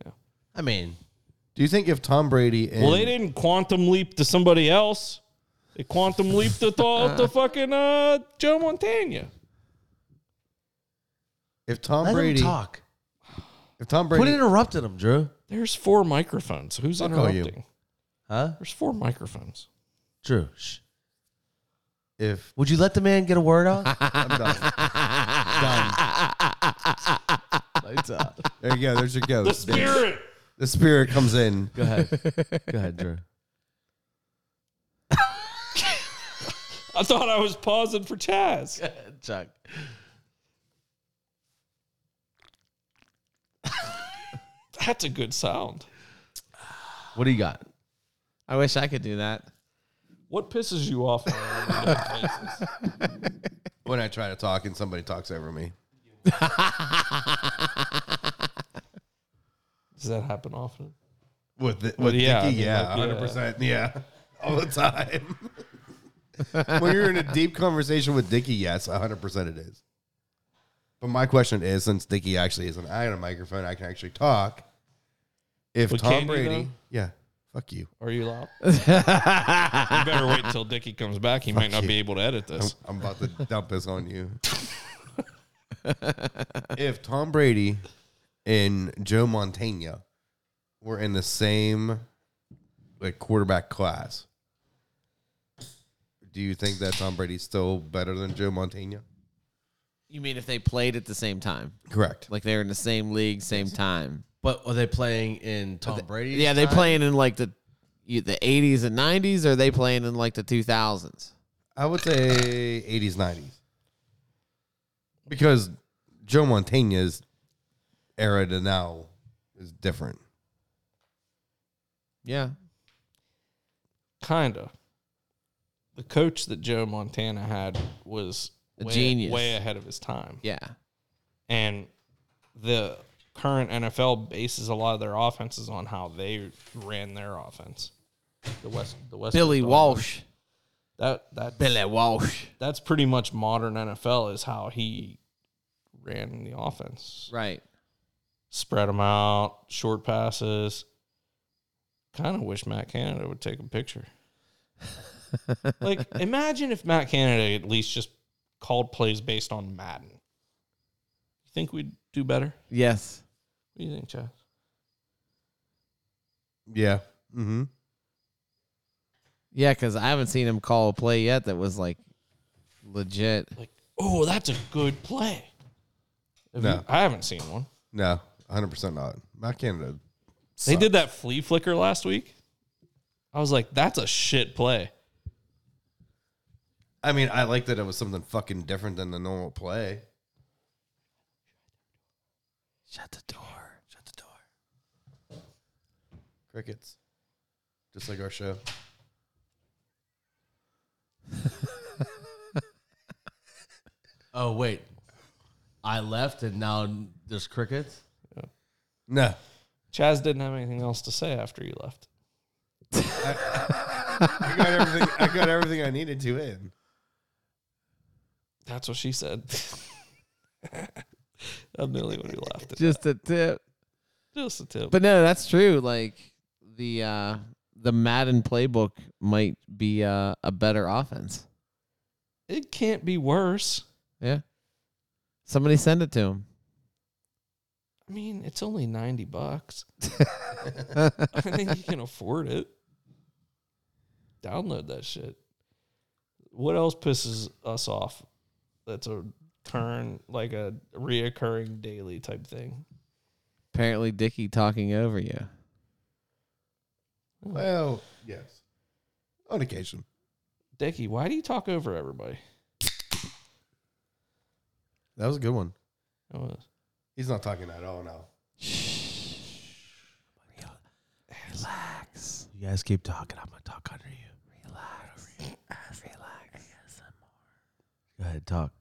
Yeah.
I mean,
Do you think if Tom Brady and
Well, they didn't quantum leap to somebody else. They quantum leaped to, to, to fucking uh, Joe Montana.
if Tom
let
Brady
him talk.
if Tom
What
Brady
interrupted him, Drew?
There's four microphones. Who's
Fuck all you.
interrupting?
Huh?
There's four microphones.
Drew. Shh.
if
Would you let the man get a word out?
I'm done.
Lights out.
There you go. There's your ghost.
The spirit.
The spirit comes in.
Go ahead. Go ahead, Drew.
I thought I was pausing for Chaz.
Chuck.
That's a good sound.
What do you got?
I wish I could do that.
What pisses you off?
when I try to talk and somebody talks over me.
Does that happen often?
With the, with
Well, yeah, I
Dickie,
mean,
yeah,
like,
hundred percent, yeah, all the time. when you're in a deep conversation with Dickie, yes, hundred percent it is. But my question is, since Dickie actually is an eye on a microphone, I can actually talk. If
But can
Tom
you,
Brady,
though?
yeah, fuck you,
Are you loud? you better wait until Dickie comes back. He might not
you.
be able to edit
I'm,
this.
I'm about to dump this on you. if Tom Brady and Joe Montana were in the same like quarterback class, do you think that Tom Brady's still better than Joe Montana?
You mean if they played at the same time,
Correct.
like they were in the same league, same time?
But are they playing in Tom Brady's?
Yeah, they
time?
playing in like the you- the 80s and 90s, or are they playing in like the 2000s?
I would say eighties, nineties. Because Joe Montana's era to now is
is different.
Yeah.
Kinda. The coach that Joe Montana had was
A
way-
genius.
way ahead of his time.
Yeah.
and the current NFL bases a lot of their offenses on how they ran their offense. The West, the West,
Billy
Dawn.
Walsh.
That that
Billy Walsh.
that's pretty much modern NFL is how he ran the offense.
Right.
Spread them out, short passes. Kind of wish Matt Canada would take a picture. like, imagine if Matt Canada at least just called plays based on Madden. You think we'd do better?
Yes.
What do you think, Chad?
Yeah. Mm-hmm.
Yeah, because I haven't seen him call a play yet that was like legit.
Like, oh, that's a good play. Have
No.
you- I haven't seen one.
No, 100% not. Matt Canada.
They did that flea flicker last week. I was like, that's a shit play.
I mean, I like that it was something fucking different than the normal play.
Shut the door. Shut the door.
Crickets. Just like our show.
Oh wait, I left and now there's crickets.
No.
Chaz didn't have anything else to say after you left.
I got everything I got everything I needed to in.
That's what she said. I'm nearly when he left.
Just a tip.
Just a tip.
But no, that's true. Like the uh the Madden playbook might be uh, a better offense.
it can't be worse.
Yeah. Somebody send it to him.
I mean, it's only 90 bucks. I think you can afford it. Download that shit. What else pisses us off? That's a turn, like a reoccurring daily type thing.
Apparently Dickie talking over you.
Well, yes. On occasion.
Dickie, why do you talk over everybody?
That was a good one.
Oh,
He's not talking at all now.
Relax.
You guys keep talking. I'm gonna talk under you.
Relax. Relax.
Go ahead, talk,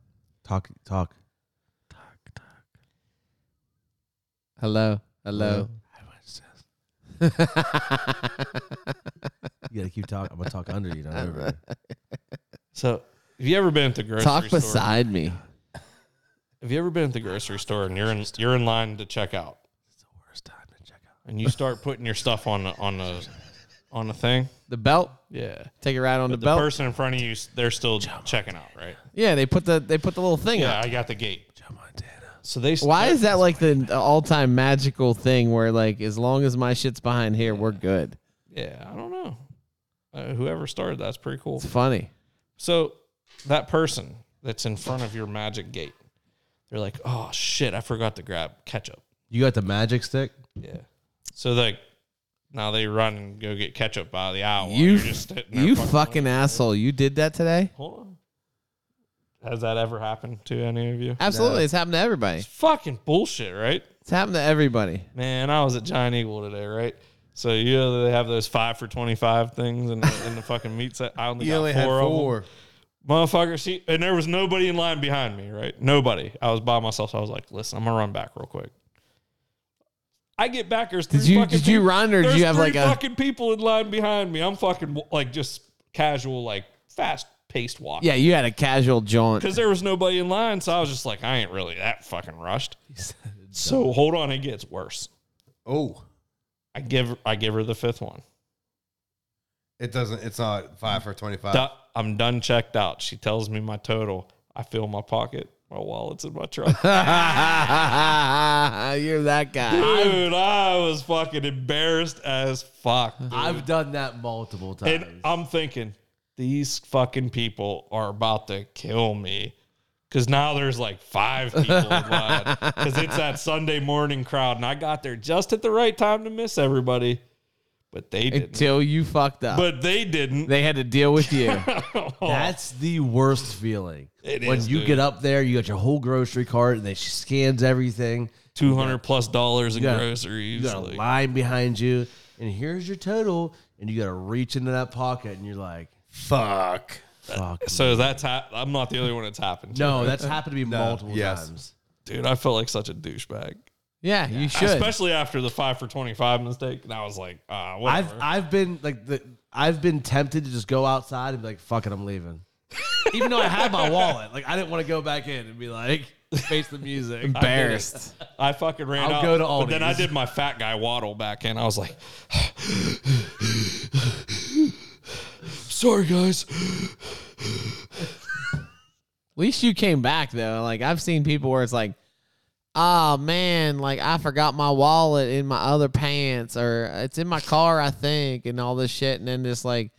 talk, talk.
Hello. Hello.
You gotta keep talking. I'm gonna talk under you, not over you.
So, have you ever been at the grocery
Talk
store?
beside me.
Have you ever been at the grocery store and you're in you're in line to check out? It's the worst time to check out. And you start putting your stuff on the, on the on the thing.
The belt.
Yeah.
Take it right on
But
the
the
belt.
person in front of you, they're still checking out, right?
yeah, they put the they put the little thing
Yeah,
up.
I got the gate. So they
Why is that like the all time magical thing where like as long as my shit's behind here, we're good.
Yeah, I don't know. Uh, whoever started that's pretty cool.
It's funny.
So that person that's in front of your magic gate, they're like, "Oh shit, I forgot to grab ketchup."
You got the magic stick.
Yeah. So like now they run and go get ketchup by the aisle. while
You
you're
f-
sitting there
You fucking asshole. You did that today?
Hold on. Has that ever happened to any of you?
Absolutely. It's happened to everybody.
It's fucking bullshit, right?
It's happened to everybody.
Man, I was at Giant Eagle today, right? So you know they have those five for twenty five things in the, in the fucking meat set. I only
You
got
only
four
had
of 'em.
four.
motherfucker. She and there was nobody in line behind me, right? Nobody. I was by myself. So I was like, listen, I'm gonna run back real quick. I get back. There's three
Did you-
fucking
did you
peop-
run, or did
there's
you have,
three
like, a-
fucking people in line behind me? I'm fucking like just casual, like fast paced walk.
Yeah, you had a casual jaunt.
Because there was nobody in line, so I was just like, I ain't really that fucking rushed. so hold on, it gets worse.
Oh.
I give I give her the fifth one.
It doesn't it's not five for twenty
Uh.
five.
Duh, I'm done checked out. She tells me my total. I feel my pocket. My wallet's in my truck.
You're that guy.
Dude, I was fucking embarrassed as fuck. dude.
I've done that multiple times.
and I'm thinking, these fucking people are about to kill me. Cause now there's like five people in line. Cause it's that Sunday morning crowd. And I got there just at the right time to miss everybody. But they didn't.
until you fucked up.
but they didn't.
they had to deal with you.
That's the worst feeling.
It
when
is,
you
dude.
get up there, you got your whole grocery cart, and then she scans everything.
two hundred plus dollars in
Yeah.
groceries.
You got a
like-
line behind you, and here's your total, and you got to reach into that pocket, and you're like,
Fuck.
"Fuck."
so that's ha- I'm not the only one that's happened. To.
Mm-hmm. no, that's happened to me multiple
yes.
times.
Dude, I felt like such a douchebag,
yeah, you should.
especially after the five for twenty five mistake. And I was like, ah,
I've
whatever.
I've been like the I've been tempted to just go outside and be like, "Fuck it, I'm leaving," even though I had my wallet. Like I didn't want to go back in and be like, face the music.
Embarrassed.
I, fucking ran
I'll
out.
go to
but then I
Aldi's.
did my fat guy waddle back in. I was like, sorry guys.
At least you came back though. Like I've seen people where it's like, oh man, like I forgot my wallet in my other pants, or it's in my car, I think, and all this shit, and then just like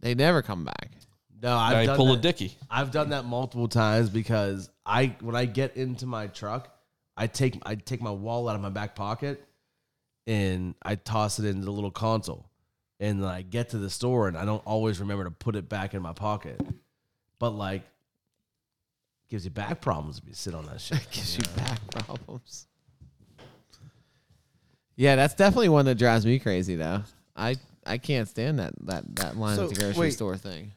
they never come back.
No, I've
I
done
pull a
that.
dicky.
I've done that multiple times because I when I get into my truck, I take I take my wallet out of my back pocket and I toss it into the little console. And then I get to the store and I don't always remember to put it back in my pocket. But like gives you back problems if you sit on that shit.
Gives you back problems. Yeah, that's definitely one that drives me crazy though. I I can't stand that that that line at
So,
the grocery
wait.
store thing.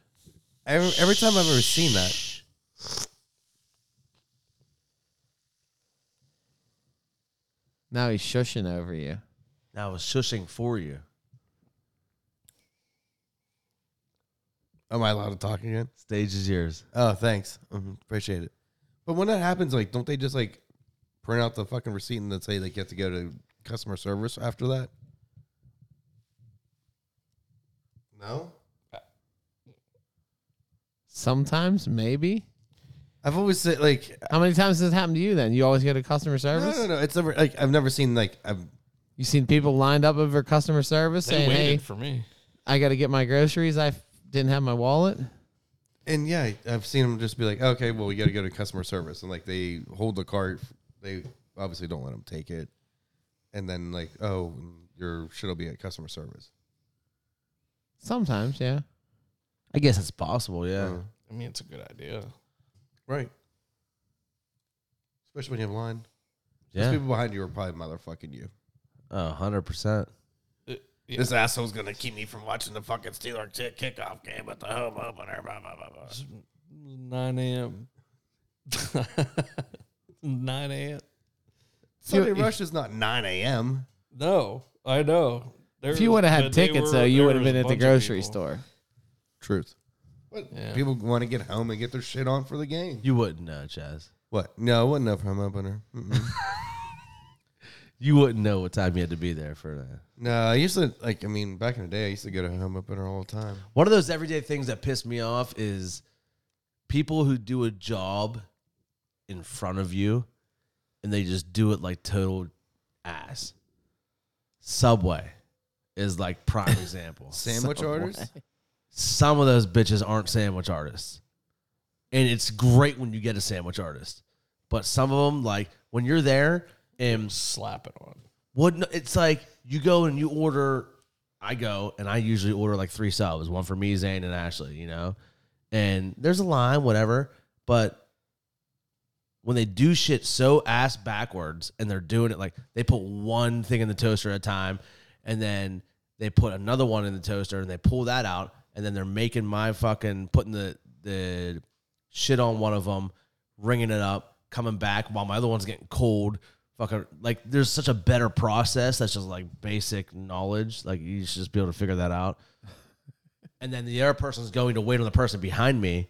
Every, every time I've ever seen that,
Now he's shushing over you.
Now I was shushing for you.
am I allowed to talk again?
Stage is yours.
Oh, thanks. Mhm, Appreciate it. But when that happens, like, don't they just like print out the fucking receipt and then say like you have to go to customer service after that? No,
Sometimes, maybe.
I've always said like
How many times has this happened to you then? You always go to customer
no,
service?
no, no. It's never like I've never seen like I've
You seen people lined up over customer service
They
saying,
waited
"Hey,
for me.
I got to get my groceries. I f- didn't have my wallet."
and yeah, I've seen them just be like, okay, well, we got to go to customer service, and like they hold the cart, they obviously don't let them take it, and then like, oh, your shit'll be at customer service.
Sometimes, yeah.
I guess it's possible, yeah.
Oh.
I mean, it's a good idea.
Right. Especially when you have a line. Those
Yeah.
people behind you are probably motherfucking you.
Oh, 100%.
Yeah.
This asshole's gonna keep me from watching the fucking Steeler kick.
kickoff game with the home opener. Blah, blah, blah, blah. 9 a.m. 9 a.m.
Sunday rush is not 9 a.m.
No, I know. There
If you
was-
would have
but
had
they
tickets,
were-
though, you
there
would have
was
been
a
at the
bunch of
grocery
people.
store.
Truth. What?
Yeah.
People want to get home and get their shit on for the game.
You wouldn't know, Chaz.
What? No, it wasn't a home opener. Mm-mm.
You wouldn't know what time you had to be there for that.
no, I used to like. I mean, back in the day, I used to go to home opener all the time.
One of those everyday things that piss me off is people who do a job in front of you and they just do it like total ass. Subway is like prime example.
Sandwich orders.
Some of those bitches aren't sandwich artists. And it's great when you get a sandwich artist. But some of them like when you're there and
Slap it on.
what no, it's like you go and you order. I go and I usually order like three subs, one for me, Zane, and Ashley. You know, and there's a line, whatever. But when they do shit so ass backwards and they're doing it like they put one thing in the toaster at a time, and then they put another one in the toaster and they pull that out, and then they're making my fucking putting the the shit on one of them, ringing it up, coming back while my other one's getting cold. Fucking like, there's such a better process that's just like basic knowledge. Like you should just be able to figure that out. and then the other person's going to wait on the person behind me.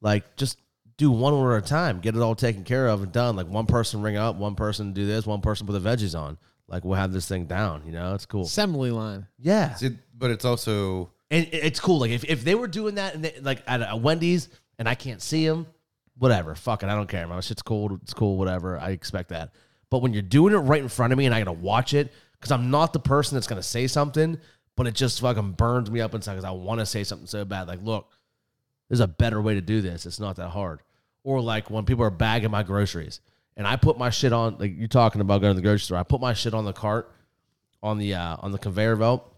Like just do one order at a time, get it all taken care of and done. Like one person ring up, one person do this, one person put the veggies on. Like we'll have this thing down. You know, it's cool.
Assembly line.
Yeah.
See, but it's also
And it- it's cool. Like if, if they were doing that and they, like at a Wendy's and I can't see them, whatever. Fuck it, I don't care. My shit's cold. It's cool. Whatever. I expect that. But when you're doing it right in front of me and I gotta watch it because I'm not the person that's gonna say something, but it just fucking burns me up inside because I want to say something so bad. Like, look, there's a better way to do this. It's not that hard. Or like when people are bagging my groceries and I put my shit on. Like you're talking about going to the grocery store. I put my shit on the cart on the uh, on the conveyor belt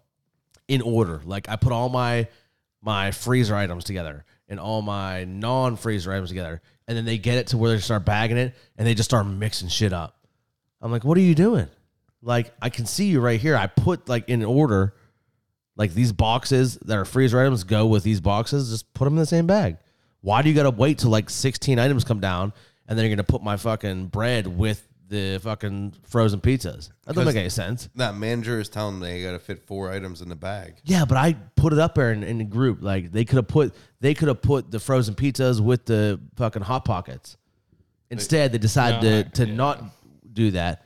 in order. Like I put all my my freezer items together and all my non freezer items together, and then they get it to where they start bagging it and they just start mixing shit up. I'm like, what are you doing? Like I can see you right here. I put like in order, like these boxes that are freezer items go with these boxes. Just put them in the same bag. Why do you gotta wait till like 16 items come down and then you're gonna put my fucking bread with the fucking frozen pizzas? That doesn't make any sense.
That manager is telling them they got to fit four items in the bag.
Yeah, but I put it up there in, in the group. Like they could have put they could have put the frozen pizzas with the fucking hot pockets. Instead, they decided to to not do that.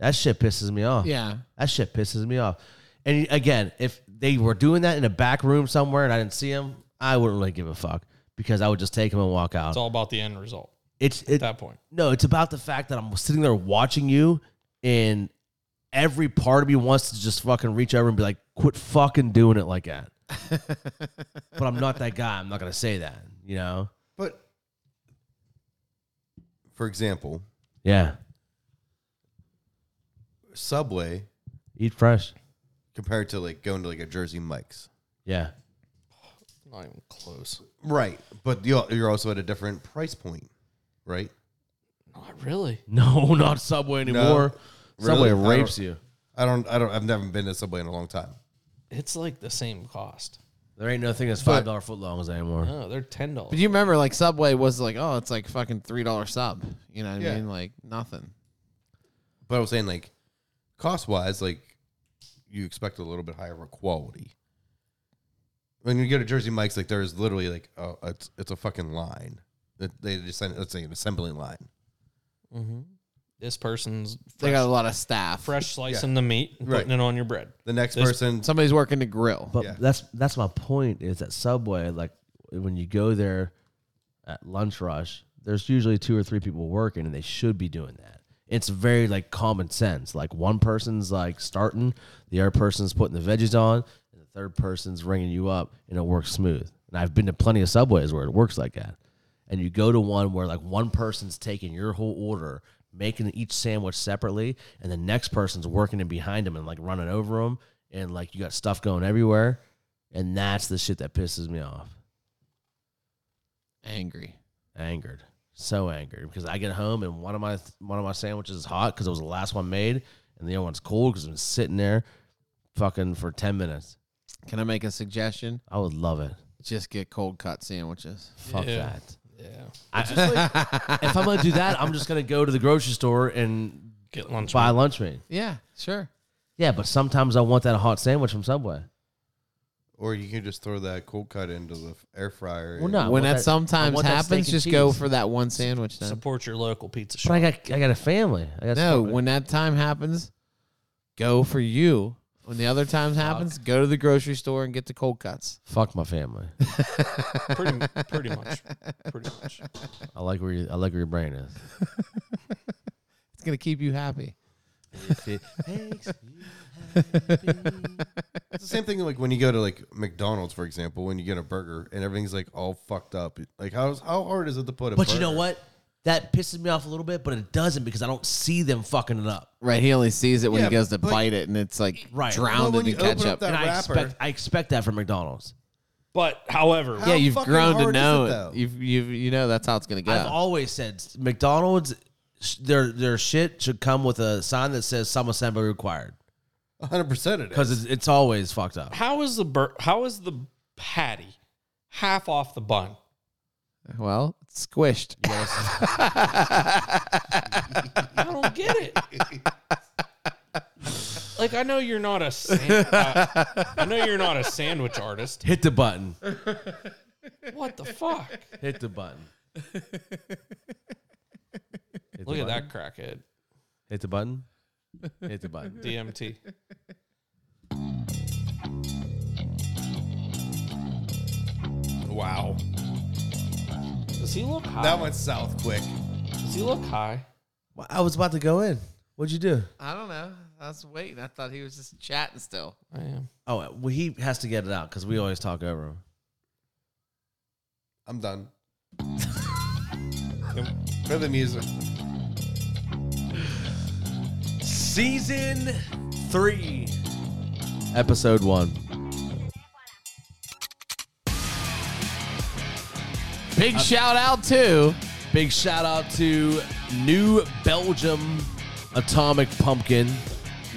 That shit pisses me off.
Yeah.
that shit pisses me off. And again, if they were doing that in a back room somewhere and I didn't see them, I wouldn't really give a fuck because I would just take them and walk out.
It's all about the end result
It's it,
at that point.
no, it's about the fact that I'm sitting there watching you, and every part of me wants to just fucking reach over and be like, quit fucking doing it like that. but I'm not that guy. I'm not going to say that, you know?
But for example,
Yeah.
Subway
Eat fresh.
compared to like going to like a Jersey Mike's.
Yeah.
Not even close.
Right, but you- you're also at a different price point, right?
Not really.
No, not Subway anymore.
Really? I don't-
Subway rapes you.
I don't, I don't, I've never been to Subway in a long time.
It's like the same cost.
There ain't nothing that's $5 footlongs anymore.
No, they're ten
But
dollars.
you remember, like Subway was like, oh, it's like fucking three dollar sub. You know what I
Yeah.
mean? Like nothing.
But I was saying like, cost wise, like you expect a little bit higher of a quality. When you go to Jersey Mike's, like there's literally like oh, it's it's a fucking line. That They just send let's say an assembly line.
This person's
They
fresh,
got a lot of staff.
fresh slicing the meat and
Right.
putting it on your bread.
The next
This-
person,
Somebody's working the grill.
But
Yeah.
that's that's my point is that Subway, like when you go there at lunch rush, there's usually two or three people working and they should be doing that. It's very like common sense. Like one person's like starting, the other person's putting the veggies on, and the third person's ringing you up and it works smooth. And I've been to plenty of Subways where it works like that. And you go to one where like one person's taking your whole order, making each sandwich separately, and the next person's working in behind them and like running over them and like you got stuff going everywhere. And that's the shit that pisses me off.
Angry.
Angered, so angered because I get home and one of my one of my sandwiches is hot because it was the last one made, and the other one's cold because I've been sitting there, fucking for ten minutes.
Can I make a suggestion?
I would love it.
Just get cold cut sandwiches.
Fuck
Yeah.
that.
Yeah.
if I'm gonna do that, I'm just gonna go to the grocery store and
Get lunch.
buy
meat.
lunch meat.
Yeah, sure.
Yeah, but sometimes I want that hot sandwich from Subway.
or you can just throw that cold cut into the air fryer.
Well,
and-
no, I
when
want
that,
I
sometimes
want that
happens,
steak and
just go
cheese.
for that one sandwich. Then
Support your local pizza
But
shop.
I got I got a family. I got
no,
Subway.
when that time happens, go for you. When the other times happens, go to the grocery store and get the cold cuts.
fuck my family.
pretty, pretty much. Pretty much.
I like where you, I like where your brain is.
It's gonna keep you happy.
It's the same thing like when you go to like McDonald's, for example, when you get a burger and everything's like all fucked up. Like how's how hard is it to put a
But
burger?
you know what? That pisses me off a little bit, but it doesn't because I don't see them fucking it up.
Right, he only sees it when
Yeah,
he goes to
but-
bite it, and it's like
Right.
drowned
Well,
in
when
the
you open up
ketchup.
that-
And I
Rapper.
expect I expect that from McDonald's.
But however,
How
yeah, you've
fucking
grown to
hard is it,
know
though?
it. You've you have you know that's how it's gonna go.
I've always said McDonald's sh- their their shit should come with a sign that says some assembly required
hundred percent it is.
because it's, it's always fucked up.
how is the bur- how is the patty half off the bun?
well, it's squished.
I don't get it. like I know you're not a san- uh, I know you're not a sandwich artist.
Hit the button.
What the fuck?
Hit the button. Hit
Look
the
at
button.
that crackhead.
Hit the button. Hit the button.
DMT.
Wow.
Does he look high?
That went south quick.
Does he look high?
Well, I was about to go in. What'd you do?
I don't know. I was waiting. I thought he was just chatting still.
I am.
Oh, well, he has to get it out because we always talk over him.
I'm done. For the music.
Season three, episode one.
Big shout out to
Big shout out to New Belgium Atomic Pumpkin.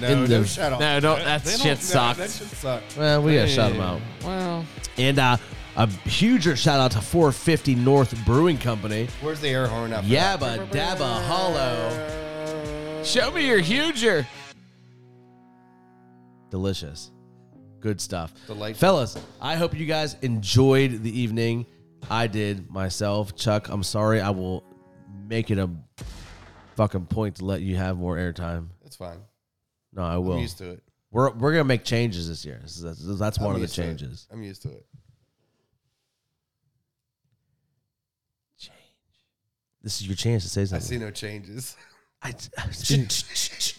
in
No,
the-
no, shut up.
no, don't that
They don't-
shit
no,
sucked.
That shit sucked.
Well, we gotta shout them out.
Well,
And uh, a huger shout out to 450 North Brewing Company.
Where's the air horn up?
Yabba Dabba Hollow.
Show me your huger.
Delicious. Good stuff.
Delightful.
Fellas, I hope you guys enjoyed the evening. I did myself. Chuck, I'm sorry. I will make it a fucking point to let you have more airtime.
It's fine.
No, I
I'm
will.
used to it.
We're, we're going to make changes this year. This is- That's one
I'm
of the
used to it.
changes.
I'm used to it.
This is your chance to say
I
something.
see no changes.
I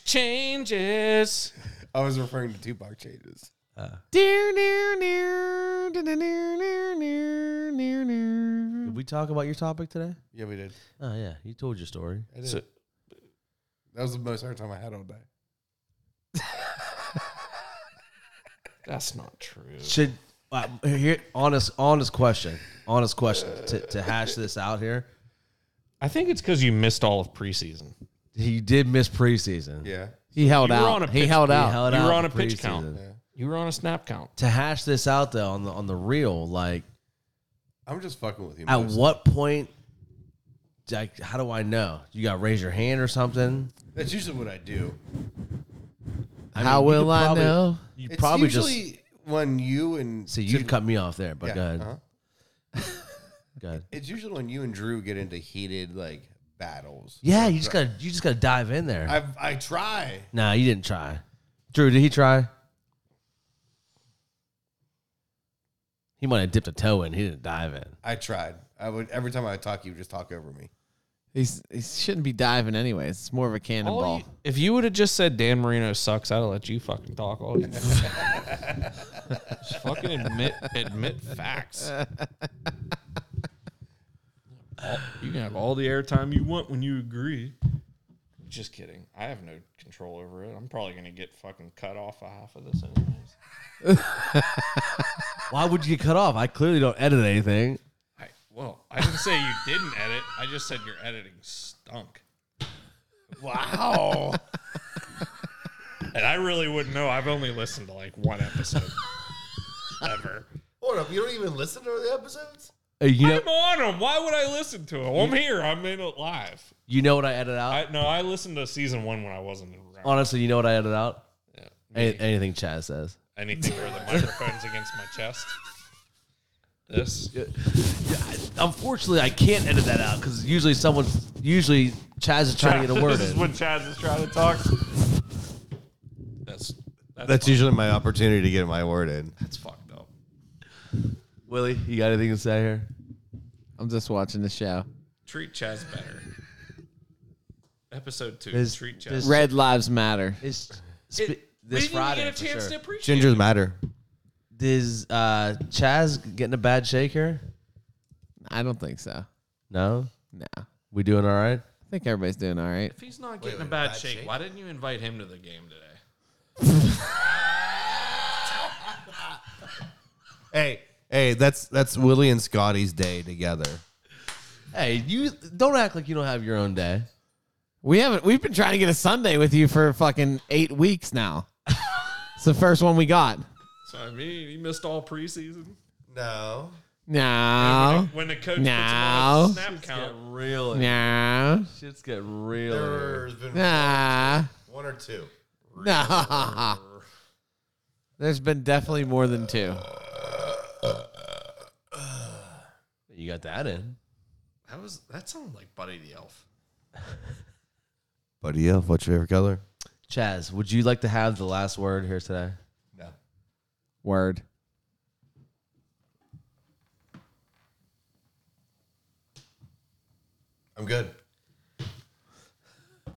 changes.
I was referring to Tupac changes.
Near, near, near, near, near, near, near, near.
did we talk about your topic today?
Yeah, we did.
Oh, yeah. You told your story.
I did.
So-
that was the most hard time I had all day.
That's not true.
Should uh, here, honest honest question, honest question to, to hash this out here.
I think it's because you missed all of preseason.
He did miss preseason.
Yeah.
He held
You were on a
out. He
pitch-
held
you
out.
held
You
out
were
for
on a pitch count.
preseason.
You were on a snap count.
To hash this out though on the on the real, like
I'm just fucking with you.
at
most-
what point? Like, how do I know? You got to raise your hand or something.
That's usually what I do.
I
How
mean, you
will
could
I
probably-
know?
You
It's
probably
usually
just
when you and
see you'd cut me off there, but
Yeah,
go ahead,
uh-huh.
go ahead.
It's usually when you and Drew get into heated like battles.
Yeah, you just gotta you just gotta dive in there.
I I try.
nah, you didn't try. Drew, did he try? He might have dipped a toe in. He didn't dive in.
I tried. I would every time I talk, you would just talk over me.
He's, he shouldn't be diving anyways. It's more of a
All
cannonball.
you- if you would have just said Dan Marino sucks, I'd have let you fucking talk all you. just fucking admit admit facts. You can have all the airtime you want when you agree. Just kidding. I have no control over it. I'm probably gonna get fucking cut off of half of this anyways.
Why would you get cut off? I clearly don't edit anything.
I, well, I didn't say you didn't edit. I just said your editing stunk.
Wow.
And I really wouldn't know. I've only listened to like one episode ever.
Hold up, you don't even listen to the episodes?
Uh, You know,
I'm on them. Why would I listen to them? I'm here. I'm in it live.
you know what I edit out?
I no, I listened to season one when I wasn't around.
Honestly, you know what I edit out?
Yeah.
A- anything Chaz says.
Anything where the microphone's against my chest. This
Unfortunately, I can't edit that out because usually someone's usually Chaz is trying to get a word
this is
in.
when Chaz is trying to talk. That's that's,
That's usually my opportunity to get my word in.
that's fucked up.
Willie, you got anything to say here?
I'm just watching the show.
Treat Chaz better. Episode two.
Is-
treat Chaz.
is-
Red Lives Matter.
Is
It-
sp-
we
this
didn't
Friday
get a chance
for
to
sure.
appreciate.
Gingers
it.
matter.
Is uh, Chaz getting a bad shake here?
I don't think so.
No,
No. I
we doing all right.
think everybody's doing all right.
If he's not getting a bad, shake, why didn't you invite him to the game today?
Hey, hey, that's that's Willie and Scotty's day together.
Hey, you don't act like you don't have your own day.
We haven't we've been trying to get a Sunday with you for fucking eight weeks now. it's the first one we got.
So I mean, he missed all preseason.
No.
No.
When the coach puts him
No.
on snap count,
Really,
No.
shit's get real.
There's been
Nah.
one or two.
No. There's been definitely more than two.
You got that in.
that was that sounded like Buddy the Elf.
Buddy yeah, what's your favorite color?
Chaz, would you like to have the last word here today?
No.
Word.
I'm good.